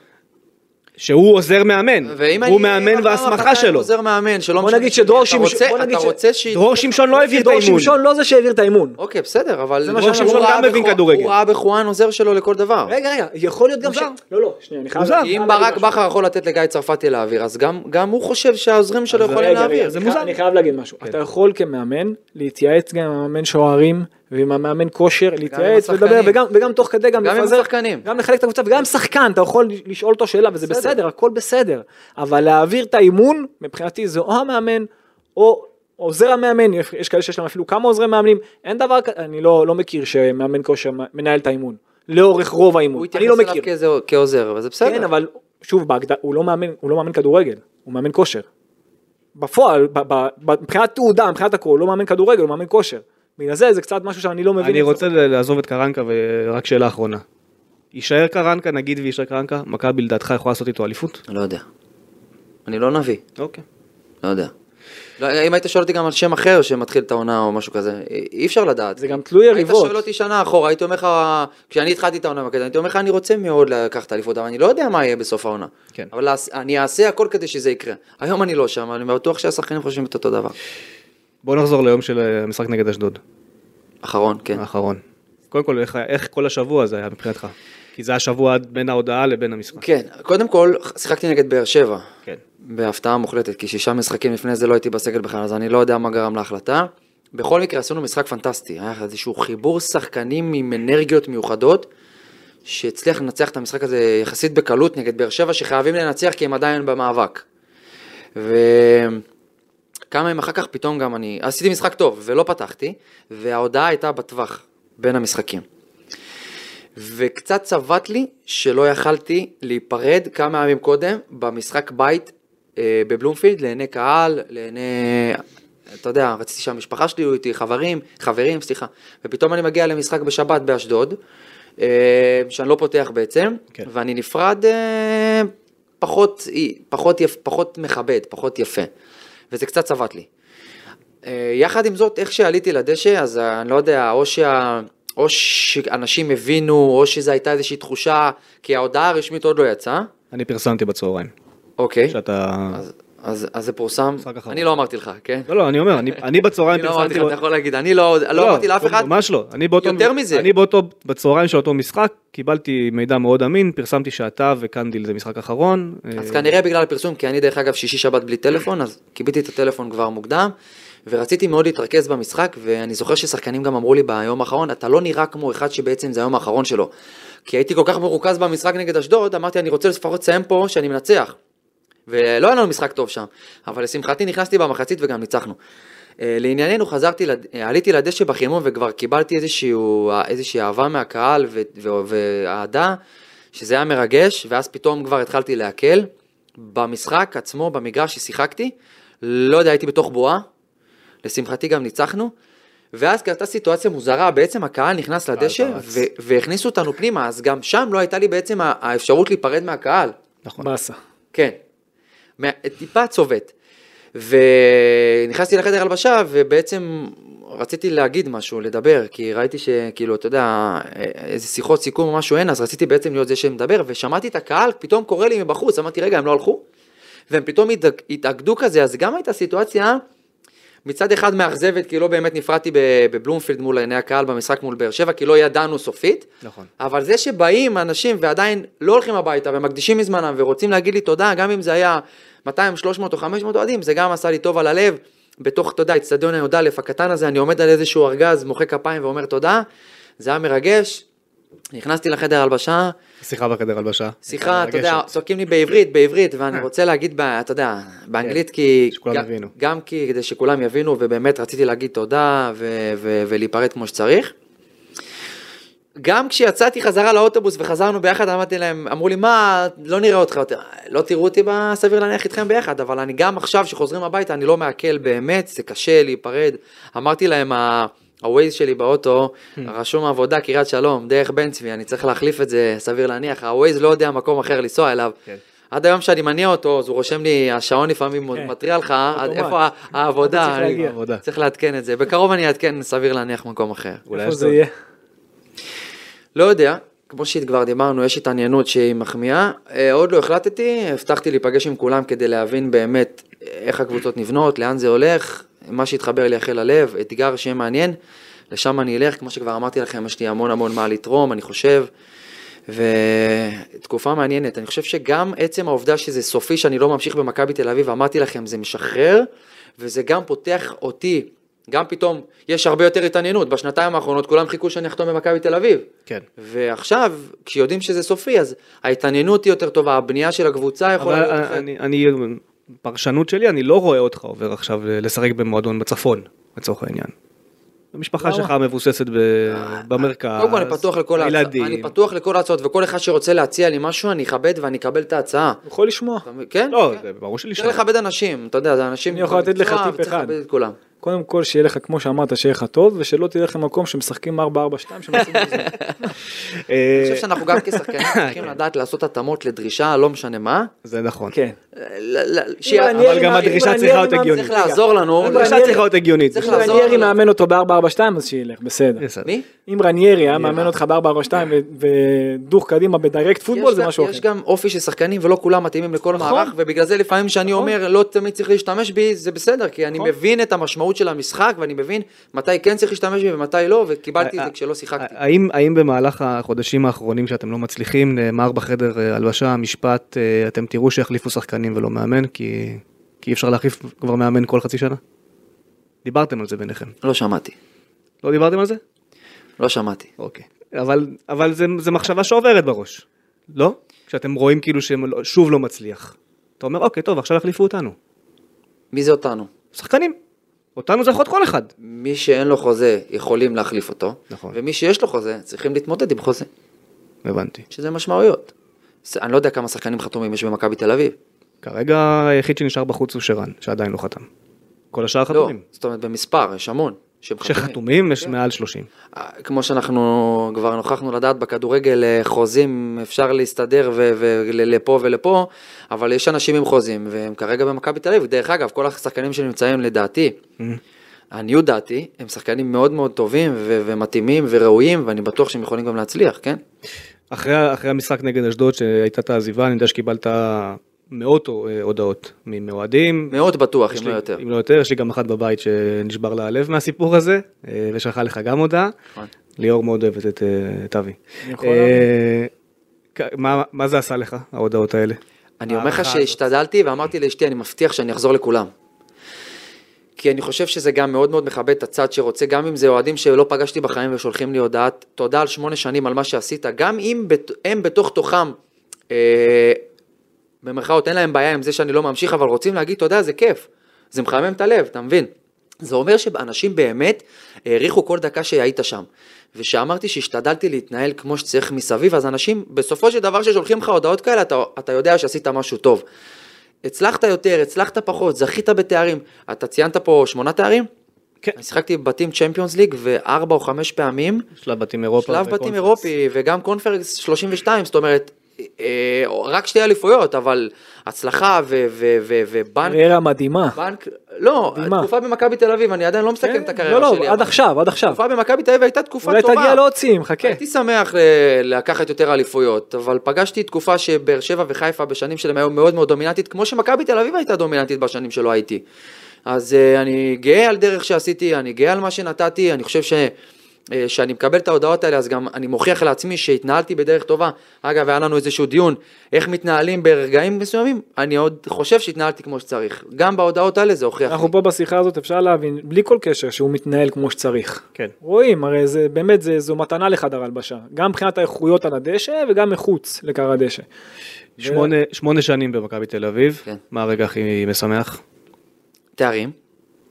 Speaker 2: שהוא עוזר מאמן, הוא מאמן וההסמכה שלו.
Speaker 3: עוזר מאמן, שלא
Speaker 4: בוא
Speaker 3: משנה-
Speaker 4: נגיד שדרור
Speaker 3: אתה
Speaker 4: שמשון-
Speaker 3: רוצה-
Speaker 4: בוא נגיד
Speaker 3: אתה
Speaker 4: ש-
Speaker 3: רוצה ש...
Speaker 2: דרור שמשון לא העביר את
Speaker 4: דור
Speaker 2: האימון.
Speaker 4: שמשון לא זה שהעביר את האימון,
Speaker 3: אוקיי, בסדר, אבל...
Speaker 4: זה מה
Speaker 3: דרור
Speaker 4: שאנחנו-
Speaker 3: שמשון
Speaker 2: גם
Speaker 3: ראה
Speaker 2: מבין
Speaker 3: בכו-
Speaker 2: כדורגל.
Speaker 3: הוא ראה בחואן עוזר שלו לכל דבר.
Speaker 4: רגע רגע, יכול להיות גם ש...
Speaker 2: מוזר.
Speaker 4: לא לא, שנייה, אני חייב...
Speaker 2: מוזר.
Speaker 3: אם
Speaker 4: אני חייב להגיד
Speaker 3: ברק
Speaker 4: משהו.
Speaker 3: בכר יכול לתת לגיא צרפתי להעביר, אז גם- גם הוא חושב שהעוזרים שלו יכולים
Speaker 4: רגע, רגע,
Speaker 3: להעביר.
Speaker 2: זה
Speaker 4: אני
Speaker 2: מוזר.
Speaker 4: חי- אני חייב להגיד משהו. אתה יכול כמאמן להתייעץ גם עם המאמן שוערים ועם המאמן כושר, להתייעץ
Speaker 3: השחקנים.
Speaker 4: ולדבר, וגם- וגם תוך כדי גם
Speaker 3: גם עם
Speaker 4: לפזר,
Speaker 3: השחקנים.
Speaker 4: גם לחלק את הקבוצה וגם עם שחקן, אתה יכול לשאול אותו שאלה וזה בסדר, הכל בסדר. אבל להעביר את האימון, מבחינתי זה או המאמן או... עוזר המאמן, יש יש כאלה שיש להם אפילו כמה עוזרי מאמנים, אין דבר כזה, אני לא, לא מכיר שמאמן כושר מנהל את האימון, לאורך רוב
Speaker 3: הוא
Speaker 4: האימון, אני
Speaker 3: התייחס
Speaker 4: לא
Speaker 3: אליו
Speaker 4: מכיר.
Speaker 3: כאיזה- כעוזר, אבל זה בסדר.
Speaker 4: כן, אבל שוב, בהגד... הוא, לא מאמן, הוא לא מאמן כדורגל, הוא מאמן כושר. בפועל, ב- ב- ב- מבחינת תעודה, מבחינת הכל, הוא לא מאמן כדורגל, הוא מאמן כושר. בגלל זה זה קצת משהו שאני לא מבין.
Speaker 2: אני
Speaker 4: את זה.
Speaker 2: רוצה ל- לעזוב את קרנקה ורק שאלה אחרונה. יישאר קרנקה נגיד ויישאר קרנקה, מכבי לדעתך יכולה לעשות איתו אליפות?
Speaker 3: לא יודע. אני לא נביא,
Speaker 2: אוקיי.
Speaker 3: לא יודע. לא, אם היית שואל אותי גם על שם אחר שמתחיל את העונה או משהו כזה, אי אי אפשר לדעת.
Speaker 4: זה גם תלוי
Speaker 3: היית
Speaker 4: יריבות.
Speaker 3: שואל אותי שנה אחורה, הייתי אומר לך, כשאני התחלתי את העונה במכבי, הייתי אומר לך, אני רוצה מאוד לקחת אליפות, אבל אני לא יודע מה יהיה בסוף העונה.
Speaker 2: כן.
Speaker 3: אבל לעש- אני אעשה הכל כדי שזה יקרה. היום אני לא שם, אבל אני בטוח שהשחקנים חושבים את אותו דבר.
Speaker 2: בואו נחזור ליום של אה, המשחק נגד אשדוד,
Speaker 3: אחרון, כן.
Speaker 2: האחרון. קודם כל, איך- איך כל השבוע זה היה מבחינתך? כי זה השבוע עד בין ההודעה לבין המשחק.
Speaker 3: כן, קודם כל, שיחקתי נגד באר שבע.
Speaker 2: כן.
Speaker 3: בהפתעה מוחלטת, כי שישה משחקים לפני זה לא הייתי בסגל בכלל, אז אני לא יודע מה גרם להחלטה. בכל מקרה, עשינו משחק פנטסטי, היה איזשהו חיבור שחקנים עם אנרגיות מיוחדות, שהצליח לנצח את המשחק הזה יחסית בקלות נגד באר שבע, שחייבים לנצח כי הם עדיין במאבק. וכמה ימים אחר כך פתאום גם אני, עשיתי משחק טוב ולא פתחתי, וההודעה הייתה בטווח בין המשחקים. וקצת צבט לי שלא יכלתי להיפרד כמה ימים קודם במשחק בית אה, בבלומפילד לעיני קהל, לעיני... אתה יודע, רציתי שהמשפחה שלי יהיו איתי, חברים, חברים, סליחה. ופתאום אני מגיע למשחק בשבת באשדוד, אה, שאני לא פותח בעצם,
Speaker 2: כן.
Speaker 3: כן. ואני נפרד אה, פחות, פחות, יפ, פחות מכבד, פחות יפה. וזה קצת צבט לי. אה, יחד עם זאת, איך שעליתי לדשא, אז אה, אני לא יודע, או, שה... או שאנשים הבינו, או שזו הייתה איזושהי תחושה, כי ההודעה הרשמית עוד לא יצאה.
Speaker 2: אני פרסמתי בצהריים,
Speaker 3: אוקיי,
Speaker 2: שאתה...
Speaker 3: אז, אז, אז זה פורסם.
Speaker 2: משחק אחרון.
Speaker 3: אני לא אמרתי לך, כן?
Speaker 2: לא, לא, אני אומר, אני- אני בצהריים
Speaker 3: אני לא אמרתי
Speaker 2: פרסמתי...
Speaker 3: לך, אתה יכול להגיד, אני לא לא אמרתי לאף אחד.
Speaker 2: ממש לא. אני באותו...
Speaker 3: יותר מזה.
Speaker 2: אני באותו, בצהריים של אותו משחק, קיבלתי מידע מאוד אמין, פרסמתי שאתה וקנדיל זה משחק אחרון.
Speaker 3: אז
Speaker 2: אה,
Speaker 3: כנראה בגלל הפרסום, כי אני דרך אגב שישי שבת בלי טלפון, אז קיביתי את הטלפון כבר מוקדם, ורציתי מאוד להתרכז במשחק, ואני זוכר ששחקנים גם אמרו לי ביום האחרון, אתה לא נראה כמו אחד שבעצם זה היום האחרון שלו. כי הייתי כל כך מרוכז במשחק נגד אשדוד, אמרתי אני רוצה לפחות לסיים פה שאני מנצח. ולא היה לנו משחק טוב שם, אבל לשמחתי נכנסתי במחצית וגם ניצחנו. אה, לענייננו חזרתי, לד- אה, עליתי לדשא בחימום וכבר קיבלתי איזשהו, אה, איזושהי אהבה מהקהל ו- ו- ואהדה, שזה היה מרגש, ואז פתאום כבר התחלתי להקל. במשחק עצמו, במגרש ששיחקתי, לא יודע, הייתי בתוך בועה, לשמחתי גם ניצחנו. ואז קרתה סיטואציה מוזרה, בעצם הקהל נכנס לדשא
Speaker 2: פרץ.
Speaker 3: ו- והכניסו אותנו פנימה, אז גם שם לא הייתה לי בעצם ה- האפשרות להיפרד מהקהל.
Speaker 2: נכון.
Speaker 4: באסה.
Speaker 3: כן. מה- טיפה צובט. ונכנסתי לחדר הלבשה, ובעצם רציתי להגיד משהו, לדבר, כי ראיתי שכאילו, אתה יודע, איזה שיחות סיכום או משהו אין, אז רציתי בעצם להיות זה שמדבר, ושמעתי את הקהל פתאום קורא לי מבחוץ, אמרתי, רגע, הם לא הלכו? והם פתאום התאג- התאגדו כזה, אז גם הייתה סיטואציה מצד אחד מאכזבת, כי לא באמת נפרדתי ב- בבלומפילד מול עיני הקהל במשחק מול באר שבע, כי לא ידענו סופית.
Speaker 2: נכון.
Speaker 3: אבל זה שבאים אנשים ועדיין לא הולכים הביתה ומקדישים מזמנם ורוצים להגיד לי תודה, גם אם זה היה 200, 300 או 500 אוהדים, זה גם עשה לי טוב על הלב. בתוך, אתה יודע, אצטדיון הי"א הקטן הזה, אני עומד על איזשהו ארגז, מוחא כפיים ואומר תודה. זה היה מרגש. נכנסתי לחדר הלבשה,
Speaker 2: שיחה בחדר הלבשה. אה,
Speaker 3: שיחה, אתה יודע,
Speaker 2: מרגשת.
Speaker 3: צועקים לי בעברית, בעברית, ואני רוצה להגיד, ב- אתה יודע, באנגלית, כי...
Speaker 2: אה. כן, שכולם
Speaker 3: ג-
Speaker 2: יבינו.
Speaker 3: גם כי, כדי שכולם יבינו, ובאמת רציתי להגיד תודה, ו- ו- ולהיפרד כמו שצריך. גם כשיצאתי חזרה לאוטובוס וחזרנו ביחד, אמרתי להם, אמרו לי, מה, לא נראה אותך יותר. לא תראו אותי בסביר להניח איתכם ביחד, אבל אני גם עכשיו, שחוזרים הביתה, אני לא מעכל באמת, זה קשה להיפרד. אמרתי להם, ה- הווייז שלי באוטו,
Speaker 5: Hmm.
Speaker 3: רשום עבודה, קריית שלום, דרך בן צבי, אני צריך להחליף את זה, סביר להניח, הווייז לא יודע מקום אחר לנסוע אליו.
Speaker 2: כן.
Speaker 3: עד היום שאני מניע אותו, אז הוא רושם לי, השעון לפעמים
Speaker 5: כן.
Speaker 3: מתריע לך, עד
Speaker 5: אוטומט.
Speaker 3: איפה ה- העבודה,
Speaker 5: צריך להגיע.
Speaker 3: אני-
Speaker 2: עבודה.
Speaker 3: צריך לעדכן את זה. בקרוב אני אעדכן, סביר להניח, מקום אחר.
Speaker 2: אולי
Speaker 5: איפה זה
Speaker 2: אשדוד.
Speaker 5: יהיה?
Speaker 3: לא יודע, כמו שכבר דיברנו, יש התעניינות שהיא מחמיאה. אה, עוד לא החלטתי, הבטחתי להיפגש עם כולם כדי להבין באמת אה, איך הקבוצות נבנות, לאן זה הולך, מה שהתחבר לי החל ללב, אתגר שיהיה מעניין, לשם אני אלך, כמו שכבר אמרתי לכם, יש לי המון המון מה לתרום, אני חושב. ותקופה מעניינת, אני חושב שגם עצם העובדה שזה סופי שאני לא ממשיך במכבי תל אביב, אמרתי לכם, זה משחרר, וזה גם פותח אותי, גם פתאום יש הרבה יותר התעניינות, בשנתיים האחרונות כולם חיכו שאני אחתום במכבי תל אביב,
Speaker 2: כן.
Speaker 3: ועכשיו, כשיודעים שזה סופי, אז ההתעניינות היא יותר טובה, הבנייה של הקבוצה יכולה
Speaker 2: אבל
Speaker 3: להיות אחרת.
Speaker 2: אני, אני, פרשנות שלי, אני לא רואה אותך עובר עכשיו לשחק במועדון בצפון, לצורך העניין. המשפחה שלך מבוססת ב, במרכז,
Speaker 3: אה, קודם כל אני פתוח לכל ההצעות,
Speaker 2: הילדים.
Speaker 3: אני פתוח לכל ההצעות, וכל אחד שרוצה להציע לי משהו, אני אכבד ואני אקבל את ההצעה.
Speaker 4: הוא יכול לשמוע.
Speaker 3: אתה מבין? כן?
Speaker 2: לא,
Speaker 3: כן.
Speaker 2: זה ברור שלי
Speaker 3: צריך לכבד אנשים, אתה יודע, זה אנשים...
Speaker 4: אני יכול לתת לך
Speaker 3: במקצוע,
Speaker 4: טיפ
Speaker 3: וצריך
Speaker 4: אחד.
Speaker 3: לכבד את כולם.
Speaker 4: קודם כל שיהיה לך, כמו שאמרת, שיהיה לך טוב, ושלא תלך למקום שמשחקים 4-4-2, שמנסים לזה.
Speaker 2: אה,
Speaker 3: אני חושב שאנחנו גם כשחקנים צריכים לדעת לעשות התאמות לדרישה, לא משנה מה.
Speaker 2: זה נכון.
Speaker 4: כן.
Speaker 3: ל- ל- ש-
Speaker 5: מעניין
Speaker 2: אבל גם
Speaker 5: אם-
Speaker 2: הדרישה
Speaker 5: אם
Speaker 2: צריכה
Speaker 5: מעניין
Speaker 2: להיות
Speaker 5: אם-
Speaker 2: הגיונית.
Speaker 3: צריך לעזור לנו.
Speaker 5: אבל
Speaker 2: הדרישה
Speaker 5: רניארי-
Speaker 2: צריכה להיות הגיונית.
Speaker 3: צריך
Speaker 5: אם
Speaker 3: לעזור
Speaker 5: רניירי
Speaker 3: לנו.
Speaker 5: מאמן אותו ב-442 אז שילך, בסדר.
Speaker 2: בסדר.
Speaker 3: מי?
Speaker 4: אם רניירי היה מאמן אותך ב-442 ודוך קדימה בדיירקט פוטבול
Speaker 3: יש
Speaker 4: זה
Speaker 3: גם-
Speaker 4: משהו אחר. נכון.
Speaker 3: יש גם אופי של שחקנים ולא כולם מתאימים לכל מערך, ובגלל זה לפעמים שאני אומר לא תמיד צריך להשתמש בי, זה בסדר, כי
Speaker 4: נכון.
Speaker 3: אני מבין את המשמעות של המשחק ואני מבין מתי כן צריך להשתמש בי ומתי לא, וקיבלתי את
Speaker 4: אה,
Speaker 3: זה כשלא שיחקתי.
Speaker 2: אה, האם, האם במהלך החודשים האחרונים שאתם לא מצליחים, נאמר בחדר אה, הלבשה המשפט, אה, אתם תראו שיחליפו שחקנים ולא מאמן, כי, כי אי אפשר להחליף כבר מאמן כל חצי שנה? דיברתם על זה ביניכם.
Speaker 4: אה.
Speaker 3: לא שמעתי,
Speaker 2: לא דיברתם על זה?
Speaker 3: לא שמעתי.
Speaker 2: אוקיי. אבל, אבל זה, זה מחשבה שעוברת בראש, לא? כשאתם רואים כאילו ששוב לא מצליח. אתה אומר, אוקיי, טוב, עכשיו יחליפו אותנו.
Speaker 3: מי זה אותנו?
Speaker 2: שחקנים. אותנו זה יכול להיות כל אחד.
Speaker 3: מי שאין לו חוזה יכולים להחליף אותו,
Speaker 2: נכון.
Speaker 3: ומי שיש לו חוזה צריכים להתמודד עם חוזה,
Speaker 2: הבנתי.
Speaker 3: שזה משמעויות. ס- אני לא יודע כמה שחקנים חתומים יש במכבי תל אביב.
Speaker 2: כרגע היחיד שנשאר בחוץ הוא שרן, שעדיין לא חתם. כל השאר
Speaker 3: לא,
Speaker 2: חתומים.
Speaker 3: זאת אומרת במספר, יש המון. שהם חתומים.
Speaker 2: שחתומים יש מעל 30.
Speaker 3: אה, כמו שאנחנו כבר נוכחנו לדעת בכדורגל אה, חוזים אפשר להסתדר ולפה ולפה אבל יש אנשים עם חוזים והם כרגע במכבי תל אביב דרך אגב כל השחקנים שנמצאים לדעתי
Speaker 2: Mm-hmm.
Speaker 3: עניות דעתי הם שחקנים מאוד מאוד טובים ו- ומתאימים וראויים ואני בטוח שהם יכולים גם להצליח כן
Speaker 2: אחרי, אחרי המשחק נגד אשדוד שהייתה את העזיבה, אני יודע שקיבלת מאות אה, הודעות ממאוהדים.
Speaker 3: מאוד בטוח
Speaker 2: יש
Speaker 3: אם
Speaker 2: לי-
Speaker 3: לא יותר
Speaker 2: אם לא יותר, יש לי גם אחת בבית שנשבר לה הלב מהסיפור הזה, אה, ושלחה לך גם הודעה.
Speaker 3: נכון.
Speaker 2: ליאור מאוד אוהבת את אה, את אבי.
Speaker 4: יכול
Speaker 2: אה,
Speaker 4: להבין.
Speaker 2: כ- מה- מה זה עשה לך, ההודעות האלה?
Speaker 3: אני אומר לך
Speaker 2: ההערכה הזאת.
Speaker 3: שהשתדלתי ואמרתי לאשתי, אני מבטיח שאני אחזור לכולם. כי אני חושב שזה גם מאוד מאוד מכבד את הצד שרוצה, גם אם זה אוהדים שלא פגשתי בחיים ושולחים לי הודעת תודה על שמונה שנים על מה שעשית, גם אם בת- הם בתוך תוכם, אה, במרכאות אין להם בעיה עם זה שאני לא ממשיך, אבל רוצים להגיד תודה, זה כיף. זה מחמם את הלב, אתה מבין? זה אומר שאנשים באמת העריכו כל דקה שהיית שם. ושאמרתי שהשתדלתי להתנהל כמו שצריך מסביב, אז אנשים, בסופו של דבר ששולחים לך הודעות כאלה, אתה, אתה יודע שעשית משהו טוב. הצלחת יותר, הצלחת פחות, זכית בתארים. אתה ציינת פה שמונה תארים?
Speaker 2: כן.
Speaker 3: אני שיחקתי בבתים צ'מפיונס ליג וארבע או חמש פעמים.
Speaker 2: שלב בתים אירופה.
Speaker 3: שלב בתים
Speaker 2: וקונפרנס.
Speaker 3: אירופי וגם קונפרנס 32, זאת אומרת, אה, רק שתי אליפויות, אבל הצלחה ו- ו- ו- ובנק,
Speaker 4: קריירה מדהימה.
Speaker 3: בנק, לא,
Speaker 4: מדהימה.
Speaker 3: תקופה במכבי תל אביב, אני עדיין לא מסכם את
Speaker 4: לא
Speaker 3: הקריירה שלי.
Speaker 4: לא, עד
Speaker 3: אבל
Speaker 4: עכשיו, עד עכשיו.
Speaker 3: תקופה במכבי תל אביב הייתה תקופה
Speaker 4: אולי
Speaker 3: טובה.
Speaker 4: תגיע להוציאים, חכה.
Speaker 3: הייתי שמח ל- לקחת יותר אליפויות, אבל פגשתי תקופה שבאר שבע וחיפה בשנים שלהם היו מאוד מאוד דומיננטית, כמו שמכבי תל אביב הייתה דומיננטית בשנים שלא הייתי. אז אה, אני גאה על דרך שעשיתי, אני גאה על מה שנתתי, אני חושב ש... אה, שאני מקבל את ההודעות האלה, אז גם אני מוכיח לעצמי שהתנהלתי בדרך טובה. אגב, היה לנו איזשהו דיון איך מתנהלים ברגעים מסוימים, אני עוד חושב שהתנהלתי כמו שצריך. גם בהודעות האלה זה הוכיח.
Speaker 4: אנחנו
Speaker 3: לי.
Speaker 4: פה בשיחה הזאת אפשר להבין, בלי כל קשר, שהוא מתנהל כמו שצריך.
Speaker 2: כן.
Speaker 4: רואים, הרי זה באמת, זה, זו מתנה לחדר הלבשה. גם מבחינת האיכויות על הדשא וגם מחוץ לקר הדשא.
Speaker 2: שמונה, שמונה שנים במכבי תל אביב,
Speaker 3: כן.
Speaker 2: מה הרגע הכי משמח?
Speaker 3: תארים,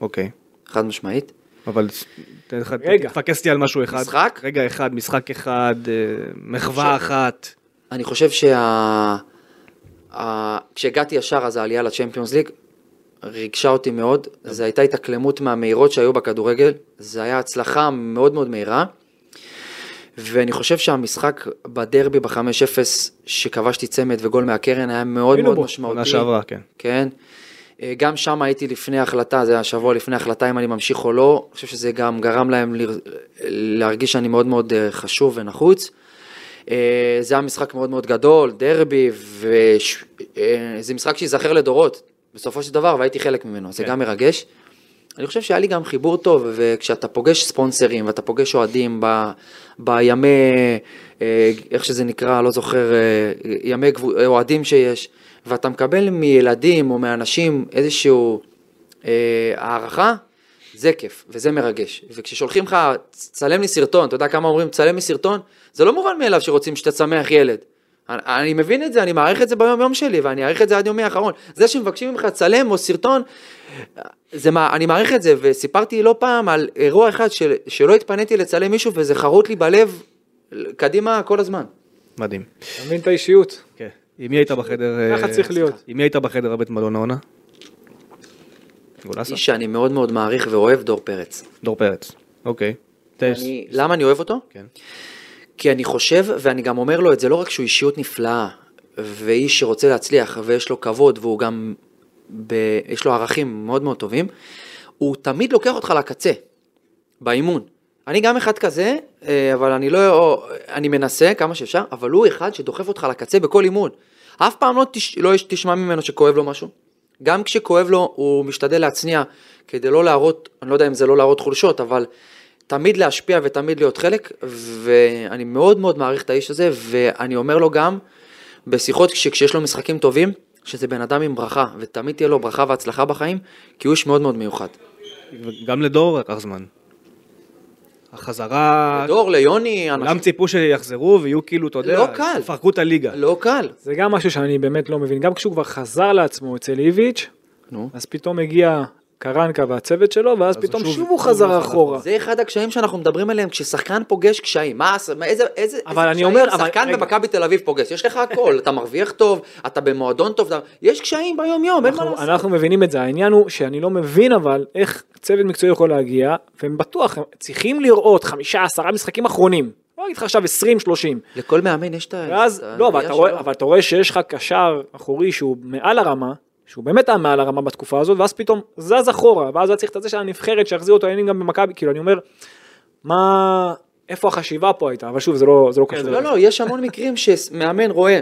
Speaker 2: אוקיי.
Speaker 3: חד משמעית.
Speaker 2: אבל תן לך,
Speaker 4: רגע.
Speaker 2: תפקס לי על משהו אחד.
Speaker 3: משחק?
Speaker 2: רגע אחד, משחק אחד, אה, מחווה אחת.
Speaker 3: אני חושב שה... ה... כשהגעתי ישר אז העלייה לצ'מפיונס ליג ריגשה אותי מאוד, זו הייתה התאקלמות מהמהירות שהיו בכדורגל, זו הייתה הצלחה מאוד מאוד מהירה, ואני חושב שהמשחק בדרבי ב-5-0 שכבשתי צמד וגול מהקרן היה מאוד
Speaker 4: היינו
Speaker 3: מאוד
Speaker 4: בו,
Speaker 3: משמעותי.
Speaker 2: עונה שעברה, כן.
Speaker 3: כן. אה, גם שם הייתי לפני החלטה, זה היה שבוע לפני החלטה אם אני ממשיך או לא, אני חושב שזה גם גרם להם לר- להרגיש שאני מאוד מאוד אה, חשוב ונחוץ. אה, זה היה משחק מאוד מאוד גדול, דרבי, וזה משחק שייזכר לדורות, בסופו של דבר, והייתי חלק ממנו, זה גם מרגש. אני חושב שהיה לי גם חיבור טוב, וכשאתה פוגש ספונסרים ואתה פוגש אוהדים ב, בימי, אה, איך שזה נקרא, לא זוכר, אה, ימי גבו- אה, אוהדים שיש, ואתה מקבל מילדים או מאנשים איזשהו אה, הערכה, זה כיף וזה מרגש. וכששולחים לך, צלם לי סרטון, אתה יודע כמה אומרים צלם לי סרטון? זה לא מובן מאליו שרוצים שתשמח ילד. אני- אני מבין את זה, אני מעריך את זה ביום יום שלי, ואני אעריך את זה עד יומי האחרון. זה שמבקשים ממך צלם או סרטון, זה מה, אני מעריך את זה, וסיפרתי לא פעם על אירוע אחד של, שלא התפניתי לצלם מישהו, וזה חרוט לי בלב קדימה כל הזמן.
Speaker 2: מדהים.
Speaker 4: אתה מבין את האישיות?
Speaker 2: כן. עם מי היית בחדר... אה,
Speaker 4: ככה צריך להיות.
Speaker 2: עם מי היית בחדר הבית מלון העונה? גולסה?
Speaker 3: איש שאני מאוד מאוד מעריך ואוהב, דור פרץ.
Speaker 2: דור פרץ. אוקיי. תש-
Speaker 3: אני, למה אני אוהב אותו?
Speaker 2: כן.
Speaker 3: כי אני חושב, ואני גם אומר לו את זה, לא רק שהוא אישיות נפלאה, ואיש שרוצה להצליח, ויש לו כבוד, והוא גם, ב... יש לו ערכים מאוד מאוד טובים, הוא תמיד לוקח אותך לקצה, באימון. אני גם אחד כזה, אה, אבל אני לא, אני מנסה כמה שאפשר, אבל הוא אחד שדוחף אותך לקצה בכל אימון. אף פעם לא, תש... לא יש- תשמע ממנו שכואב לו משהו. גם כשכואב לו, הוא משתדל להצניע, כדי לא להראות, אני לא יודע אם זה לא להראות חולשות, אבל תמיד להשפיע ותמיד להיות חלק, ואני מאוד מאוד מעריך את האיש הזה, ואני אומר לו גם, בשיחות כש- כשיש לו משחקים טובים, שזה בן אדם עם ברכה, ותמיד תהיה לו ברכה והצלחה בחיים, כי הוא איש מאוד מאוד מיוחד.
Speaker 2: גם לדור לקח זמן. החזרה...
Speaker 3: דור, ליוני,
Speaker 2: כולם
Speaker 3: אנשים...
Speaker 2: ציפו שיחזרו ויהיו כאילו, אתה יודע,
Speaker 3: לא קל.
Speaker 2: יפרקו את הליגה.
Speaker 3: לא קל.
Speaker 4: זה גם משהו שאני באמת לא מבין. גם כשהוא כבר חזר לעצמו אצל איביץ',
Speaker 3: נו.
Speaker 4: אז פתאום הגיע קרנקה והצוות שלו, ואז
Speaker 2: אז
Speaker 4: פתאום
Speaker 2: שוב-
Speaker 4: שוב הוא
Speaker 2: שוב הוא
Speaker 4: חזר
Speaker 2: חזר
Speaker 4: אחורה.
Speaker 3: זה אחד הקשיים שאנחנו מדברים עליהם, כששחקן פוגש קשיים. מה, הס- מה- איזה, איזה,
Speaker 4: אבל
Speaker 3: איזה
Speaker 4: אני אומר, אבל-
Speaker 3: שחקן
Speaker 4: רגע.
Speaker 3: במכבי תל אביב פוגש? יש לך הכל, אתה מרוויח טוב, אתה במועדון טוב, אתה- יש קשיים ביום-יום, אין מה
Speaker 4: אנחנו-
Speaker 3: לעשות.
Speaker 4: אנחנו מבינים את זה, העניין הוא שאני לא מבין אבל איך צוות מקצועי יכול להגיע, והם בטוח, הם צריכים לראות חמישה עשרה משחקים אחרונים, לא אגיד לך עכשיו עשרים שלושים,
Speaker 3: לכל מאמן יש את ה...
Speaker 4: ואז,
Speaker 3: את
Speaker 4: לא, אבל
Speaker 3: הראייה
Speaker 4: אתה, רואה,
Speaker 3: שלו.
Speaker 4: אבל אתה רואה שיש לך קשר אחורי שהוא מעל הרמה, שהוא באמת היה מעל הרמה בתקופה הזאת, ואז פתאום זז אחורה, ואז היה צריך את זה של הנבחרת שיחזיר אותו העניינים גם במכבי, כאילו אני אומר, מה, איפה החשיבה פה הייתה, אבל שוב זה לא, זה לא קשור.
Speaker 3: לא, לא, יש המון מקרים שמאמן רואה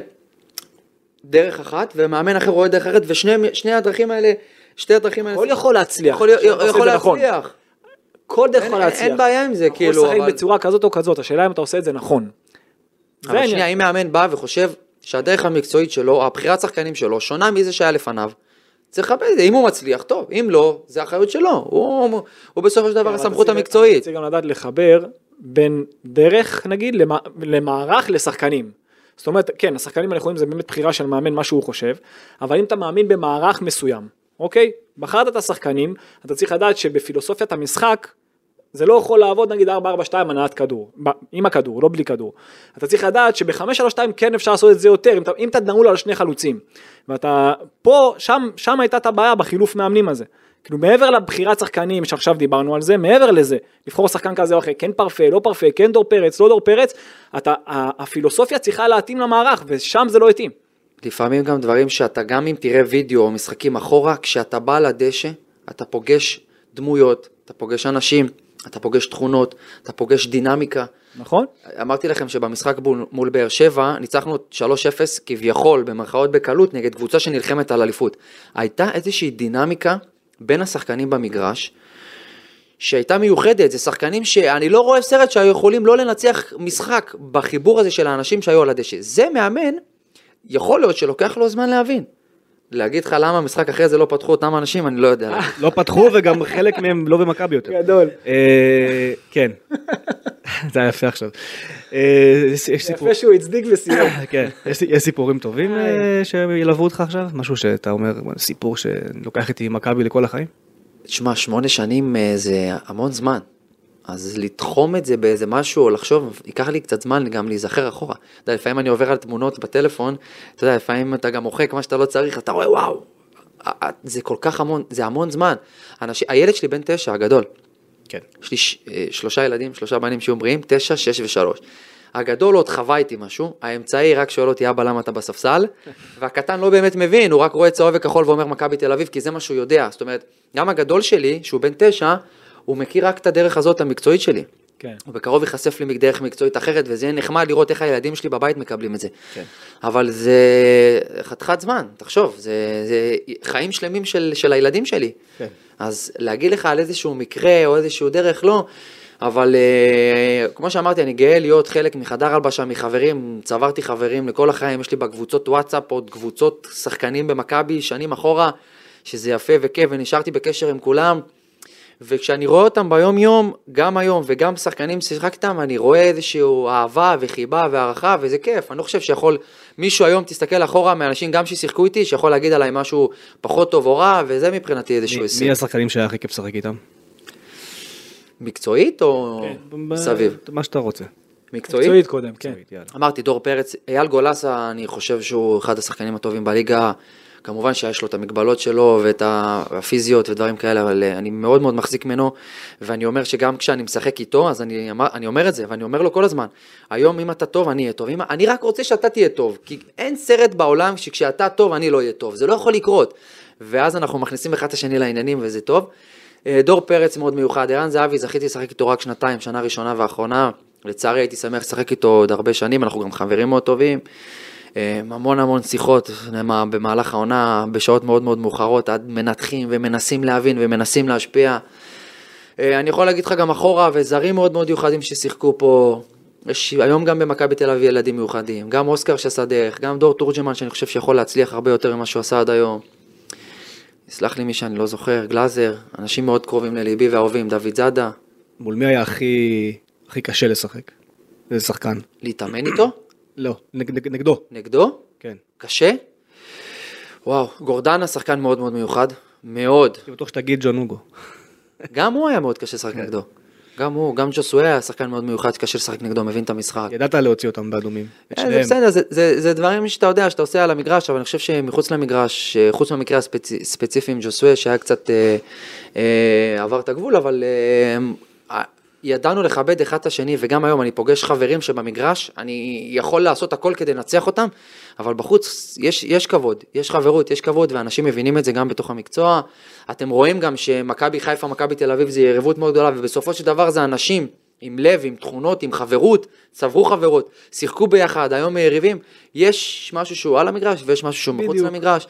Speaker 3: דרך אחת, ומאמן אחר רואה דרך אחרת, ושני שני הדרכים האלה, שתי הדרכים האלה...
Speaker 5: הכל יכול להצליח.
Speaker 3: יכול להיות-
Speaker 5: עכשיו, אתה עושה
Speaker 3: יכול
Speaker 5: את זה נכון.
Speaker 3: להצליח.
Speaker 5: כל דרך
Speaker 3: אין-
Speaker 5: יכול
Speaker 3: אין-
Speaker 5: להצליח.
Speaker 3: אין בעיה עם זה,
Speaker 4: אתה
Speaker 3: כאילו,
Speaker 4: יכול לשחק
Speaker 3: אבל...
Speaker 4: בצורה כזאת או כזאת, השאלה אם אתה עושה את זה נכון. זה
Speaker 3: אבל
Speaker 4: העניין.
Speaker 3: שנייה, אם מאמן בא וחושב שהדרך המקצועית שלו, הבחירת שחקנים שלו, שונה מזה שהיה לפניו, צריך לכבד את זה. אם הוא מצליח, טוב. אם לא, זה אחריות שלו. הוא- הוא בסופו של דבר
Speaker 4: כן, אבל אתה
Speaker 3: הסמכות
Speaker 4: צריך- אתה
Speaker 3: המקצועית.
Speaker 4: צריך גם לדעת לחבר בין דרך נגיד למע- למערך לשחקנים. זאת אומרת, כן, השחקנים הנכונים זה באמת בחירה של מאמן, מה שהוא חושב, אבל אם אתה מאמין במערך מסוים, אוקיי? בחרת את השחקנים, אתה צריך לדעת שבפילוסופיית המשחק, זה לא יכול לעבוד נגיד 4-4-2 הנעת כדור, ב- עם הכדור, לא בלי כדור. אתה צריך לדעת שב-5-3-2 כן אפשר לעשות את זה יותר, אם אתה, אם אתה נעול על שני חלוצים. ואתה, פה, שם, שם הייתה את הבעיה בחילוף מאמנים הזה. כאילו מעבר לבחירת שחקנים שעכשיו דיברנו על זה, מעבר לזה, לבחור שחקן כזה או אחר, כן פרפה, לא פרפה, כן דור פרץ, לא דור פרץ, אתה, ה- הפילוסופיה צריכה להתאים למערך, ושם זה לא התאים.
Speaker 3: לפעמים גם דברים שאתה, גם אם תראה וידאו או משחקים אחורה, כשאתה בא לדשא, אתה פוגש דמויות, אתה פוגש אנשים, אתה פוגש תכונות, אתה פוגש דינמיקה.
Speaker 4: נכון?
Speaker 3: אמרתי לכם שבמשחק בול- מול באר שבע ניצחנו 3-0 כביכול במרכאות בקלות נגד קבוצה שנלחמת על אליפות. הייתה איזושהי דינמיקה בין השחקנים במגרש, שהייתה מיוחדת, זה שחקנים שאני לא רואה סרט שהיו יכולים לא לנצח משחק בחיבור הזה של האנשים שהיו על הדשא. זה מאמן, יכול להיות שלוקח לו זמן להבין. להגיד לך למה משחק אחרי זה לא פתחו אותם אנשים, אני לא יודע. להגיד.
Speaker 2: לא פתחו וגם חלק מהם לא במכבי יותר.
Speaker 5: גדול.
Speaker 2: אה, כן. זה היה יפה עכשיו. אה, יש- יש סיפור.
Speaker 5: יפה שהוא הצדיק וסיום.
Speaker 2: כן, יש- יש סיפורים טובים אה, שילוו אותך עכשיו? משהו שאתה אומר, סיפור שלוקח איתי מכבי לכל החיים?
Speaker 3: תשמע, שמונה שנים אה, זה המון זמן. אז לתחום את זה באיזה משהו, או לחשוב, ייקח לי קצת זמן גם להיזכר אחורה. אתה יודע, לפעמים אני עובר על תמונות בטלפון, אתה יודע, לפעמים אתה גם מוחק מה שאתה לא צריך, אתה רואה, וואו, ה- ה- זה כל כך המון, זה המון זמן. אנשים, הילד שלי בן תשע, הגדול,
Speaker 2: כן.
Speaker 3: יש לי ש- אה, שלושה ילדים, שלושה בנים שיהיו בריאים, תשע, שש ושלוש. הגדול עוד חווה איתי משהו, האמצעי רק שואל אותי, אבא, למה אתה בספסל? והקטן לא באמת מבין, הוא רק רואה צהוב וכחול ואומר מכבי תל אביב, כי זה מה שהוא יודע. זאת אומרת, גם הגדול שלי, שהוא בן תשע, הוא מכיר רק את הדרך הזאת המקצועית שלי.
Speaker 5: כן.
Speaker 3: ובקרוב ייחשף לי דרך מקצועית אחרת, וזה יהיה נחמד לראות איך הילדים שלי בבית מקבלים את זה. כן. אבל זה חתיכת זמן, תחשוב, זה, זה חיים שלמים של, של הילדים שלי. כן. אז להגיד לך על איזשהו מקרה או איזשהו דרך, לא. אבל אה, כמו שאמרתי, אני גאה להיות חלק מחדר הלבשה, מחברים, צברתי חברים לכל החיים, יש לי בקבוצות וואטסאפ, עוד קבוצות שחקנים במכבי שנים אחורה, שזה יפה וכיף, ונשארתי בקשר עם כולם. וכשאני רואה אותם ביום יום, גם היום וגם שחקנים ששיחקתי איתם, אני רואה איזשהו אהבה וחיבה והערכה וזה כיף. אני לא חושב שיכול, מישהו היום תסתכל אחורה מאנשים גם ששיחקו איתי, שיכול להגיד עליי משהו פחות טוב או רע, וזה מבחינתי
Speaker 2: מי-
Speaker 3: איזשהו
Speaker 2: מי
Speaker 3: הישג.
Speaker 2: השחקנים שהיה הכי כיף לשחק איתם?
Speaker 3: מקצועית או סביב?
Speaker 2: כן. ב- מה שאתה רוצה.
Speaker 3: מקצועית?
Speaker 5: מקצועית קודם, כן.
Speaker 2: יאללה.
Speaker 3: אמרתי, דור פרץ, אייל גולסה, אני חושב שהוא אחד השחקנים הטובים בליגה. כמובן שיש לו את המגבלות שלו ואת ה- הפיזיות ודברים כאלה, אבל אה, אני מאוד מאוד מחזיק ממנו, ואני אומר שגם כשאני משחק איתו, אז אני, אמר- אני אומר את זה, ואני אומר לו כל הזמן, היום אם אתה טוב, אני אהיה טוב. אם, אני רק רוצה שאתה תהיה טוב, כי אין סרט בעולם שכשאתה טוב, אני לא אהיה טוב. זה לא יכול לקרות. ואז אנחנו מכניסים אחד את השני לעניינים וזה טוב. אה, דור פרץ מאוד מיוחד, ערן זהבי, זכיתי לשחק איתו רק שנתיים, שנה ראשונה ואחרונה. לצערי הייתי שמח לשחק איתו עוד הרבה שנים, אנחנו גם חברים מאוד טובים. אה, המון המון שיחות נאמר, במהלך העונה, בשעות מאוד מאוד מאוחרות, עד מנתחים ומנסים להבין ומנסים להשפיע. אה, אני יכול להגיד לך גם אחורה, וזרים מאוד מאוד מיוחדים ששיחקו פה. יש היום גם במכבי תל אביב ילדים מיוחדים, גם אוסקר שעשה דרך, גם דור תורג'מן שאני חושב שיכול להצליח הרבה יותר ממה שהוא עשה עד היום. יסלח לי מי שאני לא זוכר, גלאזר, אנשים מאוד קרובים לליבי ואהובים, דוד זאדה,
Speaker 2: מול מי היה הכי הכי קשה לשחק? איזה שחקן.
Speaker 3: להתאמן איתו,
Speaker 2: לא, נג- נג- נגדו.
Speaker 3: נגדו,
Speaker 2: כן.
Speaker 3: קשה. וואו, גורדנה שחקן מאוד מאוד מיוחד, מאוד.
Speaker 2: אני בטוח שתגיד ג'ון הוגו.
Speaker 3: גם הוא היה מאוד קשה לשחק נגדו. גם הוא, גם ג'וסואה היה שחקן מאוד מיוחד, קשה לשחק נגדו, מבין את המשחק.
Speaker 2: ידעת להוציא אותם באדומים. את
Speaker 3: אה, זה
Speaker 2: שניהם.
Speaker 3: בסדר, זה, זה, זה דברים שאתה יודע שאתה עושה על המגרש, אבל אני חושב שמחוץ למגרש, אה, חוץ מהמקרה הספציפי עם ג'וסווה, שהיה קצת אה, אה, עבר את הגבול, אבל אה, אה, ידענו לכבד אחד את השני, וגם היום אני פוגש חברים שבמגרש, אני יכול לעשות הכל כדי לנצח אותם, אבל בחוץ יש, יש כבוד, יש חברות, יש כבוד, ואנשים מבינים את זה גם בתוך המקצוע. אתם רואים גם שמכבי חיפה, מכבי תל אביב, זה יריבות מאוד גדולה, ובסופו של דבר זה אנשים. עם לב, עם תכונות, עם חברות, צברו חברות, שיחקו ביחד, היום יריבים, יש משהו שהוא על המגרש ויש משהו שהוא מחוץ למגרש.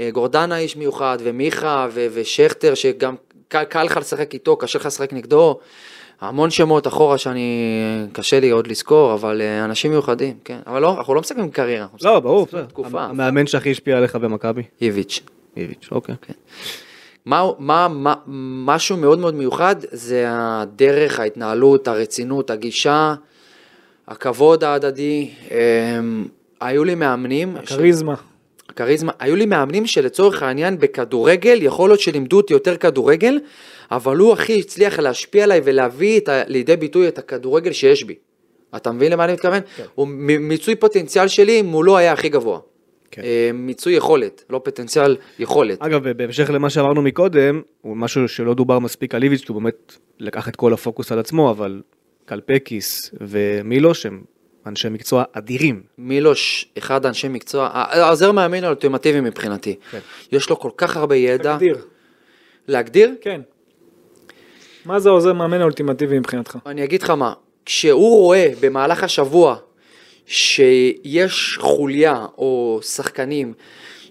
Speaker 3: אה, גורדנה איש מיוחד, ומיכה, ו- ושכטר, שגם קל, קל לך לשחק איתו, קשה לך לשחק נגדו. המון שמות אחורה שאני, אה, קשה לי עוד לזכור, אבל אה, אנשים מיוחדים, כן. אבל לא, אנחנו לא מסכמים קריירה, אנחנו
Speaker 2: לא, ברור, בסדר.
Speaker 3: תקופה.
Speaker 2: המ- המאמן שהכי השפיע עליך במכבי?
Speaker 3: מסכמים- איביץ'.
Speaker 2: איביץ', אוקיי.
Speaker 3: מה, מה, מה, משהו מאוד מאוד מיוחד זה הדרך, ההתנהלות, הרצינות, הגישה, הכבוד ההדדי. אמ, היו לי מאמנים,
Speaker 5: כריזמה.
Speaker 3: כריזמה, היו לי מאמנים שלצורך העניין בכדורגל, יכול להיות שלימדו אותי יותר כדורגל, אבל הוא הכי הצליח להשפיע עליי ולהביא את ה, לידי ביטוי את הכדורגל שיש בי. אתה מבין למה אני מתכוון? כן. מיצוי פוטנציאל שלי מולו היה הכי גבוה.
Speaker 2: כן.
Speaker 3: אה, מיצוי יכולת, לא פוטנציאל, יכולת.
Speaker 2: אגב, בהמשך למה שאמרנו מקודם, הוא משהו שלא דובר מספיק על איביץ', כי הוא באמת לקח את כל הפוקוס על עצמו, אבל קלפקיס ומילוש הם אנשי מקצוע אדירים.
Speaker 3: מילוש, אחד האנשי מקצוע, העוזר מאמין האולטימטיבי מבחינתי. כן. יש לו כל כך הרבה ידע.
Speaker 5: תגדיר,
Speaker 3: להגדיר?
Speaker 5: כן. מה זה עוזר מאמן האולטימטיבי מבחינתך?
Speaker 3: אני אגיד לך מה, כשהוא רואה במהלך השבוע שיש חוליה או שחקנים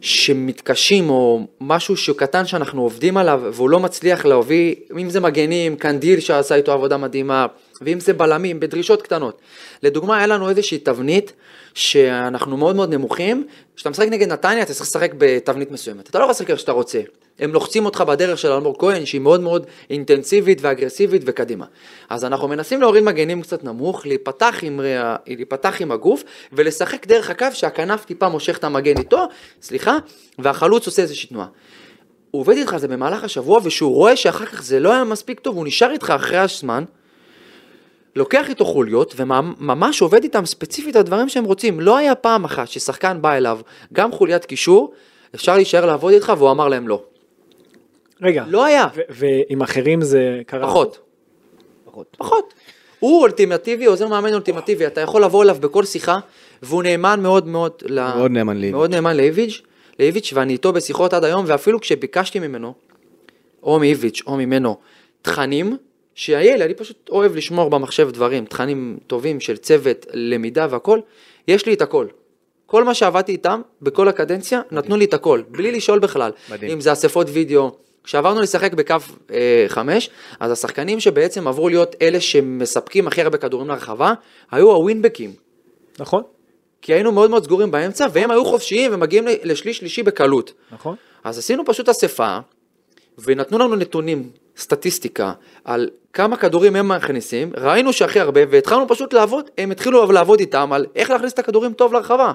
Speaker 3: שמתקשים או משהו שקטן שאנחנו עובדים עליו והוא לא מצליח להביא, אם זה מגנים, קנדיל שעשה איתו עבודה מדהימה, ואם זה בלמים, בדרישות קטנות. לדוגמה, היה לנו איזושהי תבנית שאנחנו מאוד מאוד נמוכים, כשאתה משחק נגד נתניה אתה צריך לשחק בתבנית מסוימת, אתה לא יכול לשחק איך שאתה רוצה. הם לוחצים אותך בדרך של אלמוג כהן שהיא מאוד מאוד אינטנסיבית ואגרסיבית וקדימה. אז אנחנו מנסים להוריד מגנים קצת נמוך, להיפתח עם, ר- להיפתח עם הגוף ולשחק דרך הקו שהכנף טיפה מושך את המגן איתו, סליחה, והחלוץ עושה איזושהי תנועה. הוא עובד איתך על זה במהלך השבוע ושהוא רואה שאחר כך זה לא היה מספיק טוב, הוא נשאר איתך אחרי הזמן, לוקח איתו חוליות וממש עובד איתם ספציפית על דברים שהם רוצים. לא היה פעם אחת ששחקן בא אליו, גם חוליית קישור, אפשר להישאר לעבוד איתך והוא אמר להם לא.
Speaker 4: רגע,
Speaker 3: לא היה.
Speaker 4: ו- ועם אחרים זה קרה?
Speaker 3: פחות. פחות. פחות. הוא אולטימטיבי, עוזר מאמן אולטימטיבי, אתה יכול לבוא אליו בכל שיחה, והוא נאמן מאוד מאוד ל...
Speaker 2: מאוד נאמן לאיביץ'.
Speaker 3: מאוד נאמן לאיביץ', לאיביץ', ואני איתו בשיחות עד היום, ואפילו כשביקשתי ממנו, או מאיביץ' או ממנו, תכנים, שהילד, אני פשוט אוהב לשמור במחשב דברים, תכנים טובים של צוות, למידה והכל, יש לי את הכל. כל מה שעבדתי איתם, בכל הקדנציה, נתנו לי את הכל, בלי לשאול בכלל.
Speaker 2: מדהים.
Speaker 3: אם זה אספות וידאו, כשעברנו לשחק בקו 5, אז השחקנים שבעצם עברו להיות אלה שמספקים הכי הרבה כדורים לרחבה, היו הווינבקים.
Speaker 4: נכון,
Speaker 3: כי היינו מאוד מאוד סגורים באמצע, והם היו חופשיים ומגיעים ל- לשליש שלישי בקלות.
Speaker 4: נכון.
Speaker 3: אז עשינו פשוט אספה, ונתנו לנו נתונים, סטטיסטיקה, על כמה כדורים הם מכניסים, ראינו שהכי הרבה, והתחלנו פשוט לעבוד, הם התחילו אבל לעבוד איתם על איך להכניס את הכדורים טוב לרחבה.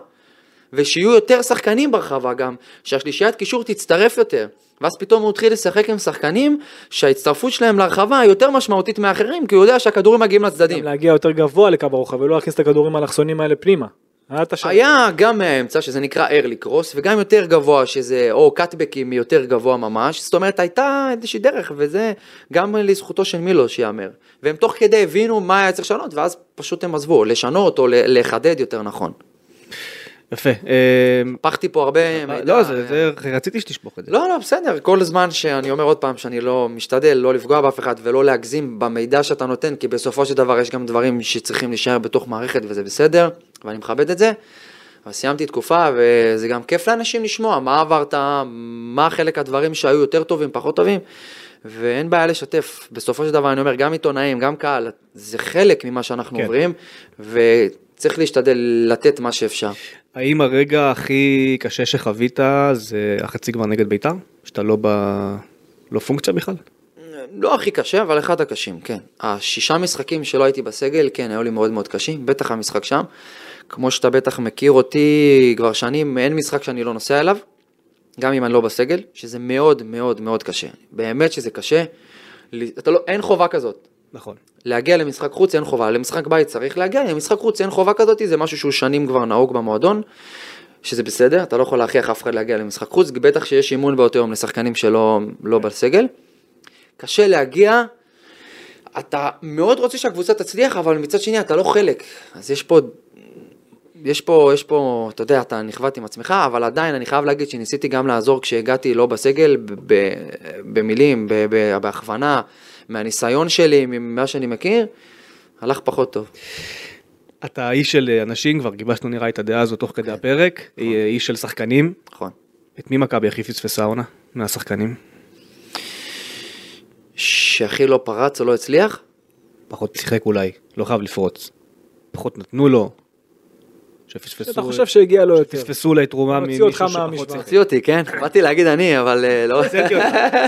Speaker 3: ושיהיו יותר שחקנים ברחבה גם, שהשלישיית קישור תצטרף יותר. ואז פתאום הוא התחיל לשחק עם שחקנים שההצטרפות שלהם לרחבה היא יותר משמעותית מאחרים, כי הוא יודע שהכדורים מגיעים
Speaker 4: גם
Speaker 3: לצדדים.
Speaker 4: להגיע יותר גבוה לקו הרוחב ולא להכניס את הכדורים האלכסונים האלה פנימה. היה את השם.
Speaker 3: היה גם מהאמצע, שזה נקרא ארלי קרוס, וגם יותר גבוה, שזה, או קאטבקים יותר גבוה ממש, זאת אומרת, הייתה איזושהי דרך, וזה גם לזכותו של מילוש ייאמר. והם תוך כדי הבינו מה היה צריך לשנות, ואז פשוט הם עזבו, לשנות או ל- לחדד יותר נכון.
Speaker 2: יפה. אה,
Speaker 3: הפכתי פה הרבה מידע.
Speaker 2: לא, זה, זה, רציתי שתשפוך את זה.
Speaker 3: לא, לא, בסדר, כל זמן שאני אומר עוד פעם שאני לא משתדל לא לפגוע באף אחד ולא להגזים במידע שאתה נותן, כי בסופו של דבר יש גם דברים שצריכים להישאר בתוך מערכת וזה בסדר, ואני מכבד את זה. אבל סיימתי תקופה וזה גם כיף לאנשים לשמוע מה עברת, מה חלק הדברים שהיו יותר טובים, פחות טובים, ואין בעיה לשתף. בסופו של דבר אני אומר, גם עיתונאים, גם קהל, זה חלק ממה שאנחנו
Speaker 2: כן.
Speaker 3: כן. עוברים, וצריך להשתדל לתת מה שאפשר.
Speaker 2: האם הרגע הכי קשה שחווית זה החצי גמר נגד ביתר? שאתה לא ב... לא פונקציה בכלל?
Speaker 3: לא הכי קשה, אבל אחד הקשים, כן. השישה משחקים שלא הייתי בסגל, כן, היו לי מאוד מאוד קשים, בטח המשחק שם. כמו שאתה בטח מכיר אותי כבר שנים, אין משחק שאני לא נוסע אליו, גם אם אני לא בסגל, שזה מאוד מאוד מאוד קשה. באמת שזה קשה. לי- אתה לא, אין חובה כזאת.
Speaker 2: נכון.
Speaker 3: להגיע למשחק חוץ אין חובה, למשחק בית צריך להגיע, למשחק חוץ אין חובה כזאת, זה משהו שהוא שנים כבר נהוג במועדון, שזה בסדר, אתה לא יכול להכריח אף אחד להגיע למשחק חוץ, בטח שיש אימון באותו יום לשחקנים שלא לא בסגל. קשה להגיע, אתה מאוד רוצה שהקבוצה תצליח, אבל מצד שני אתה לא חלק, אז יש פה... יש פה, יש פה, אתה יודע, אתה נכבד עם עצמך, אבל עדיין אני חייב להגיד שניסיתי גם לעזור כשהגעתי לא בסגל, ב- ב- במילים, ב- ב- בהכוונה, מהניסיון שלי, ממה שאני מכיר, הלך פחות טוב.
Speaker 2: אתה איש של אנשים, כבר גיבשנו נראה את הדעה הזו תוך כדי הפרק, אה, איש של שחקנים.
Speaker 3: נכון.
Speaker 2: את מי מכבי הכי פספסה העונה? מהשחקנים?
Speaker 3: שהכי לא פרץ או לא הצליח,
Speaker 2: פחות שיחק אולי, לא חייב לפרוץ. פחות נתנו לו. שפספסו...
Speaker 4: אתה חושב שהגיע לו יותר.
Speaker 2: שפספסו אולי תרומה
Speaker 4: הוציא
Speaker 2: ממישהו
Speaker 4: אותך
Speaker 2: שפחות
Speaker 4: מהמשוואה.
Speaker 2: שיחק.
Speaker 3: הוציא אותי, כן? באתי להגיד אני, אבל אה, לא...
Speaker 2: הוצאתי אותך.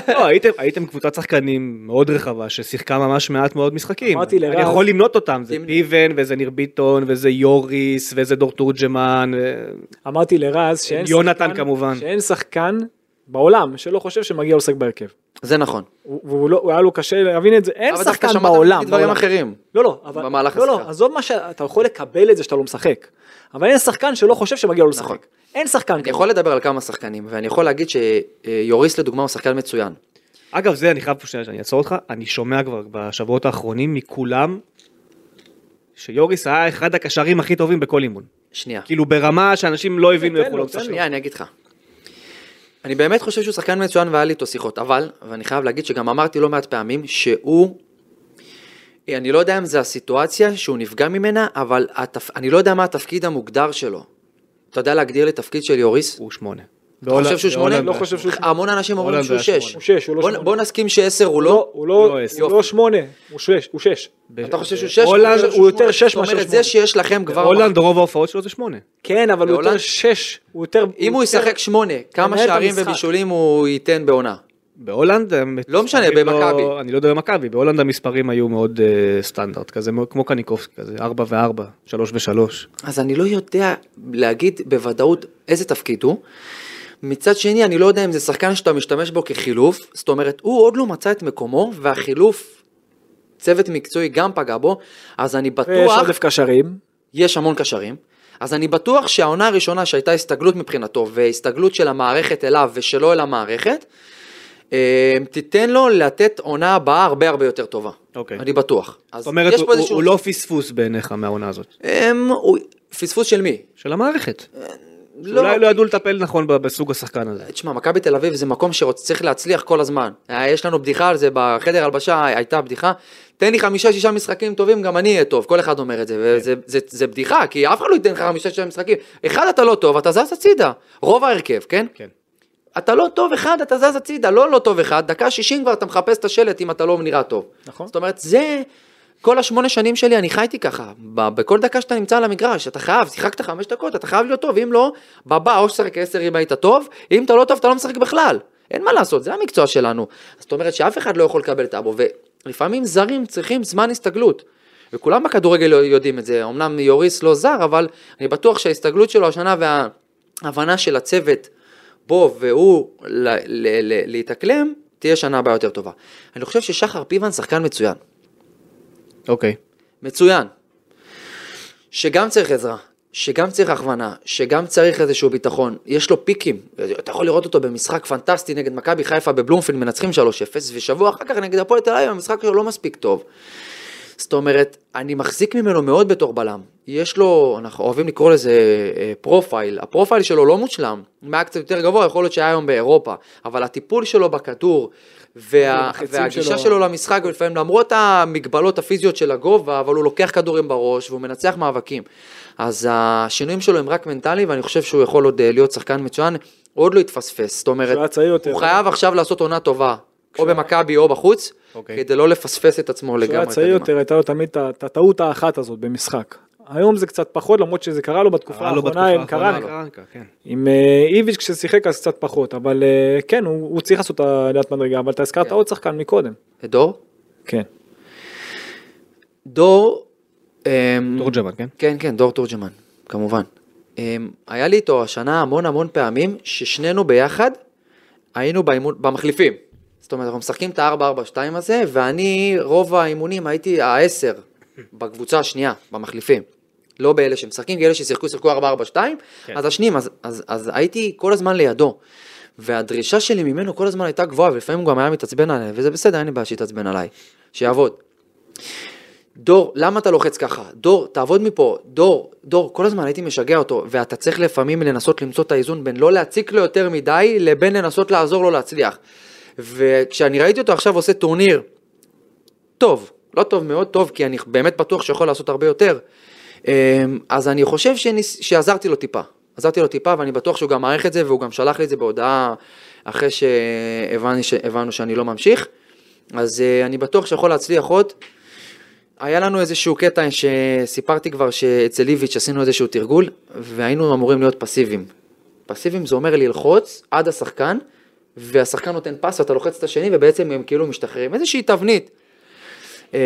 Speaker 2: לא, הייתם, הייתם קבוצת שחקנים מאוד רחבה ששיחקה ממש מעט מאוד משחקים.
Speaker 4: אמרתי
Speaker 2: אני
Speaker 4: לרז-
Speaker 2: יכול למנות אותם, זה
Speaker 3: תמנה.
Speaker 2: פיבן וזה ניר ביטון וזה יוריס וזה דור תורג'מן. אה, ו-
Speaker 4: אמרתי לרז שאין
Speaker 2: יונתן
Speaker 4: שחקן-
Speaker 2: כמובן.
Speaker 4: שאין שחקן בעולם שלא חושב שמגיע לו לשחק בהרכב.
Speaker 3: זה נכון.
Speaker 4: הוא- והוא לא, הוא היה לו קשה להבין את זה, אין
Speaker 3: אבל
Speaker 4: שחקן
Speaker 3: דווקא שמעת
Speaker 4: בעולם.
Speaker 3: ממני דברים
Speaker 4: בעולם.
Speaker 3: אחרים.
Speaker 4: לא, לא, אבל,
Speaker 3: במהלך
Speaker 4: לא, לא,
Speaker 3: השחקן.
Speaker 4: עזוב מה שאתה יכול לקבל את זה שאתה לא משחק, אבל אין שחקן שלא חושב שמגיע לו לשחק.
Speaker 3: נכון.
Speaker 4: אין שחקן
Speaker 3: אני
Speaker 4: כזה.
Speaker 3: יכול לדבר על כמה שחקנים, ואני יכול להגיד שיוריס לדוגמה הוא שחקן מצוין.
Speaker 2: אגב, זה אני חייב פה שנייה שאני אעצור אותך, אני שומע כבר בשבועות האחרונים מכולם, שיוריס היה אחד הקשרים הכי טובים בכל אימון.
Speaker 3: שנייה.
Speaker 2: כאילו ברמה שאנשים לא הבינו איך
Speaker 4: תן
Speaker 2: הוא
Speaker 4: לו,
Speaker 2: לא
Speaker 4: תן
Speaker 2: משחק.
Speaker 3: שנייה, אני אגיד לך. אני באמת חושב שהוא שחקן מצוין והיה לי איתו שיחות, אבל, ואני חייב להגיד שגם אמרתי לא מעט פעמים, שהוא אני לא יודע אם זה הסיטואציה שהוא נפגע ממנה, אבל התפ... אני לא יודע מה התפקיד המוגדר שלו. אתה יודע להגדיר לי תפקיד של יוריס?
Speaker 2: הוא שמונה.
Speaker 3: אתה חושב שהוא שמונה?
Speaker 4: לא חושב שהוא שמונה.
Speaker 3: המון אנשים אומרים
Speaker 2: הולנד
Speaker 3: שהוא
Speaker 2: היה
Speaker 3: שש.
Speaker 4: הוא שש, הוא לא
Speaker 3: בוא-
Speaker 4: שמונה.
Speaker 3: בוא נסכים שעשר הוא
Speaker 4: לא,
Speaker 3: לא.
Speaker 4: הוא לא,
Speaker 2: לא עשר.
Speaker 4: הוא לא שמונה, הוא שש, הוא שש.
Speaker 3: אתה חושב שהוא שש?
Speaker 4: הולנד
Speaker 3: חושב שהוא שמונה.
Speaker 4: הוא יותר שש
Speaker 3: זאת
Speaker 4: מאשר
Speaker 3: אומרת,
Speaker 4: שמונה.
Speaker 3: זה שיש לכם כבר...
Speaker 2: הולנד רוב ההופעות שלו זה שמונה.
Speaker 4: כן, אבל הוא יותר
Speaker 3: בהולנד?
Speaker 4: שש, הוא יותר...
Speaker 3: אם הוא
Speaker 4: יותר-
Speaker 3: ישחק שמונה, כמה
Speaker 4: מנהל את
Speaker 3: שערים
Speaker 4: המשחק.
Speaker 3: ובישולים הוא ייתן בעונה?
Speaker 2: בהולנד... הם-
Speaker 3: לא משנה,
Speaker 2: המספרים לא-
Speaker 3: במכבי.
Speaker 2: אני לא יודע במכבי, בהולנד המספרים היו מאוד אה, סטנדרט, כזה מאוד- כמו קניקובסקי, כזה 4 ו-4, 3 ו-3.
Speaker 3: אז אני לא יודע להגיד בוודאות איזה תפקיד הוא. מצד שני, אני לא יודע אם זה שחקן שאתה משתמש בו כחילוף, זאת אומרת, הוא עוד לא מצא את מקומו, והחילוף, צוות מקצועי גם פגע בו, אז אני
Speaker 4: ויש
Speaker 3: בטוח,
Speaker 4: עודף קשרים.
Speaker 3: יש המון קשרים, אז אני בטוח שהעונה הראשונה שהייתה הסתגלות מבחינתו, והסתגלות של המערכת אליו ושלו אל המערכת, אה, תיתן לו לתת עונה הבאה הרבה הרבה יותר טובה.
Speaker 2: אוקיי.
Speaker 3: אני בטוח. אז
Speaker 2: זאת אומרת,
Speaker 3: יש
Speaker 2: הוא-
Speaker 3: פה
Speaker 2: הוא-
Speaker 3: איזשהו-
Speaker 2: הוא לא פספוס בעיניך מהעונה הזאת.
Speaker 3: אמ, הוא- פספוס של מי?
Speaker 2: של המערכת. אולי לא ידעו לטפל נכון ב- בסוג השחקן הזה.
Speaker 3: תשמע, מכבי תל אביב זה מקום שצריך להצליח כל הזמן. אה, יש לנו בדיחה על זה, בחדר הלבשה הייתה בדיחה, תן לי חמישה-שישה משחקים טובים, גם אני אהיה טוב. כל אחד אומר את זה, וזה זה, זה בדיחה, כי אף אחד לא ייתן לך חמישה-שישה משחקים. אחד אתה לא טוב, אתה זז הצידה. רוב ההרכב, כן?
Speaker 2: כן.
Speaker 3: אתה לא טוב אחד, אתה זז הצידה, לא לא טוב אחד, דקה שישים כבר אתה מחפש את השלט אם אתה לא נראה טוב.
Speaker 4: נכון.
Speaker 3: זאת אומרת, זה... כל השמונה שנים שלי אני חייתי ככה, ב- בכל דקה שאתה נמצא על המגרש, אתה חייב, שיחקת חמש דקות, אתה חייב להיות טוב, אם לא, בבא, או ששחק עשר אם היית טוב, אם אתה לא טוב אתה לא משחק בכלל, אין מה לעשות, זה המקצוע שלנו. זאת אומרת שאף אחד לא יכול לקבל את אבו, ולפעמים זרים צריכים זמן הסתגלות. וכולם בכדורגל יודעים את זה, אמנם יוריס לא זר, אבל אני בטוח שההסתגלות שלו השנה וההבנה של הצוות בו והוא ל- ל- ל- להתאקלם, תהיה שנה הבאה יותר טובה. אני חושב ששחר פיבן שחקן מצוין.
Speaker 2: אוקיי.
Speaker 3: מצוין. שגם צריך עזרה, שגם צריך הכוונה, שגם צריך איזשהו ביטחון. יש לו פיקים, אתה יכול לראות אותו במשחק פנטסטי נגד מכבי חיפה בבלומפילד, מנצחים 3-0, ושבוע אחר כך נגד הפועל תל אביב המשחק שלו לא מספיק טוב. זאת אומרת, אני מחזיק ממנו מאוד בתור בלם. יש לו, אנחנו אוהבים לקרוא לזה אה, פרופייל, הפרופייל שלו לא מושלם, אם היה קצת יותר גבוה, יכול להיות שהיה היום באירופה, אבל הטיפול שלו בכדור, וה,
Speaker 4: והחיצים
Speaker 3: והגישה
Speaker 4: שלו.
Speaker 3: שלו למשחק, ולפעמים למרות המגבלות הפיזיות של הגובה, אבל הוא לוקח כדורים בראש והוא מנצח מאבקים. אז השינויים שלו הם רק מנטליים, ואני חושב שהוא יכול עוד אה, להיות שחקן מצוין, הוא עוד לא התפספס, זאת אומרת,
Speaker 4: כשהוא היה צעיר יותר.
Speaker 3: הוא חייב עכשיו לעשות עונה טובה, או במכבי או בחוץ,
Speaker 2: אוקיי.
Speaker 3: כדי לא לפספס את עצמו לגמרי.
Speaker 4: כשהוא היה צעיר
Speaker 3: קדימה.
Speaker 4: יותר הייתה לו תמיד את ה- את הטעות האחת הזאת במשחק. היום זה קצת פחות למרות שזה קרה לו בתקופה
Speaker 2: קרה לו לא בתקופה
Speaker 4: האחרונה עם
Speaker 2: האחרונה,
Speaker 4: קרנקה.
Speaker 2: קרנקה, כן.
Speaker 4: עם אה, איביץ' כששיחק אז קצת פחות אבל אה, כן הוא הוא צריך לעשות את העליית מדרגה אבל אתה הזכרת
Speaker 3: כן.
Speaker 4: עוד שחקן מקודם.
Speaker 3: את דור?
Speaker 4: כן.
Speaker 3: דור... אמ,
Speaker 2: תורג'מן, כן?
Speaker 3: כן, כן, דור תורג'מן, כמובן. אמ, היה לי איתו השנה המון המון פעמים ששנינו ביחד היינו באימון, במחליפים. זאת אומרת, אנחנו משחקים את ה-4-4-2 הזה, ואני, רוב האימונים הייתי ה-10 בקבוצה השנייה, במחליפים. לא באלה שמשחקים, כי אלה ששיחקו, שיחקו 4-4-2, כן. אז השניים, אז, אז, אז הייתי כל הזמן לידו. והדרישה שלי ממנו כל הזמן הייתה גבוהה, ולפעמים הוא גם היה מתעצבן עליי, וזה בסדר, אין לי בעיה שיתעצבן עליי. שיעבוד. דור, למה אתה לוחץ ככה? דור, תעבוד מפה. דור, דור, כל הזמן הייתי משגע אותו, ואתה צריך לפעמים לנסות למצוא את האיזון בין לא להציק לו יותר מדי, לבין לנסות לעזור לו להצליח. וכשאני ראיתי אותו עכשיו עושה טורניר, טוב, לא טוב מאוד טוב, כי אני באמת בטוח שיכול לעשות הרבה יותר. אמ, אז אני חושב שניס... שעזרתי לו טיפה. עזרתי לו טיפה, ואני בטוח שהוא גם מעריך את זה, והוא גם שלח לי את זה בהודעה אחרי שהבנו, שהבנו שאני לא ממשיך. אז אה, אני בטוח שיכול להצליח עוד. היה לנו איזשהו קטע שסיפרתי כבר שאצל איביץ' עשינו איזשהו תרגול והיינו אמורים להיות פסיביים. פסיביים זה אומר ללחוץ עד השחקן והשחקן נותן פס ואתה לוחץ את השני ובעצם הם כאילו משתחררים. איזושהי תבנית. אמ,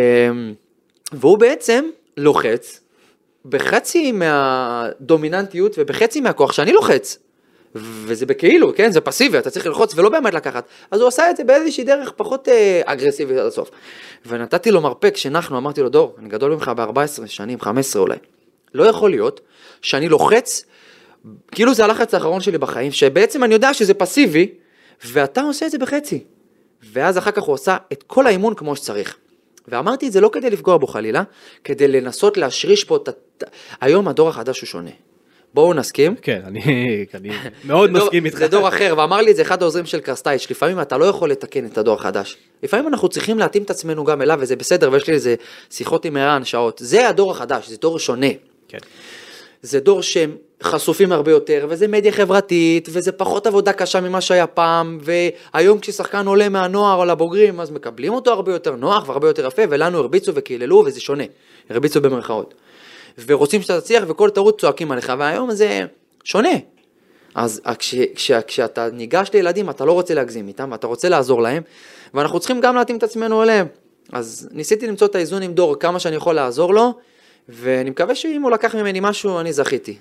Speaker 3: והוא בעצם לוחץ בחצי מהדומיננטיות ובחצי מהכוח שאני לוחץ. וזה בכאילו, כן? זה פסיבי, אתה צריך ללחוץ ולא באמת לקחת. אז הוא עשה את זה באיזושהי דרך פחות אה, אגרסיבית עד הסוף. ונתתי לו מרפק, שנחנו, אמרתי לו, דור, אני גדול ממך ב-14 שנים, 15 אולי. לא יכול להיות שאני לוחץ, כאילו זה הלחץ האחרון שלי בחיים, שבעצם אני יודע שזה פסיבי, ואתה עושה את זה בחצי. ואז אחר כך הוא עשה את כל האימון כמו שצריך. ואמרתי את זה לא כדי לפגוע בו חלילה, כדי לנסות להשריש פה את... ה- היום הדור החדש הוא שונה. בואו נסכים.
Speaker 2: כן, אני אני מאוד
Speaker 3: לא, זה דור-
Speaker 2: מסכים איתך.
Speaker 3: זה דור אחר, ואמר לי את זה אחד העוזרים של קרסטייץ', לפעמים אתה לא יכול לתקן את הדור החדש. לפעמים אנחנו צריכים להתאים את עצמנו גם אליו, וזה בסדר, ויש לי איזה שיחות עם ערן שעות. זה הדור החדש, זה דור שונה.
Speaker 2: כן.
Speaker 3: זה דור שהם חשופים הרבה יותר, וזה מדיה חברתית, וזה פחות עבודה קשה ממה שהיה פעם, והיום כששחקן עולה מהנוער או לבוגרים, אז מקבלים אותו הרבה יותר נוח והרבה יותר יפה, ולנו הרביצו וקיללו, וזה שונה. הרביצו במרכאות. ורוצים שאתה תצליח, וכל טעות צועקים עליך, והיום זה שונה. אז כש, כש, כשאתה ניגש לילדים, אתה לא רוצה להגזים איתם, אתה רוצה לעזור להם, ואנחנו צריכים גם להתאים את עצמנו אליהם. אז ניסיתי למצוא את האיזון עם דור כמה שאני יכול לעזור לו, ואני מקווה שאם הוא לקח ממני משהו, אני זכיתי.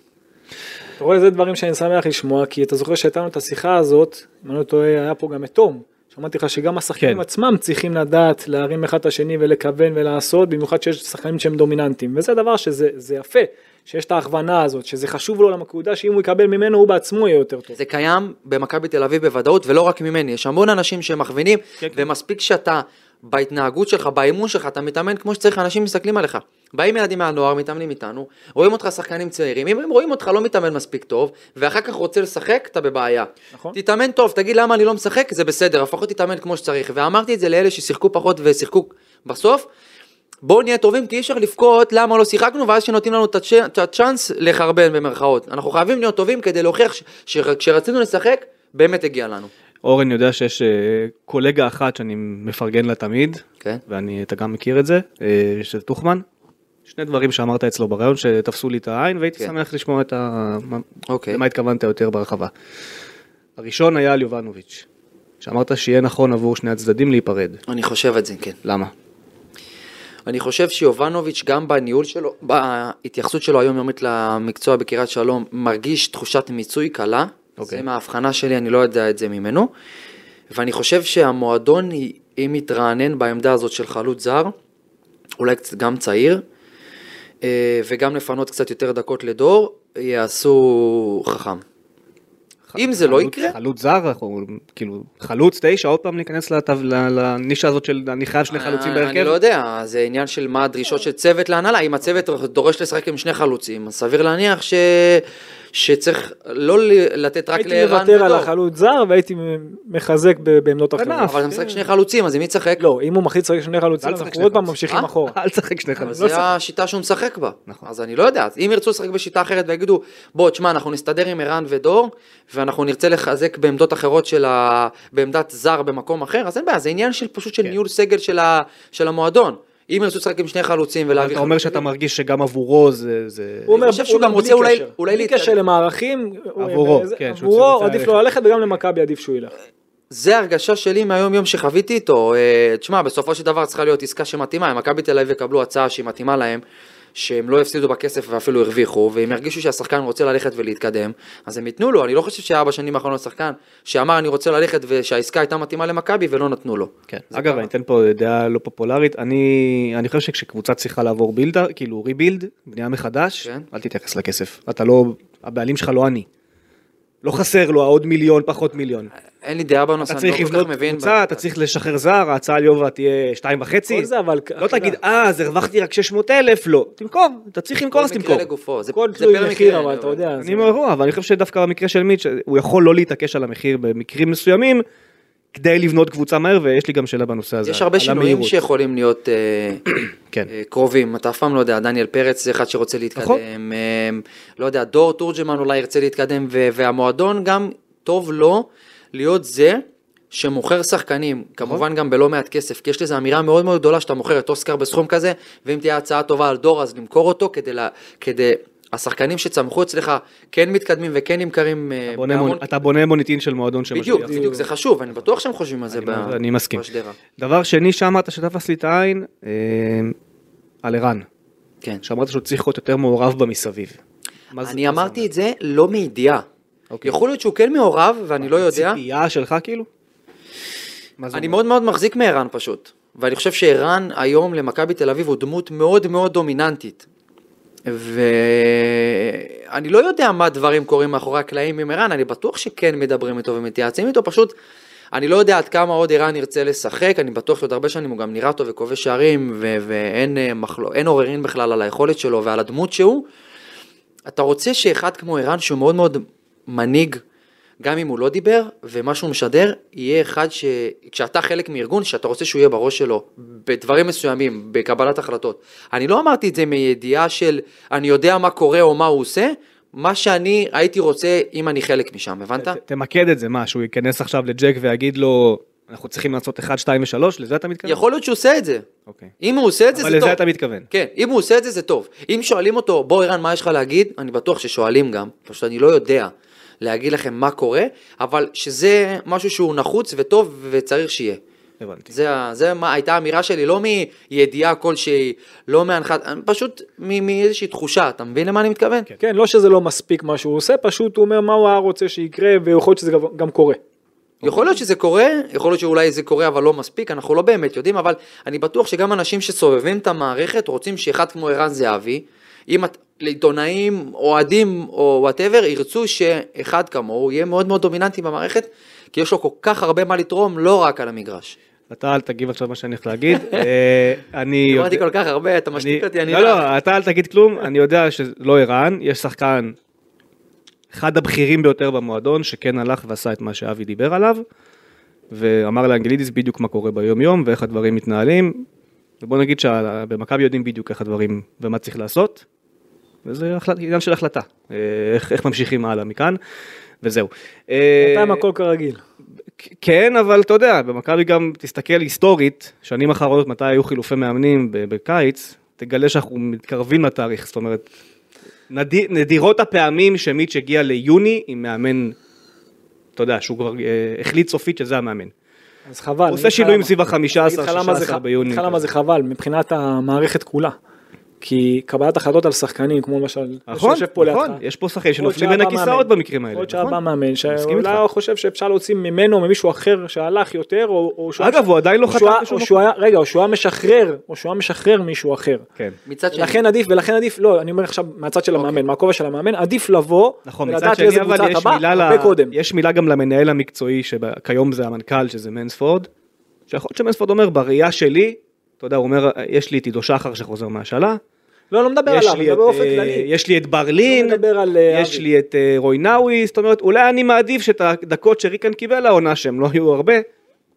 Speaker 4: אתה רואה, זה דברים שאני שמח לשמוע, כי אתה זוכר שהייתה לנו את השיחה הזאת, אם אני לא טועה, היה פה גם את תום. שמעתי לך שגם השחקנים
Speaker 2: כן.
Speaker 4: כן. עצמם צריכים לדעת להרים אחד את השני ולכוון ולעשות, במיוחד שיש שחקנים שהם דומיננטיים. וזה דבר שזה זה יפה, שיש את ההכוונה הזאת, שזה חשוב לו למקודה, שאם הוא יקבל ממנו, הוא בעצמו יהיה יותר טוב.
Speaker 3: זה קיים במכבי תל אביב בוודאות, ולא רק ממני, יש המון אנשים שמכווינים, כן, ומספיק שאתה בהתנהגות שלך, באימון שלך, אתה מתאמן כמו שצריך, אנשים מסתכלים עליך. באים ילדים מהנוער, מתאמנים איתנו, רואים אותך שחקנים צעירים, אם הם רואים אותך לא מתאמן מספיק טוב, ואחר כך רוצה לשחק, אתה בבעיה.
Speaker 4: נכון.
Speaker 3: תתאמן טוב, תגיד למה אני לא משחק, זה בסדר, לפחות תתאמן כמו שצריך. ואמרתי את זה לאלה ששיחקו פחות ושיחקו בסוף, בואו נהיה טובים, כי אי אפשר לבכות למה לא שיחקנו, ואז שנותנים לנו את הצ'אנ- את הצ'אנס לחרבן במרכאות. אנחנו חייבים להיות טובים כדי להוכיח ש- שכשרצינו לשחק, באמת הגיע לנו.
Speaker 2: אורן יודע שיש אה, קולגה אחת שאני מפרגן לה תמיד,
Speaker 3: כן.
Speaker 2: ואני, אתה גם מכיר את זה, אה, שזה טוחמן. שני דברים שאמרת אצלו בריאיון שתפסו לי את העין והייתי
Speaker 3: כן.
Speaker 2: שמח לשמוע את ה... מה-
Speaker 3: אוקיי.
Speaker 2: למה התכוונת יותר ברחבה. הראשון היה על יובנוביץ', שאמרת שיהיה נכון עבור שני הצדדים להיפרד.
Speaker 3: אני חושב את זה, כן.
Speaker 2: למה?
Speaker 3: אני חושב שיובנוביץ', גם בניהול שלו, בהתייחסות שלו היומיומית למקצוע בקריית שלום, מרגיש תחושת מיצוי קלה.
Speaker 2: אוקיי.
Speaker 3: זה מההבחנה שלי, אני לא יודע את זה ממנו. ואני חושב שהמועדון, אם יתרענן בעמדה הזאת של חלוץ זר, אולי קצת גם צעיר, אה, וגם לפנות קצת יותר דקות לדור, יעשו חכם. אם זה לא
Speaker 2: חלוץ-
Speaker 3: יקרה-
Speaker 2: חלוץ זר, אנחנו- כאילו, חלוץ תשע, עוד פעם להיכנס לתו- ל- לנישה הזאת של אני חייב שני חלוצים
Speaker 3: אני
Speaker 2: בהרכב?
Speaker 3: לא יודע, זה עניין של מה הדרישות של צוות להנהלה. אם הצוות דורש לשחק עם שני חלוצים, אז סביר להניח ש... שצריך לא ל- לתת רק
Speaker 4: הייתי
Speaker 3: לערן
Speaker 4: מוותר על
Speaker 3: ודור.
Speaker 4: החלוץ זר והייתי מחזק ב- בעמדות אחרות.
Speaker 2: כנף.
Speaker 3: אבל אתה משחק שני חלוצים, אז עם מי תשחק?
Speaker 4: לא, אם הוא מחליט לשחק שני חלוצים,
Speaker 2: אל תשחק
Speaker 4: אנחנו
Speaker 2: שני
Speaker 4: עוד פעם
Speaker 2: חלוצים.
Speaker 4: ממשיכים
Speaker 3: אה?
Speaker 4: אחורה.
Speaker 2: אל תשחק שני
Speaker 3: אבל
Speaker 2: חלוצים.
Speaker 4: לא
Speaker 3: זה השיטה שהוא משחק בה.
Speaker 4: נכון.
Speaker 3: אז אני לא יודע, אם ירצו לשחק בשיטה אחרת ויגידו, בוא, תשמע, אנחנו נסתדר עם ערן ודור, ואנחנו נרצה לחזק בעמדות אחרות של ה... בעמדת זר במקום אחר, אז אין בעיה, זה עניין של פשוט
Speaker 4: כן.
Speaker 3: של ניהול סגל של ה- של המועדון. אם ירצו לשחק עם שני חלוצים ולהביא
Speaker 2: אתה אומר
Speaker 3: חלוצים-
Speaker 2: שאתה מרגיש שגם עבורו זה... זה-
Speaker 4: הוא אומר,
Speaker 3: חושב שהוא
Speaker 4: הוא
Speaker 3: גם
Speaker 4: אומר,
Speaker 3: רוצה
Speaker 4: בלי
Speaker 3: אולי-
Speaker 4: קשר.
Speaker 3: אולי
Speaker 4: בלי
Speaker 3: להתקדם.
Speaker 4: קשר למערכים, הוא- אה,
Speaker 2: עבורו,
Speaker 4: זה-
Speaker 2: כן, שהוא
Speaker 4: עבורו
Speaker 2: רוצה
Speaker 4: עדיף
Speaker 2: ללכת.
Speaker 4: לו ללכת וגם למכבי עדיף שהוא
Speaker 3: אה,
Speaker 4: ילך.
Speaker 3: זה הרגשה שלי מהיום יום שחוויתי איתו. אה, תשמע, בסופו של דבר צריכה להיות עסקה שמתאימה. אם מכבי תל אביב יקבלו הצעה שהיא מתאימה להם, שהם לא יפסידו בכסף ואפילו הרוויחו, והם ירגישו שהשחקן רוצה ללכת ולהתקדם, אז הם ייתנו לו. אני לא חושב שהיה בשנים האחרונות שחקן שאמר אני רוצה ללכת ושהעסקה הייתה מתאימה למכבי ולא נתנו לו.
Speaker 2: כן.
Speaker 3: זה
Speaker 2: אגב,
Speaker 3: קרה.
Speaker 2: אני אתן פה דעה לא פופולרית, אני, אני חושב שכשקבוצה צריכה לעבור בילדה, כאילו ריבילד, בנייה מחדש,
Speaker 3: כן.
Speaker 2: אל תתייחס לכסף. אתה לא, הבעלים שלך לא אני. לא חסר לו העוד מיליון, פחות מיליון.
Speaker 3: אין לי דעה בנושא,
Speaker 2: אתה
Speaker 3: אני
Speaker 2: צריך
Speaker 3: לא כל
Speaker 2: לבנות
Speaker 3: כך מבין.
Speaker 2: קבוצה, אתה צריך לשחרר זר, ההצעה על יובה תהיה שתיים וחצי.
Speaker 4: כל זה אבל-
Speaker 2: לא
Speaker 4: אתה
Speaker 2: תגיד,
Speaker 4: יודע.
Speaker 2: אה, אז הרווחתי רק 600 אלף, לא. תמכור, אתה צריך למכור, אז
Speaker 3: מקרה
Speaker 2: תמכור.
Speaker 3: לגופו, זה-
Speaker 4: כל
Speaker 3: זה פר
Speaker 4: תלוי
Speaker 3: מקרה,
Speaker 4: מחיר, אבל
Speaker 3: אני
Speaker 4: אתה
Speaker 3: אומר.
Speaker 4: יודע.
Speaker 2: אני
Speaker 4: זה-
Speaker 2: מאירוע, אבל אני חושב שדווקא במקרה של מיץ', הוא יכול לא להתעקש על המחיר במקרים מסוימים, כדי לבנות קבוצה מהר, ויש לי גם שאלה בנושא הזה.
Speaker 3: יש הרבה
Speaker 2: על
Speaker 3: שינויים
Speaker 2: המהירות.
Speaker 3: שיכולים להיות אה,
Speaker 2: כן.
Speaker 3: אה, קרובים, אתה אף פעם לא יודע, דניאל פרץ זה אחד שרוצה
Speaker 2: נכון.
Speaker 3: להתקדם, אה, לא יודע, דור תורג'מן אולי ירצה להתקדם, ו- והמועדון גם טוב לו להיות זה שמוכר שחקנים,
Speaker 2: נכון.
Speaker 3: כמובן גם בלא מעט כסף, כי יש לזה אמירה מאוד מאוד גדולה שאתה מוכר את אוסקר בסכום כזה, ואם תהיה הצעה טובה על דור אז למכור אותו כדי... לה- כדי השחקנים שצמחו אצלך כן מתקדמים וכן נמכרים אה,
Speaker 2: בונה
Speaker 3: בהמון-
Speaker 2: מון- אתה בונה מוניטין של מועדון שמשפיע.
Speaker 3: בדיוק, בדיוק, זה חשוב, אני בטוח שהם חושבים על זה
Speaker 2: אני-
Speaker 3: ב-
Speaker 2: אני מסכים.
Speaker 3: בשדרה.
Speaker 2: דבר שני שאמרת שתפס לי את העין, אה, על ערן,
Speaker 3: כן.
Speaker 2: שאמרת שהוא צריך להיות יותר מעורב במסביב. מה זה-
Speaker 3: אני
Speaker 2: מה זה
Speaker 3: אמרתי את זה לא מידיעה.
Speaker 2: אוקיי.
Speaker 3: יכול להיות שהוא כן מעורב ואני לא
Speaker 2: אומר?
Speaker 3: יודע.
Speaker 2: ציפייה שלך כאילו? מה זה
Speaker 3: אני
Speaker 2: אומר?
Speaker 3: מאוד מאוד מחזיק מערן פשוט. ואני חושב שערן היום למכבי תל אביב הוא דמות מאוד מאוד דומיננטית. ואני לא יודע מה דברים קורים מאחורי הקלעים עם ערן, אני בטוח שכן מדברים איתו ומתייעצים איתו, פשוט אני לא יודע עד כמה עוד ערן ירצה לשחק, אני בטוח שעוד הרבה שנים הוא גם נראה טוב וכובש שערים, ו- ואין אה, מחלו- אין עוררין בכלל על היכולת שלו ועל הדמות שהוא, אתה רוצה שאחד כמו ערן, שהוא מאוד מאוד מנהיג, גם אם הוא לא דיבר, ומה שהוא משדר, יהיה אחד ש... כשאתה חלק מארגון, שאתה רוצה שהוא יהיה בראש שלו, בדברים מסוימים, בקבלת החלטות. אני לא אמרתי את זה מידיעה של אני יודע מה קורה או מה הוא עושה, מה שאני הייתי רוצה אם אני חלק משם, הבנת?
Speaker 2: ת- תמקד את זה, מה, שהוא ייכנס עכשיו לג'ק ויגיד לו, אנחנו צריכים לעשות 1, 2 ו-3, לזה אתה מתכוון?
Speaker 3: יכול להיות שהוא עושה את זה.
Speaker 2: כן. אוקיי.
Speaker 3: אם הוא עושה את זה, זה
Speaker 2: אבל
Speaker 3: טוב.
Speaker 2: לזה אתה מתכוון.
Speaker 3: כן, אם הוא עושה את זה, זה טוב. אם שואלים אותו, בוא ערן, מה יש לך להגיד? אני בטוח ששואלים גם, פשוט אני לא יודע להגיד לכם מה קורה, אבל שזה משהו שהוא נחוץ וטוב וצריך שיהיה.
Speaker 2: הבנתי.
Speaker 3: זה, ה- זה מה, הייתה האמירה שלי, לא מידיעה כלשהי, לא מהנחת, פשוט מ- מאיזושהי תחושה, אתה מבין למה אני מתכוון? כן.
Speaker 4: כן, לא שזה לא מספיק מה שהוא עושה, פשוט הוא אומר מה הוא היה רוצה שיקרה, ויכול להיות שזה גם- גם
Speaker 3: אה,
Speaker 4: קורה.
Speaker 2: אוקיי.
Speaker 3: יכול להיות שזה קורה, יכול להיות שאולי זה קורה אבל לא מספיק, אנחנו לא באמת יודעים, אבל אני בטוח שגם אנשים שסובבים את המערכת רוצים שאחד כמו ערן זהבי, אם את- לעיתונאים, אוהדים או וואטאבר, ירצו שאחד כמוהו יהיה מאוד מאוד דומיננטי במערכת, כי יש לו כל כך הרבה מה לתרום, לא רק על המגרש.
Speaker 2: אתה אל תגיב עכשיו מה שאני הולך להגיד. אה, אני יודע-
Speaker 3: אמרתי כל כך הרבה, אתה משתיק
Speaker 2: אני-
Speaker 3: אותי, אני
Speaker 2: לא, לא, אתה אל תגיד כלום, אני יודע שלא ערן, יש שחקן, אחד הבכירים ביותר במועדון, שכן הלך ועשה את מה שאבי דיבר עליו, ואמר לאנגלידיס בדיוק מה קורה ביום יום ואיך הדברים מתנהלים, ובוא נגיד שבמכבי יודעים בדיוק איך הדברים ומה צריך לעשות, וזה החלט- עניין של החלטה, אה, איך, איך ממשיכים הלאה מכאן, וזהו. אה,
Speaker 4: בינתיים הכל כרגיל.
Speaker 2: כן, אבל אתה יודע, במכבי גם, תסתכל היסטורית, שנים אחרונות מתי היו חילופי מאמנים ב- בקיץ, תגלה שאנחנו מתקרבים לתאריך, זאת אומרת, נדיר, נדירות הפעמים שמיץ' הגיע ליוני עם מאמן, אתה יודע, שהוא כבר אה, החליט סופית שזה המאמן.
Speaker 4: אז חבל. אני
Speaker 2: עושה
Speaker 4: אגיד לך
Speaker 2: שינויים
Speaker 4: למה.
Speaker 2: סביב ה-15,
Speaker 4: אני אגיד לך למה זה
Speaker 2: 16
Speaker 4: ח-
Speaker 2: ביוני
Speaker 4: אני אגיד לך למה
Speaker 2: כזה.
Speaker 4: זה חבל, מבחינת המערכת כולה. כי קבלת החלטות על שחקנים, כמו למשל,
Speaker 2: נכון,
Speaker 4: שיושב פה
Speaker 2: נכון,
Speaker 4: לידך.
Speaker 2: יש פה שחקנים
Speaker 4: יכול להיות
Speaker 2: שנופלים
Speaker 4: שהיה
Speaker 2: בין
Speaker 4: בא
Speaker 2: הכיסאות
Speaker 4: מאמן.
Speaker 2: במקרים האלה,
Speaker 4: יכול להיות שהיה בא
Speaker 2: נכון?
Speaker 4: מאמן,
Speaker 2: מסכים
Speaker 4: שאולי
Speaker 2: איתך.
Speaker 4: הוא חושב שאפשר להוציא ממנו או ממישהו אחר שהלך יותר, או או שהוא...
Speaker 2: אגב, הוא עדיין לא
Speaker 4: או
Speaker 2: חתם
Speaker 4: שהוא היה-
Speaker 2: בשום
Speaker 4: או
Speaker 2: מקום.
Speaker 4: שהוא היה- רגע, או שהוא היה משחרר, או שהוא היה משחרר מישהו אחר.
Speaker 2: כן. אוקיי.
Speaker 3: מצד שני,
Speaker 4: לכן עדיף, ולכן עדיף, לא, אני אומר עכשיו מהצד של המאמן, מהכובע של המאמן, עדיף לבוא,
Speaker 2: נכון, מצד
Speaker 4: ולדעת לאיזה
Speaker 2: שני אבל
Speaker 4: קבוצה
Speaker 2: יש
Speaker 4: אתה בא,
Speaker 2: מילה,
Speaker 4: הרבה קודם.
Speaker 2: יש מילה גם למנהל המקצועי, שכיום זה המנכ"ל, שזה מנספורד, שיכול להיות שמנספורד אומר, בראייה שלי, אתה יודע, הוא אומר, יש לי את עידו שחר שחוזר מהשאלה,
Speaker 4: לא, לא מדבר
Speaker 2: יש
Speaker 4: עליו, אני
Speaker 2: לי, את,
Speaker 4: מדבר באופן
Speaker 2: אה,
Speaker 4: כללי.
Speaker 2: יש לי את ברלין,
Speaker 4: לא מדבר על, אה,
Speaker 2: יש
Speaker 4: אבי.
Speaker 2: לי את אה, רוינאווי, זאת אומרת, אולי אני מעדיף שאת הדקות שריקן קיבל העונה, שהם לא היו הרבה,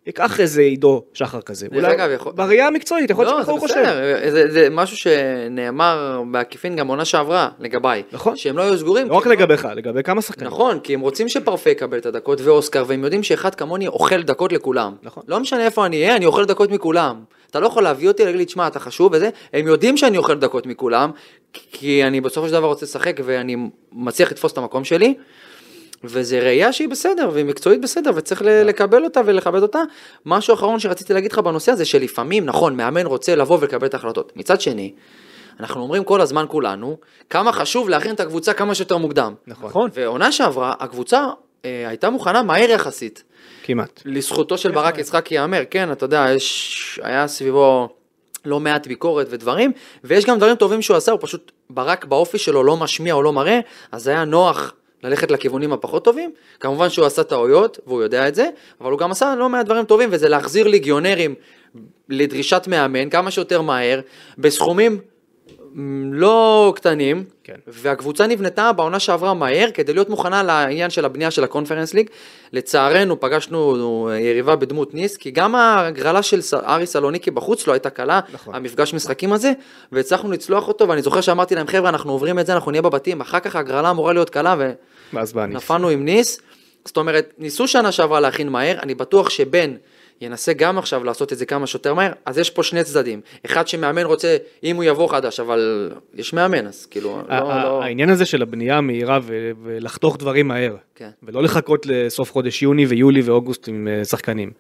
Speaker 2: ייקח איזה עידו שחר כזה.
Speaker 3: דרך
Speaker 2: אולי,
Speaker 3: אגב, יכול-
Speaker 2: בראייה המקצועית, יכול להיות שככה הוא
Speaker 3: לא,
Speaker 2: חושב.
Speaker 3: זה בסדר, זה- זה משהו שנאמר בעקיפין גם עונה שעברה לגביי.
Speaker 2: נכון.
Speaker 3: שהם לא היו סגורים.
Speaker 2: לא רק
Speaker 3: כי הם לא-
Speaker 2: לגביך, לגבי כמה שחקנים.
Speaker 3: נכון, כי הם רוצים שפרפה יקבל את הדקות ואוסקר, והם יודעים שאחד כמוני אוכל דקות לכולם.
Speaker 2: נכון.
Speaker 3: לא משנה איפה אני אהיה, אני אוכל דקות מכולם. אתה לא יכול להביא אותי, להגיד לי, תשמע, אתה חשוב וזה, הם יודעים שאני אוכל דקות מכולם, כי אני בסופו של דבר רוצה לשחק ואני מצליח לתפוס את המקום שלי. וזה ראייה שהיא בסדר, והיא מקצועית בסדר, וצריך
Speaker 2: נכון.
Speaker 3: ל- לקבל אותה ולכבד אותה. משהו אחרון שרציתי להגיד לך בנושא הזה, שלפעמים, נכון, מאמן רוצה לבוא ולקבל את ההחלטות. מצד שני, אנחנו אומרים כל הזמן כולנו, כמה חשוב להכין את הקבוצה כמה שיותר מוקדם.
Speaker 4: נכון.
Speaker 3: ועונה שעברה, הקבוצה אה, הייתה מוכנה מהר יחסית.
Speaker 2: כמעט.
Speaker 3: לזכותו של ברק יצחק ייאמר, כן, אתה יודע, יש, היה סביבו לא מעט ביקורת ודברים, ויש גם דברים טובים שהוא עשה, הוא פשוט, ברק באופי שלו לא משמיע או לא מראה, אז היה נוח. ללכת לכיוונים הפחות טובים, כמובן שהוא עשה טעויות והוא יודע את זה, אבל הוא גם עשה לא מעט דברים טובים וזה להחזיר ליגיונרים לדרישת מאמן כמה שיותר מהר, בסכומים מ, לא קטנים,
Speaker 2: כן.
Speaker 3: והקבוצה נבנתה בעונה שעברה מהר כדי להיות מוכנה לעניין של הבנייה של הקונפרנס ליג. לצערנו פגשנו אה, יריבה בדמות ניס, כי גם ההגרלה של ס- ארי סלוניקי בחוץ לא הייתה קלה,
Speaker 2: נכון.
Speaker 3: המפגש משחקים הזה, והצלחנו לצלוח אותו, ואני זוכר שאמרתי להם, חבר'ה, אנחנו עוברים את זה, אנחנו נהיה בבתים, אחר כך ההגרלה אמורה להיות קלה,
Speaker 2: ואז בא אני.
Speaker 3: ונפלנו עם ניס. זאת אומרת, ניסו שנה שעברה להכין מהר, אני בטוח שבן ינסה גם עכשיו לעשות את זה כמה שיותר מהר, אז יש פה שני צדדים. אחד שמאמן רוצה, אם הוא יבוא חדש, אבל יש מאמן, אז כאילו,
Speaker 2: ה-
Speaker 3: לא,
Speaker 2: ה-
Speaker 3: לא...
Speaker 2: אה, העניין הזה של הבנייה המהירה ו- ולחתוך דברים מהר,
Speaker 3: כן.
Speaker 2: ולא לחכות לסוף חודש יוני ויולי ואוגוסט עם אה, שחקנים.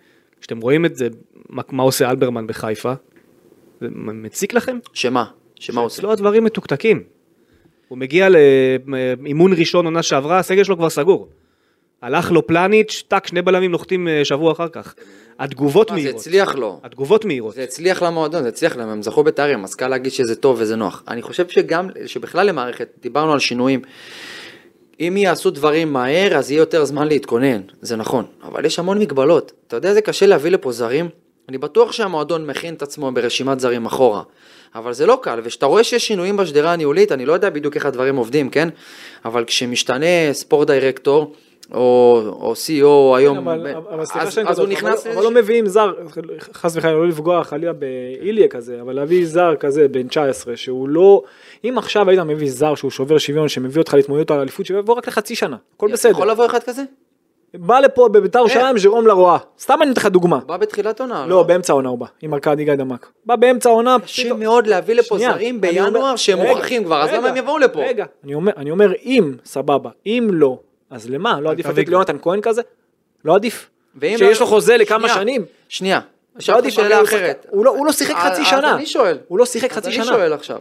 Speaker 2: כשאתם רואים את זה, מה, מה עושה אלברמן בחיפה, זה מ- מציק לכם?
Speaker 3: שמה? שמה עושים?
Speaker 2: אצלו לא, הדברים מתוקתקים. הוא מגיע לאימון ראשון עונה שעברה, הסגל שלו כבר סגור. הלך לו פלניץ', טאק, שני בלמים נוחתים אה, שבוע אחר כך. התגובות
Speaker 3: מה, זה
Speaker 2: מהירות.
Speaker 3: הצליח לו.
Speaker 2: התגובות מהירות.
Speaker 3: זה הצליח למועדון, זה הצליח להם, הם זכו בתארים, אז קל להגיד שזה טוב וזה נוח. אני חושב שגם, שבכלל למערכת, דיברנו על שינויים. אם יעשו דברים מהר, אז יהיה יותר זמן להתכונן, זה נכון. אבל יש המון מגבלות. אתה יודע, זה קשה להביא לפה זרים אני בטוח שהמועדון מכין את עצמו ברשימת זרים אחורה, אבל זה לא קל, וכשאתה רואה שיש שינויים בשדרה הניהולית, אני לא יודע בדיוק איך הדברים עובדים, כן? אבל כשמשתנה ספורט דירקטור, או, או CEO היום,
Speaker 4: כן, אבל אבל סליחה
Speaker 3: אז,
Speaker 4: שאני
Speaker 3: אז הוא
Speaker 4: קוטע אותך,
Speaker 3: נכנס
Speaker 4: אבל- אבל לא מביאים זר, חס וחלילה, לא לפגוע חלילה באיליה כזה, אבל להביא זר כזה בן 19, שהוא לא, אם עכשיו היית מביא זר שהוא שובר שוויון, שמביא אותך להתמודדות על האליפות, שיבוא רק לחצי שנה, הכל בסדר.
Speaker 3: יכול לבוא כן. אחד כזה?
Speaker 4: בא לפה בביתר ירושלים ז'רום לרואה, סתם אני נותן לך דוגמה.
Speaker 3: בא בתחילת עונה.
Speaker 4: לא, באמצע העונה הוא בא, עם ארכדי גיא דמק. בא באמצע העונה,
Speaker 3: קשה
Speaker 4: פתאום-
Speaker 3: מאוד להביא לפה
Speaker 4: שנייה,
Speaker 3: זרים
Speaker 4: אני אומר-
Speaker 3: בינואר שהם
Speaker 4: רגע,
Speaker 3: מוכרחים כבר, אז
Speaker 4: רגע,
Speaker 3: למה הם יבואו לפה?
Speaker 4: רגע, אני אומר- אני אומר אם, סבבה, אם לא, אז למה? לא עדיף לתת
Speaker 2: תביא.
Speaker 4: ליונתן כהן כזה? לא עדיף?
Speaker 3: ואם
Speaker 4: שיש
Speaker 3: לא-
Speaker 4: לו חוזה לכמה
Speaker 3: שנייה,
Speaker 4: שנים?
Speaker 3: שנייה,
Speaker 4: לא
Speaker 3: עכשיו
Speaker 4: עדיף, אבל
Speaker 3: שאלה
Speaker 4: הוא
Speaker 3: אחרת.
Speaker 4: שחק- הוא לא- הוא לא שיחק
Speaker 3: אז-
Speaker 4: חצי
Speaker 3: אז
Speaker 4: שנה.
Speaker 3: אני שואל.
Speaker 4: הוא לא שיחק חצי
Speaker 3: אז
Speaker 4: שנה.
Speaker 3: אני שואל עכשיו.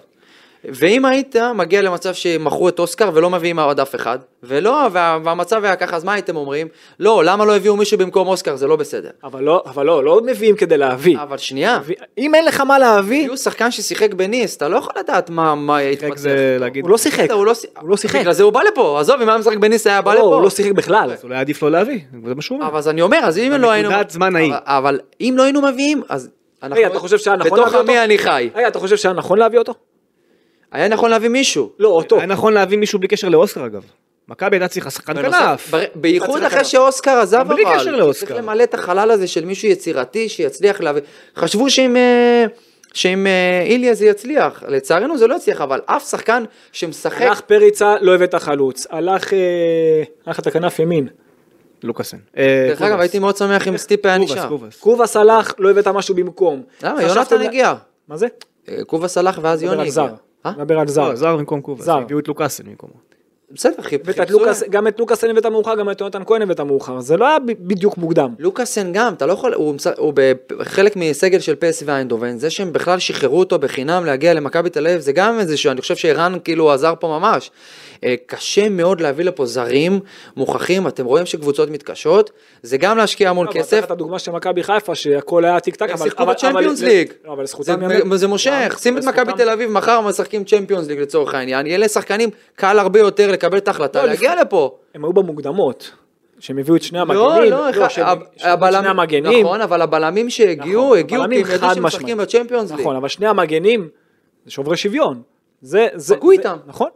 Speaker 3: ואם היית מגיע למצב שמכרו את אוסקר ולא מביאים עוד אף אחד, ולא, וה, והמצב היה ככה, אז מה הייתם אומרים? לא, למה לא הביאו מישהו במקום אוסקר? זה לא בסדר.
Speaker 4: אבל לא, אבל לא, לא מביאים כדי להביא.
Speaker 3: אבל שנייה,
Speaker 4: ו- אם אין לך מה להביא,
Speaker 3: הביאו שחקן ששיחק בניס, אתה לא יכול לדעת מה, מה
Speaker 2: רק
Speaker 3: יתפתח.
Speaker 2: זה להגיד,
Speaker 4: הוא לא שיחק.
Speaker 3: הוא לא,
Speaker 4: הוא לא שיחק.
Speaker 3: בגלל זה הוא בא לפה, עזוב, אם היה משחק בניס היה בא
Speaker 4: לא,
Speaker 3: לפה.
Speaker 4: הוא לא שיחק בכלל.
Speaker 2: אז אולי עדיף לא להביא, זה מה שהוא אומר.
Speaker 3: אבל אז אני אומר, אז אם לא היינו...
Speaker 2: בנקודת זמן ההיא.
Speaker 3: אבל- אבל אם לא היינו מביאים, אז... אנחנו-
Speaker 4: רגע, אתה חושב שהיה נכון
Speaker 3: לא בתוך
Speaker 4: להביא אותו?
Speaker 3: עמי אני חי.
Speaker 4: רגע, אתה חושב שהיה נכון להביא אותו?
Speaker 3: היה נכון להביא מישהו.
Speaker 4: לא, אותו.
Speaker 2: היה נכון להביא מישהו בלי קשר לאוסקר אגב. מכבי הייתה צריכה שחקן כנף.
Speaker 3: בנוסף, בר- בייחוד
Speaker 4: צריך
Speaker 3: אחרי
Speaker 4: כנף.
Speaker 3: שאוסקר עזב אבל.
Speaker 2: בלי קשר לאוסקר.
Speaker 3: צריך למלא את החלל הזה של מישהו יצירתי שיצליח להביא. חשבו שעם... אה, שעם אה, איליה זה יצליח, לצערנו זה לא יצליח, אבל אף שחקן שמשחק,
Speaker 4: הלך פריצה, לא הבאת חלוץ. הלך, אה, הלך את הכנף ימין.
Speaker 2: לוקאסן.
Speaker 3: דרך אגב הייתי מאוד שמח אם סטיפה היה נשאר.
Speaker 4: קובאס הלך, לא הבאת משהו במקום.
Speaker 3: למה?
Speaker 4: חשבת
Speaker 3: יונתן
Speaker 4: אולי-
Speaker 3: הגיע.
Speaker 4: מה זה?
Speaker 3: אה, קובה סלח ואז
Speaker 4: מדבר
Speaker 3: יוני
Speaker 4: על
Speaker 3: הגיע.
Speaker 4: זר.
Speaker 3: אה?
Speaker 4: מדבר על זר.
Speaker 2: זר, זר במקום קובאס.
Speaker 4: זר. כן,
Speaker 2: הביאו את לוקאסן במקומו.
Speaker 3: בסדר, חיפ-
Speaker 4: הבאת את
Speaker 3: חיפשו
Speaker 4: לוקאס,
Speaker 3: להם.
Speaker 4: גם את לוקאסן הבאת מאוחר, גם את יונתן כהן הבאת מאוחר. זה לא היה ב- בדיוק מוקדם.
Speaker 3: לוקאסן גם, אתה לא יכול, הוא, מש- הוא בחלק מסגל של פס ואיינדובן, זה שהם בכלל שחררו אותו בחינם להגיע למכבי תל אביב, זה גם איזה שהוא, אני חושב שערן כאילו עזר פה ממש. אה, קשה מאוד להביא לפה זרים מוכחים, אתם רואים שקבוצות מתקשות, זה גם להשקיע המון
Speaker 4: לא, אבל
Speaker 3: כסף,
Speaker 4: תחת הדוגמה של מכבי חיפה, שהכל היה טיק טק,
Speaker 3: הם שיחקו בצ'מפיונס ליג.
Speaker 4: לא, אבל אה,
Speaker 3: זה-
Speaker 4: לזכותם ייאמר-
Speaker 3: זה מושך, שים את מכבי
Speaker 4: לזכותם-
Speaker 3: תל אביב, מחר משחקים צ'מפיונס ליג לצורך העניין, אלה שחקנים, קל הרבה יותר לקבל את ההחלטה,
Speaker 4: לא,
Speaker 3: להגיע לפה.
Speaker 4: הם היו במוקדמות, שהם הביאו את שני המגנים. כאילו,
Speaker 3: לא, לא, אחד-
Speaker 4: שהם-
Speaker 3: הב-
Speaker 4: שהם הביאו את שני
Speaker 3: הבלמים-
Speaker 4: המגנים.
Speaker 3: נכון, אבל הבלמים שהגיעו,
Speaker 4: נכון,
Speaker 3: הגיעו כי
Speaker 4: הבלמים
Speaker 3: הם ידעו שהם
Speaker 4: חד-משמעית.
Speaker 3: משחקים בצ'מפיונס ליג.
Speaker 4: נכון, אבל שני המגנים זה שוברי שוויון. זה, זה,
Speaker 3: פגעו
Speaker 4: זה-
Speaker 3: איתם.
Speaker 4: נכון.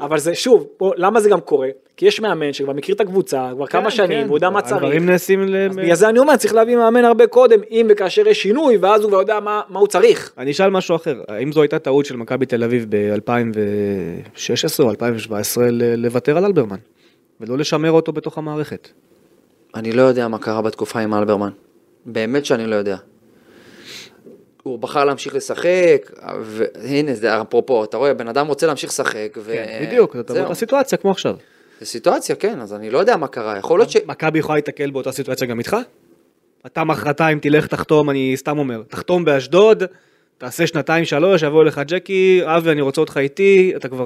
Speaker 4: אבל זה שוב, פה, למה זה גם קורה? כי יש מאמן שכבר מכיר את הקבוצה, כבר
Speaker 3: כן,
Speaker 4: כמה שנים, והוא יודע מה צריך.
Speaker 2: אה, לא, הדברים נעשים ל...
Speaker 4: אז בגלל זה אני אומר, צריך להביא מאמן הרבה קודם, אם וכאשר יש שינוי, ואז הוא כבר יודע מה, מה הוא צריך.
Speaker 2: אני אשאל משהו אחר, האם זו הייתה טעות של מכבי תל אביב ב-2016 או 2017 ל- לוותר על אלברמן? ולא לשמר אותו בתוך המערכת.
Speaker 3: אני לא יודע מה קרה בתקופה עם אלברמן. באמת שאני לא יודע. הוא בחר להמשיך לשחק, והנה, זה אפרופו, אתה רואה, בן אדם רוצה להמשיך לשחק, ו...
Speaker 4: כן,
Speaker 2: בדיוק, זאת
Speaker 3: אה, זהו.
Speaker 2: אומרת, הסיטואציה כמו עכשיו.
Speaker 3: זו סיטואציה, כן, אז אני לא יודע מה קרה, יכול להיות ש...
Speaker 4: כן,
Speaker 2: מכבי יכולה להתקל באותה סיטואציה גם איתך? אתה מחרתיים תלך תחתום, אני סתם אומר, תחתום באשדוד, תעשה שנתיים שלוש, יבוא אליך ג'קי, אבי אני רוצה אותך איתי, אתה כבר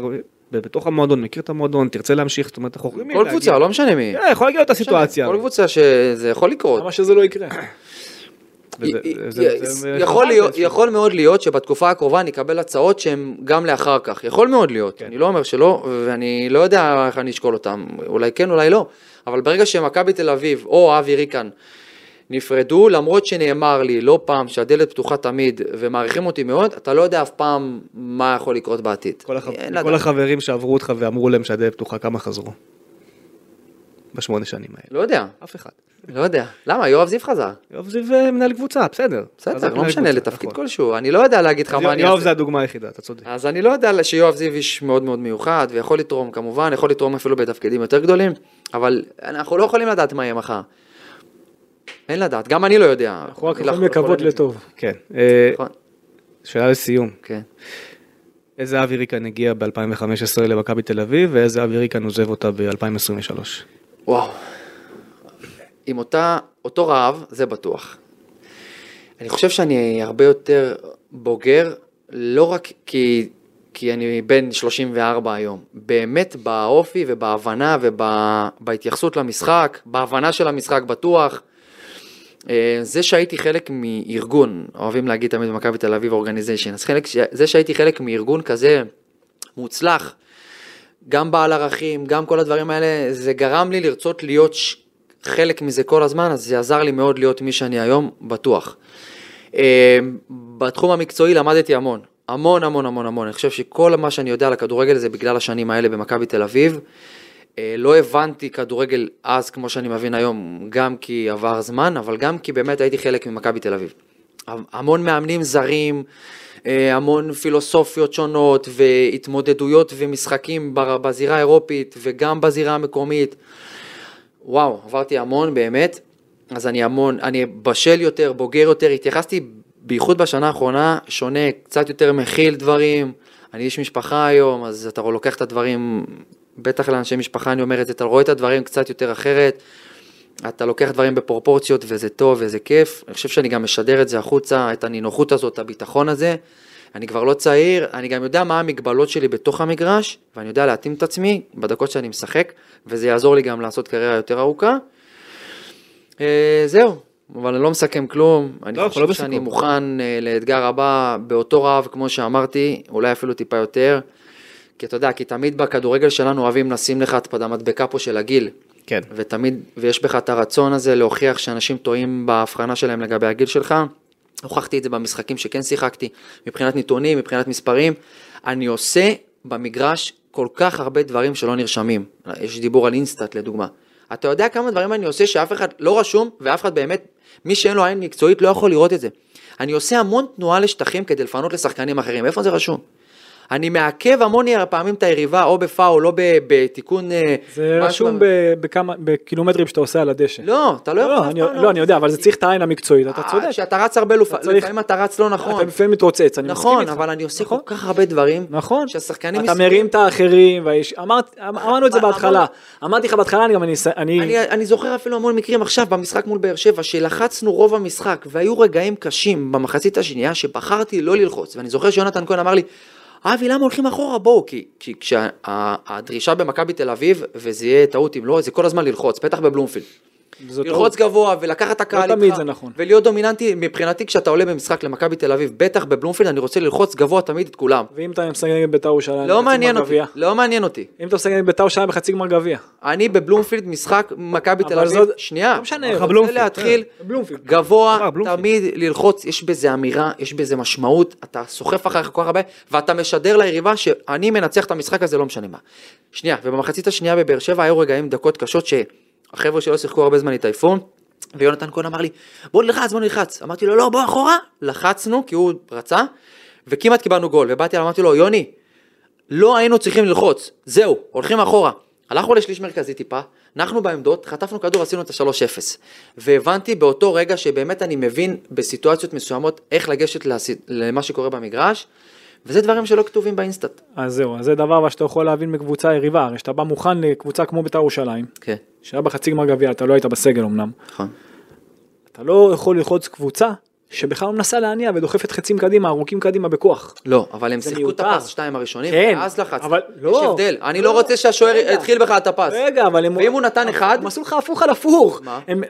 Speaker 2: ב- בתוך המועדון, מכיר את המועדון, תרצה להמשיך, זאת אומרת, אנחנו יכולים
Speaker 3: כל
Speaker 2: להגיע.
Speaker 3: קבוצה, לא משנה מי.
Speaker 2: כן, יכולה להגיע אותה סיטואציה.
Speaker 3: כל קבוצה שזה יכול לקרות.
Speaker 4: למה שזה לא יקרה?
Speaker 2: וזה-
Speaker 3: י-
Speaker 2: זה-
Speaker 3: י-
Speaker 2: זה-
Speaker 3: י-
Speaker 2: זה-
Speaker 3: אה, יכול
Speaker 2: זה-
Speaker 3: להיות-
Speaker 2: זה-
Speaker 3: יכול מאוד להיות שבתקופה הקרובה נקבל הצעות שהן גם לאחר כך, יכול מאוד
Speaker 2: כן.
Speaker 3: להיות, אני לא אומר שלא, ואני לא יודע איך אני אשקול אותן, אולי כן, אולי לא, אבל ברגע שמכבי תל אביב או אבי ריקן נפרדו, למרות שנאמר לי לא פעם שהדלת פתוחה תמיד ומעריכים אותי מאוד, אתה לא יודע אף פעם מה יכול לקרות בעתיד.
Speaker 2: כל, החב...
Speaker 3: אין לדעת.
Speaker 2: כל החברים שעברו אותך ואמרו להם שהדלת פתוחה, כמה חזרו? בשמונה שנים האלה.
Speaker 3: לא יודע,
Speaker 2: אף אחד.
Speaker 3: לא יודע, למה, יואב זיו חזר,
Speaker 2: יואב זיו אה, מנהל קבוצה, בסדר. חזק
Speaker 3: בסדר, לא
Speaker 2: מנהל
Speaker 3: משנה,
Speaker 2: קבוצה,
Speaker 3: לתפקיד
Speaker 2: נכון.
Speaker 3: כלשהו, אני לא יודע להגיד לך
Speaker 2: אז
Speaker 3: מה אני
Speaker 2: יואב
Speaker 3: אעשה.
Speaker 2: זה הדוגמה היחידה, אתה צודק.
Speaker 3: אז אני לא יודע שיואב זיו איש מאוד מאוד מיוחד, ויכול לתרום כמובן, יכול לתרום אפילו בתפקידים יותר גדולים, אבל אנחנו לא יכולים לדעת מה יהיה מחר. אין לדעת, גם אני לא יודע.
Speaker 4: אנחנו רק
Speaker 3: אני לא
Speaker 4: יכולים לקוות
Speaker 3: יכול להגיד.
Speaker 4: לטוב.
Speaker 2: כן. אה,
Speaker 3: נכון,
Speaker 2: שאלה לסיום,
Speaker 3: כן.
Speaker 2: איזה אבי ריקן הגיע ב-2015 למכבי תל אביב, ואיזה אבי ריקן עוזב אותה ב-2023?
Speaker 3: וואו. עם אותה, אותו רעב, זה בטוח. אני חושב שאני הרבה יותר בוגר, לא רק כי, כי אני בן 34 היום, באמת באופי ובהבנה ובהתייחסות למשחק, בהבנה של המשחק בטוח. אה, זה שהייתי חלק מארגון, אוהבים להגיד תמיד במכבי תל אביב אורגניזיישן, אז חלק, ש- זה שהייתי חלק מארגון כזה מוצלח, גם בעל ערכים, גם כל הדברים האלה, זה גרם לי לרצות להיות ש... חלק מזה כל הזמן, אז זה עזר לי מאוד להיות מי שאני היום, בטוח. אה, בתחום המקצועי למדתי המון, המון המון המון המון, אני חושב שכל מה שאני יודע על הכדורגל זה בגלל השנים האלה במכבי תל אביב. אה, לא הבנתי כדורגל אז כמו שאני מבין היום, גם כי עבר זמן, אבל גם כי באמת הייתי חלק ממכבי תל אביב. המון מאמנים זרים, אה, המון פילוסופיות שונות והתמודדויות ומשחקים בר- בזירה האירופית וגם בזירה המקומית. וואו, עברתי המון באמת, אז אני המון, אני בשל יותר, בוגר יותר, התייחסתי בייחוד בשנה האחרונה, שונה, קצת יותר מכיל דברים, אני איש משפחה היום, אז אתה לוקח את הדברים, בטח לאנשי משפחה אני אומר את זה, אתה רואה את הדברים קצת יותר אחרת, אתה לוקח דברים בפרופורציות וזה טוב וזה כיף, אני חושב שאני גם משדר את זה החוצה, את הנינוחות הזאת, את הביטחון הזה. אני כבר לא צעיר, אני גם יודע מה המגבלות שלי בתוך המגרש, ואני יודע להתאים את עצמי בדקות שאני משחק, וזה יעזור לי גם לעשות קריירה יותר ארוכה. אה, זהו, אבל אני לא מסכם כלום, אני
Speaker 2: לא, אנחנו
Speaker 3: חושב
Speaker 2: לא
Speaker 3: שאני
Speaker 2: בסיכום.
Speaker 3: מוכן אה, לאתגר הבא באותו רעב, כמו שאמרתי, אולי אפילו טיפה יותר, כי אתה יודע, כי תמיד בכדורגל שלנו אוהבים לשים לך את המדבקה פה של הגיל.
Speaker 2: כן.
Speaker 3: ותמיד, ויש בך את הרצון הזה להוכיח שאנשים טועים בהבחנה שלהם לגבי הגיל שלך. הוכחתי את זה במשחקים שכן שיחקתי, מבחינת נתונים, מבחינת מספרים. אני עושה במגרש כל כך הרבה דברים שלא נרשמים. יש דיבור על אינסטאט לדוגמה. אתה יודע כמה דברים אני עושה שאף אחד לא רשום, ואף אחד באמת, מי שאין לו עין מקצועית לא יכול לראות את זה. אני עושה המון תנועה לשטחים כדי לפנות לשחקנים אחרים, איפה זה רשום? אני מעכב המון פעמים את היריבה, או בפאול, או ב- בתיקון... אה,
Speaker 4: זה
Speaker 3: משהו-
Speaker 4: רשום ב- בכמה, בקילומטרים שאתה עושה על הדשא.
Speaker 3: לא, אתה לא יכול אף
Speaker 4: לא,
Speaker 3: פעם
Speaker 4: אני- לא, אני יודע, אבל זה צריך את העין המקצועית, אתה צודק.
Speaker 3: כשאתה אה, רץ הרבה לופ-
Speaker 4: אתה צריך-
Speaker 3: לפעמים אתה רץ לא נכון.
Speaker 4: אתה לפעמים מתרוצץ, אני מסכים
Speaker 3: נכון,
Speaker 4: איתך.
Speaker 3: אבל אני עושה כל
Speaker 4: נכון.
Speaker 3: כך הרבה דברים.
Speaker 4: נכון.
Speaker 3: שהשחקנים
Speaker 4: אתה
Speaker 3: מסתכלים.
Speaker 4: מרים את האחרים, והאיש- אמרת- אמ- אמרנו את זה
Speaker 3: אמר-
Speaker 4: בהתחלה. אמרתי לך בהתחלה, אני גם אני... אני-
Speaker 3: אני, אני זוכר אפילו המון מקרים עכשיו במשחק מול באר שבע, שלחצנו רוב המשחק, והיו רגעים קשים במחצית השנייה שבחרתי לא ללחוץ. ואני זוכר שיונתן כהן אמר לי, אבי, למה הולכים אחורה? בואו, כי, כי כשהדרישה במכבי תל אביב, וזה יהיה טעות אם לא, זה כל הזמן ללחוץ, בטח בבלומפילד.
Speaker 4: זאת
Speaker 3: ללחוץ גבוה ולקחת את הקהל
Speaker 4: תמיד זה נכון.
Speaker 3: ולהיות דומיננטי מבחינתי כשאתה עולה במשחק למכבי תל אביב, בטח בבלומפילד, אני רוצה ללחוץ גבוה תמיד את כולם.
Speaker 4: ואם אתה משחק נגד בית"ר ירושלים,
Speaker 3: לא
Speaker 4: בחצי
Speaker 3: מעניין
Speaker 4: גמר
Speaker 3: אותי,
Speaker 4: גביע?
Speaker 3: לא מעניין אותי.
Speaker 4: אם אתה משחק נגד בית"ר ירושלים בחצי גמר גביע.
Speaker 3: אני בבלומפילד משחק מכבי
Speaker 4: אבל
Speaker 3: תל אביב,
Speaker 4: זאת-
Speaker 3: שנייה,
Speaker 4: לא משנה,
Speaker 3: אני
Speaker 4: אבל כן.
Speaker 3: רוצה
Speaker 2: בלומפילד,
Speaker 3: להתחיל
Speaker 4: בלומפילד.
Speaker 3: גבוה,
Speaker 2: אמר, בלומפילד.
Speaker 3: תמיד ללחוץ, יש בזה אמירה, יש בזה משמעות, אתה סוחף אחריך כל כך הרבה, ואתה משדר ליריבה שאני מנצח את המשחק הזה, לא משנה מה. שנייה, ובמחצית השנייה בבאר שבע היו רגעים דקות קשות שהחבר'ה שלא שיחקו הרבה זמן התעייפו, ויונתן כהן אמר לי, בוא נלחץ, בוא נלחץ. אמרתי לו, לא, בוא אחורה. לחצנו, כי הוא רצה, וכמעט קיבלנו גול, ובאתי אליו, אמרתי לו, יוני, לא היינו צריכים ללחוץ, זהו, הולכים אחורה. הלכנו לשליש מרכזי טיפה, אנחנו בעמדות, חטפנו כדור, עשינו את ה-3-0. והבנתי באותו רגע שבאמת אני מבין בסיטואציות מסוימות איך לגשת לסי- למה שקורה במגרש, וזה דברים שלא כתובים באינסטאט.
Speaker 4: אז זהו, אז זה דבר אבל שאתה יכול להבין מקבוצה יריבה, הרי שאתה בא מוכן לקבוצה כמו בית"ר ירושלים,
Speaker 3: כן,
Speaker 4: שהיה בחצי גמר גביע, אתה לא היית בסגל אמנם,
Speaker 3: נכון.
Speaker 4: אתה לא יכול ללחוץ קבוצה שבכלל לא מנסה להניע ודוחפת חצים קדימה, ארוכים קדימה בכוח.
Speaker 3: לא, אבל הם
Speaker 4: זה
Speaker 3: שיחקו את
Speaker 4: מיותר.
Speaker 3: הפס שתיים הראשונים,
Speaker 4: כן,
Speaker 3: ואז לחץ.
Speaker 4: אבל לא.
Speaker 3: יש הבדל, אני לא
Speaker 4: לא.
Speaker 3: רוצה שהשוער
Speaker 4: רגע.
Speaker 3: יתחיל בכלל את הפס.
Speaker 4: רגע, אבל הם...
Speaker 3: ואם הוא נתן אחד?
Speaker 4: הם עשו לך הפוך על הפוך.
Speaker 3: מה?
Speaker 4: הם-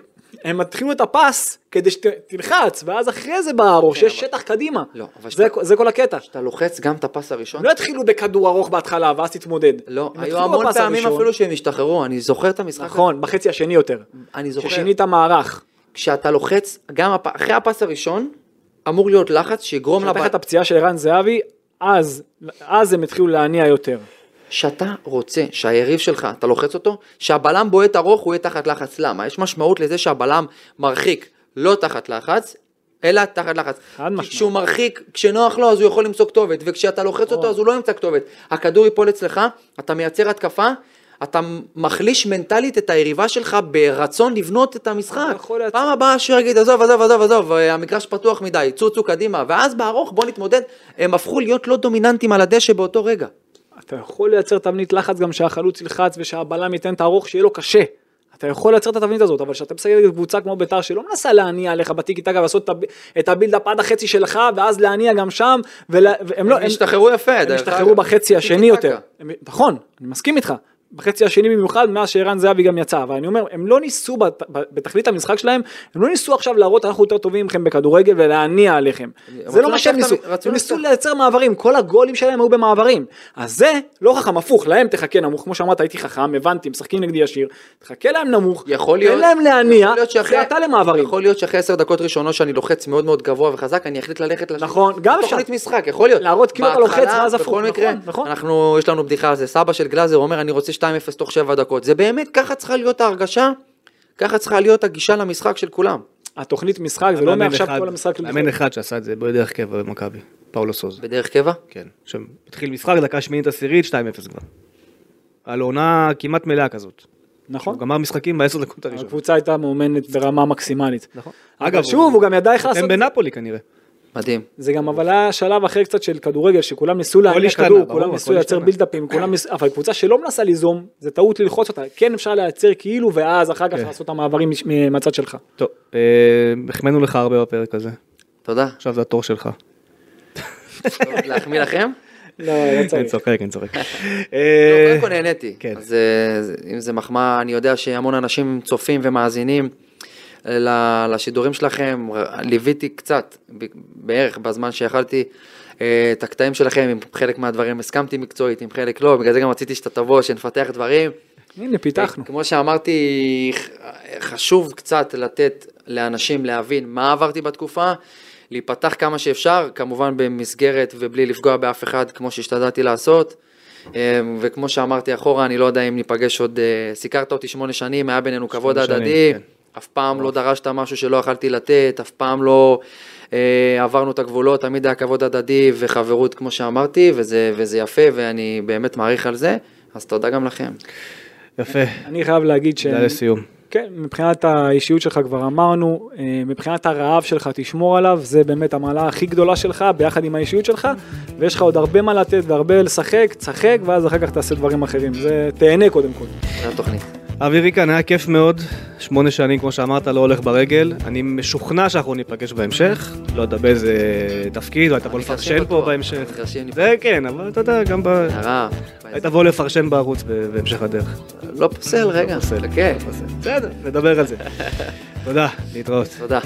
Speaker 4: הם התחילו את הפס כדי שתלחץ, ואז אחרי זה בא הראש,
Speaker 3: כן,
Speaker 4: יש
Speaker 3: אבל-
Speaker 4: שטח קדימה.
Speaker 3: לא, אבל
Speaker 4: זה
Speaker 3: שאתה-
Speaker 4: כל- זה כל הקטע.
Speaker 3: אתה לוחץ גם את הפס הראשון?
Speaker 4: הם לא התחילו בכדור ארוך בהתחלה ואז תתמודד.
Speaker 3: לא,
Speaker 4: הם
Speaker 3: היו
Speaker 4: התחילו
Speaker 3: המון
Speaker 4: בפס
Speaker 3: פעמים
Speaker 4: הראשון.
Speaker 3: אפילו שהם השתחררו, אני זוכר את המשחק.
Speaker 4: נכון, בחצי השני יותר.
Speaker 3: אני זוכר.
Speaker 4: ששינית מערך.
Speaker 3: כשאתה לוחץ, גם הפ... אחרי הפס הראשון, אמור להיות לחץ שיגרום
Speaker 4: לקח את
Speaker 3: לבעל,
Speaker 4: הפציעה של ערן זהבי, אז, אז הם התחילו להניע יותר.
Speaker 3: שאתה רוצה שהיריב שלך, אתה לוחץ אותו, שהבלם בועט ארוך, הוא יהיה תחת לחץ. למה? יש משמעות לזה שהבלם מרחיק לא תחת לחץ, אלא תחת לחץ. כי
Speaker 4: חד משמעית.
Speaker 3: כשהוא מרחיק, כשנוח לו אז הוא יכול למצוא כתובת, וכשאתה לוחץ אותו אז הוא לא ימצא כתובת. הכדור ייפול אצלך, אתה מייצר התקפה, אתה מחליש מנטלית את היריבה שלך ברצון לבנות את המשחק.
Speaker 4: יכול להצ-
Speaker 3: פעם הבאה שהוא יגיד, עזוב, עזוב, עזוב, עזוב, אה, המגרש פתוח מדי, צוצו קדימה, ואז בארוך בוא נתמודד. הם הפכו להיות לא דומיננטים על הדשא באותו רגע.
Speaker 4: אתה יכול לייצר תבנית לחץ גם שהחלוץ ילחץ ושהבלם ייתן את הארוך שיהיה לו קשה. אתה יכול לייצר את התבנית הזאת, אבל כשאתה משחק נגד קבוצה כמו ביתר שלא מנסה להניע עליך בטיקי טקה ולעשות את הב- את הבילדאפ עד החצי שלך ואז להניע גם שם, ולה- והם לא,
Speaker 3: הם השתחררו יפה,
Speaker 4: הם
Speaker 3: דרך
Speaker 4: השתחררו
Speaker 3: אגב.
Speaker 4: בחצי השני
Speaker 3: טיקי-טקה.
Speaker 4: יותר. הם- נכון, אני מסכים איתך. בחצי השני במיוחד, מאז שערן זהבי גם יצא, אבל אני אומר, הם לא ניסו בת, בת- בתכלית המשחק שלהם, הם לא ניסו עכשיו להראות אנחנו יותר טובים מכם בכדורגל ולהניע עליכם. זה
Speaker 3: רצו
Speaker 4: לא מה שהם
Speaker 3: לקחת-
Speaker 4: ניסו,
Speaker 3: רצו
Speaker 4: הם ניסו
Speaker 3: לקחת-
Speaker 4: לייצר מעברים, כל הגולים שלהם היו במעברים. אז זה לא חכם, הפוך, להם תחכה נמוך, כמו שאמרת, הייתי חכם, הבנתי, משחקים נגדי ישיר, תחכה להם נמוך,
Speaker 3: יכול
Speaker 4: תן
Speaker 3: להיות,
Speaker 4: להם להניע,
Speaker 3: יכול להיות שאחרי-
Speaker 4: זה אתה למעברים.
Speaker 3: יכול להיות שאחרי עשר דקות ראשונות שאני לוחץ מאוד מאוד גבוה וחזק, אני אחליט ללכת לש-
Speaker 4: נכון, גם אפשר.
Speaker 3: תוכנית משחק, יכול להיות.
Speaker 4: להראות כאילו אתה לוחץ
Speaker 3: בהתחלה,
Speaker 4: ואז הפוך,
Speaker 3: בכל
Speaker 4: נכון,
Speaker 3: מקרה,
Speaker 4: נכון.
Speaker 3: אנחנו, יש לנו בדיחה על זה, סבא של גלאזר אומר, אני רוצה 2-0 תוך 7 דקות. זה באמת, ככה צריכה להיות ההרגשה, ככה צריכה להיות הגישה למשחק של כולם.
Speaker 4: התוכנית משחק זה לא
Speaker 2: מאמן
Speaker 4: מעכשיו
Speaker 2: אחד-
Speaker 4: כל המשחק.
Speaker 2: מאמן אחד שעשה את זה בדרך קבע במכבי, פאולו סוזה.
Speaker 3: בדרך קבע?
Speaker 2: כן. שם התחיל משחק, דקה שמינית עשירית, 2-0 כבר. על עונה כמעט מלאה כזאת.
Speaker 4: נכון.
Speaker 2: הוא גמר משחקים בעשר דקות הראשונות.
Speaker 4: הקבוצה הייתה מאומנת ברמה מקסימלית.
Speaker 2: נכון.
Speaker 4: אגב, שוב, הוא גם ידע איך לעשות
Speaker 2: אתם
Speaker 4: את זה.
Speaker 2: בנפולי כנראה.
Speaker 3: מדהים.
Speaker 4: זה גם אבל היה שלב אחר קצת של כדורגל, שכולם ניסו להניע
Speaker 2: השתנה,
Speaker 4: כדור,
Speaker 2: ברור,
Speaker 4: כולם
Speaker 2: הכל
Speaker 4: ניסו לייצר
Speaker 2: השתנה.
Speaker 4: בילדאפים, כולם ניסו, אבל קבוצה שלא מנסה ליזום, זה טעות ללחוץ אותה, כן אפשר לייצר כאילו, ואז אחר כך
Speaker 2: כן.
Speaker 4: לעשות את המעברים מש- מ- מהצד שלך.
Speaker 2: טוב, אה, החמאנו לך הרבה בפרק הזה.
Speaker 3: תודה.
Speaker 2: עכשיו זה התור שלך.
Speaker 3: כן. טוב, להחמיא לכם?
Speaker 4: לא, לא
Speaker 2: אני
Speaker 4: צריך.
Speaker 2: צוחק, אני צוחק.
Speaker 3: לא,
Speaker 2: אה,
Speaker 3: קודם כל נהניתי.
Speaker 2: כן.
Speaker 3: אז אה, זה- אם זה מחמאה, אני יודע שהמון אנשים צופים ומאזינים אה, ל- לשידורים שלכם. ר- ליוויתי קצת, ב- בערך בזמן שיכלתי, אה, את הקטעים שלכם, עם חלק מהדברים הסכמתי מקצועית, עם חלק לא, בגלל זה גם רציתי שאתה תבוא, שנפתח דברים.
Speaker 4: הנה, פיתחנו.
Speaker 2: כן.
Speaker 3: כמו שאמרתי, ח- חשוב קצת לתת לאנשים להבין מה עברתי בתקופה, להיפתח כמה שאפשר, כמובן במסגרת ובלי לפגוע באף אחד, כמו שהשתדלתי לעשות. אמ, וכמו שאמרתי אחורה, אני לא יודע אם ניפגש עוד, אה, סיקרת אותי שמונה שנים, היה בינינו כבוד
Speaker 2: שנים,
Speaker 3: הדדי,
Speaker 2: כן.
Speaker 3: אף פעם לא דרשת משהו שלא יכלתי לתת, אף פעם לא אה, עברנו את הגבולות, תמיד היה כבוד הדדי וחברות, כמו שאמרתי, וזה, וזה יפה, ואני באמת מעריך על זה, אז תודה גם לכם.
Speaker 2: יפה,
Speaker 4: אני חייב להגיד ש...
Speaker 2: זה לסיום.
Speaker 4: כן, מבחינת האישיות שלך כבר אמרנו, אה, מבחינת הרעב שלך תשמור עליו, זה באמת המעלה הכי גדולה שלך ביחד עם האישיות שלך, ויש לך עוד הרבה מה לתת והרבה לשחק, תשחק, ואז אחר כך תעשה דברים אחרים. זה תהנה קודם כל.
Speaker 3: זה התוכנית.
Speaker 2: אבי ריקן, היה כיף מאוד. שמונה שנים, כמו שאמרת, לא הולך ברגל. אני משוכנע שאנחנו ניפגש בהמשך. לא יודע באיזה אה, תפקיד, אולי תבוא
Speaker 3: המגרשים
Speaker 2: לפרשן פה
Speaker 3: בטוח,
Speaker 2: בהמשך.
Speaker 3: המגרשים נפתחו.
Speaker 2: זה כן, אבל אתה יודע, גם ב...
Speaker 3: הרב,
Speaker 2: אולי תבוא לפרשן בערוץ ב- בהמשך הדרך.
Speaker 3: לא פוסל, רגע, כן.
Speaker 2: פוסל.
Speaker 3: חכה,
Speaker 2: בסדר, נדבר על זה. תודה, להתראות.
Speaker 3: תודה.